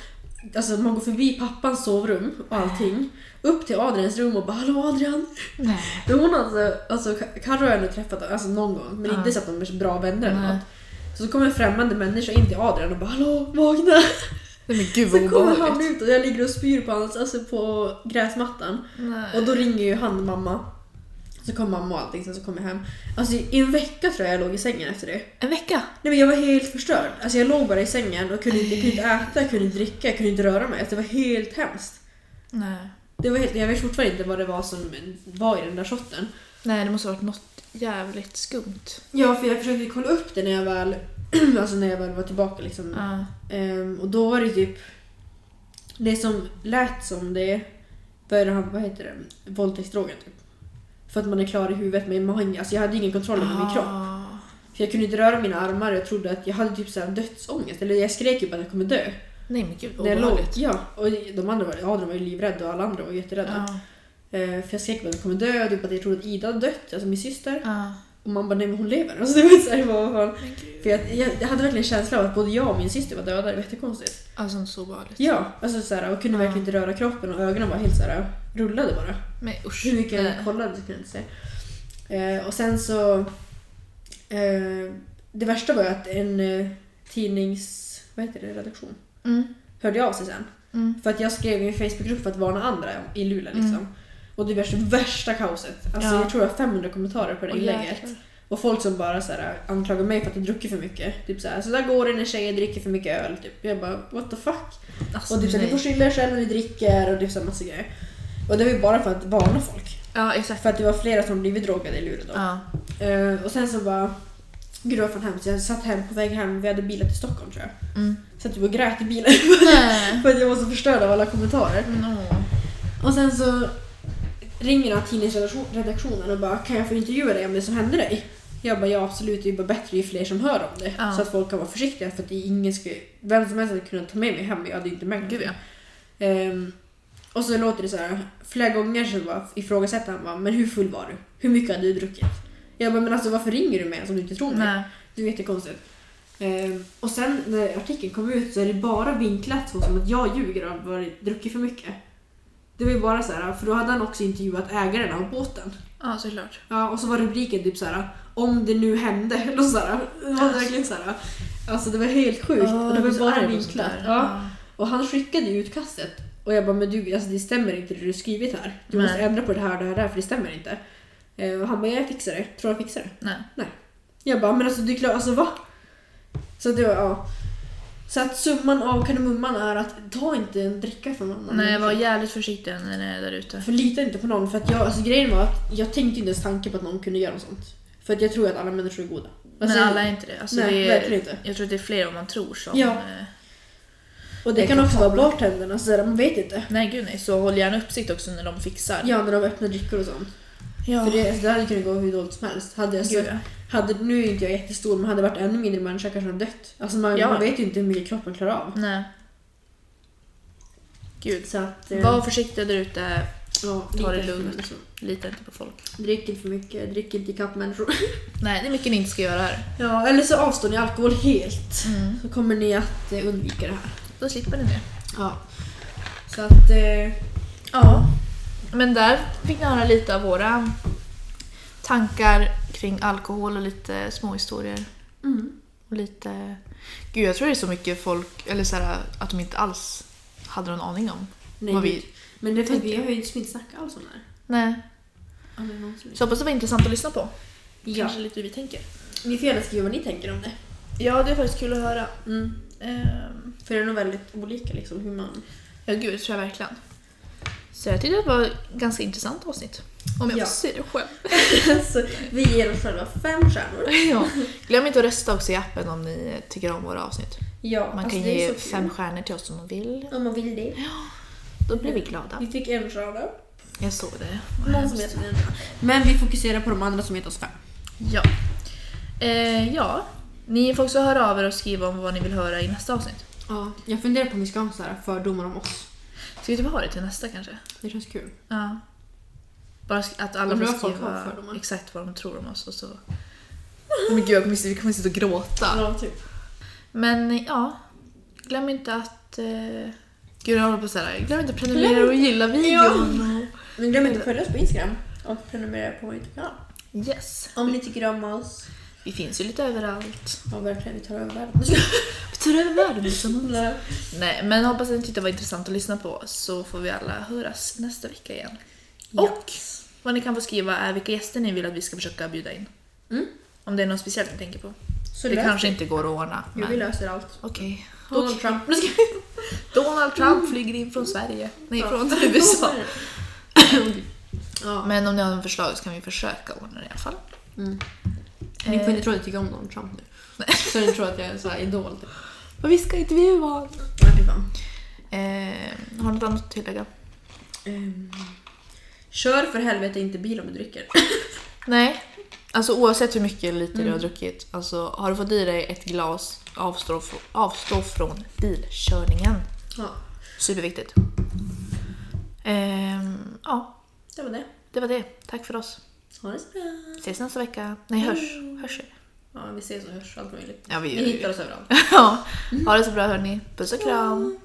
Speaker 2: Alltså man går förbi pappans sovrum och allting. Upp till Adrians rum och bara “Hallå Adrian!”
Speaker 1: Nej.
Speaker 2: Då hon alltså, alltså Carro har jag ändå träffat alltså någon gång men
Speaker 1: Ja.
Speaker 2: inte så att de är så bra vänner eller
Speaker 1: Nej.
Speaker 2: något. Så, så kommer en främmande människa in till Adrian och bara “Hallå, vakna!”
Speaker 1: Nej men gud vad
Speaker 2: Sen kommer han
Speaker 1: obehagligt.
Speaker 2: ut och jag ligger och spyr på hans, alltså på gräsmattan.
Speaker 1: Nej.
Speaker 2: Och då ringer ju han mamma. Så kom mamma och allting, sen så kom jag hem. Alltså i en vecka tror jag jag låg i sängen efter det.
Speaker 1: En vecka?
Speaker 2: Nej men jag var helt förstörd. Alltså jag låg bara i sängen och kunde inte, jag kunde inte äta, jag kunde inte dricka, jag kunde inte röra mig. Alltså, det var helt hemskt.
Speaker 1: Nej.
Speaker 2: Det var helt, jag vet fortfarande inte vad det var som var i den där shotten.
Speaker 1: Nej, det måste ha varit något jävligt skumt.
Speaker 2: Ja, för jag försökte kolla upp det när jag väl, *clears throat* alltså när jag väl var tillbaka liksom.
Speaker 1: Ja.
Speaker 2: Ehm, och då var det typ... Det som lät som det började han, vad heter det, våldtäktsdrogen typ. För att man är klar i huvudet men man, har ingen- alltså jag hade ingen kontroll över min kropp.
Speaker 1: Ah.
Speaker 2: För jag kunde inte röra mina armar och jag trodde att jag hade typ så här dödsångest. Eller jag skrek ju bara att jag kommer dö.
Speaker 1: Nej men gud,
Speaker 2: När jag låg,
Speaker 1: obehagligt.
Speaker 2: ja, och de andra var, Adrian var ju livrädd och alla andra var jätterädda.
Speaker 1: Ja.
Speaker 2: Ehm, för jag skrek bara att jag kommer dö och typ att jag trodde att Ida hade dött, alltså min syster.
Speaker 1: Ja.
Speaker 2: Och man bara nej men hon lever. *laughs* Alltså det var ju så här, vad fan.
Speaker 1: Men gud.
Speaker 2: För jag, jag, jag hade verkligen känslan av att både jag och min syster var döda, det var jättekonstigt.
Speaker 1: Alltså inte så obehagligt.
Speaker 2: Ja, alltså såhär, och kunde
Speaker 1: Ja.
Speaker 2: verkligen inte röra kroppen och ögonen var helt såhär, rullade bara.
Speaker 1: Men usch.
Speaker 2: Hur mycket jag
Speaker 1: Nej.
Speaker 2: kollade så kunde jag inte se. Eh, och sen så... Eh, det värsta var ju att en eh, tidnings... Vad heter det? Redaktion?
Speaker 1: Mm.
Speaker 2: Hörde av sig sen.
Speaker 1: Mm.
Speaker 2: För att jag skrev i en Facebookgrupp för att varna andra i Luleå
Speaker 1: Mm.
Speaker 2: liksom. Och det värsta, värsta kaoset. Alltså
Speaker 1: Ja.
Speaker 2: jag tror jag har 500 kommentarer på det
Speaker 1: Åh,
Speaker 2: inlägget.
Speaker 1: jäklar.
Speaker 2: Och folk som bara så här, anklagar mig för att jag druckit för mycket. Typ såhär, så där går det när tjejer dricker för mycket öl. Typ. Jag bara, what the fuck?
Speaker 1: Alltså,
Speaker 2: Och typ såhär, ni
Speaker 1: nej.
Speaker 2: får skylla er själva när ni dricker och typ såhär massa grejer. Och det var ju bara för att varna folk.
Speaker 1: Ja exakt.
Speaker 2: För att det var flera som blivit drogade i Luleå då.
Speaker 1: Ja.
Speaker 2: *laughs* Eh, och sen så bara... Gud det var fan hemskt. Jag satt hem på väg hem, vi hade bilat till Stockholm tror jag.
Speaker 1: Mm.
Speaker 2: Så att typ och grät i bilen *laughs*
Speaker 1: Nej.
Speaker 2: för att jag var så förstörd av alla kommentarer.
Speaker 1: No.
Speaker 2: Och sen så ringer han tidningsredaktionen och bara “Kan jag få intervjua dig om det som hände dig?” Jag bara “Ja absolut, det är bara bättre ju fler som hör om det”.
Speaker 1: Ja.
Speaker 2: Så att folk kan vara försiktiga för att det är ingen skulle, vem som helst hade kunnat ta med mig hem, jag hade inte märkt
Speaker 1: Gud
Speaker 2: någonting.
Speaker 1: ja.
Speaker 2: Ehm, och så låter det så här. Flera gånger så bara ifrågasätter han bara, men hur full var du? Hur mycket hade du druckit? Jag bara, men alltså varför ringer du mig om du inte tror mig?
Speaker 1: Nej.
Speaker 2: Det är jättekonstigt. Ehm, och sen när artikeln kom ut så är det bara vinklat så som att jag ljuger och har varit, druckit för mycket. Det var ju bara så här, för då hade han också intervjuat ägaren av båten.
Speaker 1: Ja såklart.
Speaker 2: Ja, och så var rubriken typ så här: om det nu hände. *laughs* Eller så här. Det var verkligen så här. Alltså det var helt sjukt.
Speaker 1: Ah,
Speaker 2: och det var bara vinklat. Ja.
Speaker 1: Ja.
Speaker 2: Och han skickade ju utkastet. Och jag bara, men du, alltså det stämmer inte det du skrivit här. Du måste
Speaker 1: Nej.
Speaker 2: ändra på det här och det här, och det här för det stämmer inte. Eh, Och han bara, jag fixar det. Tror jag fixar det.
Speaker 1: Nej.
Speaker 2: Jag bara, men alltså det är klart, alltså va? Så att det var, ja. Så att summan av kardemumman är att ta inte en dricka från någon annan.
Speaker 1: Nej, jag var jävligt försiktig när jag är där ute.
Speaker 2: För lita inte på någon. För att jag, alltså grejen var att jag tänkte inte ens tanken på att någon kunde göra något sånt. För att jag tror att alla människor är goda. Alltså,
Speaker 1: Men alla är inte det. Alltså,
Speaker 2: nej,
Speaker 1: det
Speaker 2: verkligen
Speaker 1: är,
Speaker 2: inte.
Speaker 1: jag tror att det är fler än man tror som...
Speaker 2: Ja.
Speaker 1: eh,
Speaker 2: Och det,
Speaker 1: det
Speaker 2: kan
Speaker 1: kan
Speaker 2: också
Speaker 1: ta
Speaker 2: vara bartenderna, så där, man vet inte.
Speaker 1: Nej gud nej, så håll gärna uppsikt också när de fixar.
Speaker 2: Ja, när de öppnar drycker och sånt.
Speaker 1: Ja.
Speaker 2: För det, alltså, det hade kunnat gå hur dåligt som helst. Hade jag
Speaker 1: Gud,
Speaker 2: sett
Speaker 1: ja.
Speaker 2: Hade, nu är inte jag jättestor, men hade jag varit ännu mindre människa kanske hade jag dött. Alltså man,
Speaker 1: Ja.
Speaker 2: man vet ju inte hur mycket kroppen klarar av.
Speaker 1: Nej. Gud.
Speaker 2: Så att... eh,
Speaker 1: Var försiktiga där ute.
Speaker 2: ja,
Speaker 1: ta det
Speaker 2: lite
Speaker 1: lugnt.
Speaker 2: efter människor.
Speaker 1: Lita inte på folk.
Speaker 2: Drick inte för mycket, drick inte ikapp *laughs* människor.
Speaker 1: Nej, det är mycket ni inte ska göra här.
Speaker 2: Ja, eller så avstår ni alkohol helt.
Speaker 1: Mm.
Speaker 2: Så kommer ni att eh, undvika det här.
Speaker 1: Då slipper ni det.
Speaker 2: Ja. Så att... Eh,
Speaker 1: Ja. Men där fick ni höra lite av våra tankar kring alkohol och lite småhistorier.
Speaker 2: mm.
Speaker 1: Och lite... Gud, jag tror det är så mycket folk, eller så här, att de inte alls hade någon aning om
Speaker 2: Nej,
Speaker 1: vad vi...
Speaker 2: Men det är för att vi har ju liksom inte snackat alls om det här.
Speaker 1: Nej.
Speaker 2: Aldrig någonsin.
Speaker 1: Så hoppas det var intressant att lyssna på.
Speaker 2: Ja.
Speaker 1: Kanske lite hur vi tänker.
Speaker 2: Ni får gärna skriva vad ni tänker om det.
Speaker 1: Ja, det är faktiskt kul att höra.
Speaker 2: Mm.
Speaker 1: Ehm,
Speaker 2: För det är nog väldigt olika liksom hur man... *laughs*
Speaker 1: Ja, gud, det tror jag verkligen. Så jag tyckte det var ett ganska intressant avsnitt. Om jag
Speaker 2: Ja.
Speaker 1: får säga det själv.
Speaker 2: alltså, vi ger oss själva fem stjärnor.
Speaker 1: *laughs* ja. Glöm inte att rösta också i appen om ni tycker om våra avsnitt.
Speaker 2: Ja,
Speaker 1: Man
Speaker 2: alltså,
Speaker 1: kan
Speaker 2: det är
Speaker 1: ge
Speaker 2: så kul.
Speaker 1: fem stjärnor till oss om man vill.
Speaker 2: Om man vill det.
Speaker 1: Då blir vi glada.
Speaker 2: Vi fick en stjärna.
Speaker 1: Jag såg det.
Speaker 2: Någon som heter en stjärna. Men vi fokuserar på de andra som heter oss fem.
Speaker 1: Ja. Eh, ja. Ni får också höra av er och skriva om vad ni vill höra i nästa avsnitt.
Speaker 2: Ja, jag funderar på om vi ska ha så här fördomar om oss.
Speaker 1: Ska vi typ ha det till nästa kanske?
Speaker 2: Det känns kul.
Speaker 1: Ja. Bara sk- att alla
Speaker 2: Om
Speaker 1: får
Speaker 2: jag får kvar
Speaker 1: skriva
Speaker 2: fördomar.
Speaker 1: exakt vad de tror om oss och så... Men gud, jag kommer, vi kommer sitta och gråta.
Speaker 2: Ja, typ.
Speaker 1: Men ja, glöm inte att... Eh, gud, jag håller på att säga det här. Glöm inte att prenumerera och gilla videon.
Speaker 2: Men glöm inte att följa oss på Instagram och prenumerera på vår YouTube-kanal.
Speaker 1: Yes.
Speaker 2: Om ni tycker om oss.
Speaker 1: Vi finns ju lite överallt.
Speaker 2: Ja, verkligen. Vi tar över *laughs* världen.
Speaker 1: Vi tar över världen tillsammans. Nej, men hoppas att ni tyckte det var intressant att lyssna på så får vi alla höras nästa vecka igen. Och vad ni kan få skriva är vilka gäster ni vill att vi ska försöka bjuda in.
Speaker 2: Mm.
Speaker 1: Om det är något speciellt ni tänker på.
Speaker 2: Så
Speaker 1: Det,
Speaker 2: löser
Speaker 1: kanske
Speaker 2: vi.
Speaker 1: inte går att ordna.
Speaker 2: Jo,
Speaker 1: Men...
Speaker 2: vi löser allt.
Speaker 1: Okej.
Speaker 2: Donald
Speaker 1: Okej.
Speaker 2: Trump. *laughs*
Speaker 1: Nu ska vi- Donald Trump flyger in från Sverige. Nej,
Speaker 2: Ja.
Speaker 1: från
Speaker 2: *laughs*
Speaker 1: USA.
Speaker 2: ja.
Speaker 1: Men om ni har någon förslag så kan vi försöka ordna det i alla fall.
Speaker 2: Ni får inte tro att jag tycker om Donald Trump nu. *laughs* Så ni tror att jag är så här idol. typ.
Speaker 1: Men vi ska intervjua honom.
Speaker 2: Nej, fy fan.
Speaker 1: Eh, har du något annat att tillägga?
Speaker 2: Ehm, Kör för helvete inte bil om du dricker.
Speaker 1: Nej. Alltså oavsett hur mycket eller lite du har druckit. Alltså, har du fått i dig ett glas, avstå, f- avstå från bilkörningen.
Speaker 2: *laughs* Ja,
Speaker 1: Superviktigt. Ehm, ja,
Speaker 2: det var det.
Speaker 1: det var det. Tack för oss.
Speaker 2: Ha det så bra.
Speaker 1: Ses nästa vecka. Nej, hörs. Hörs vi?
Speaker 2: Ja, vi ses och hörs och allt möjligt.
Speaker 1: Ja, vi *laughs*
Speaker 2: Ni hittar oss överallt.
Speaker 1: Ja. Ha det så bra hörni. Puss och kram.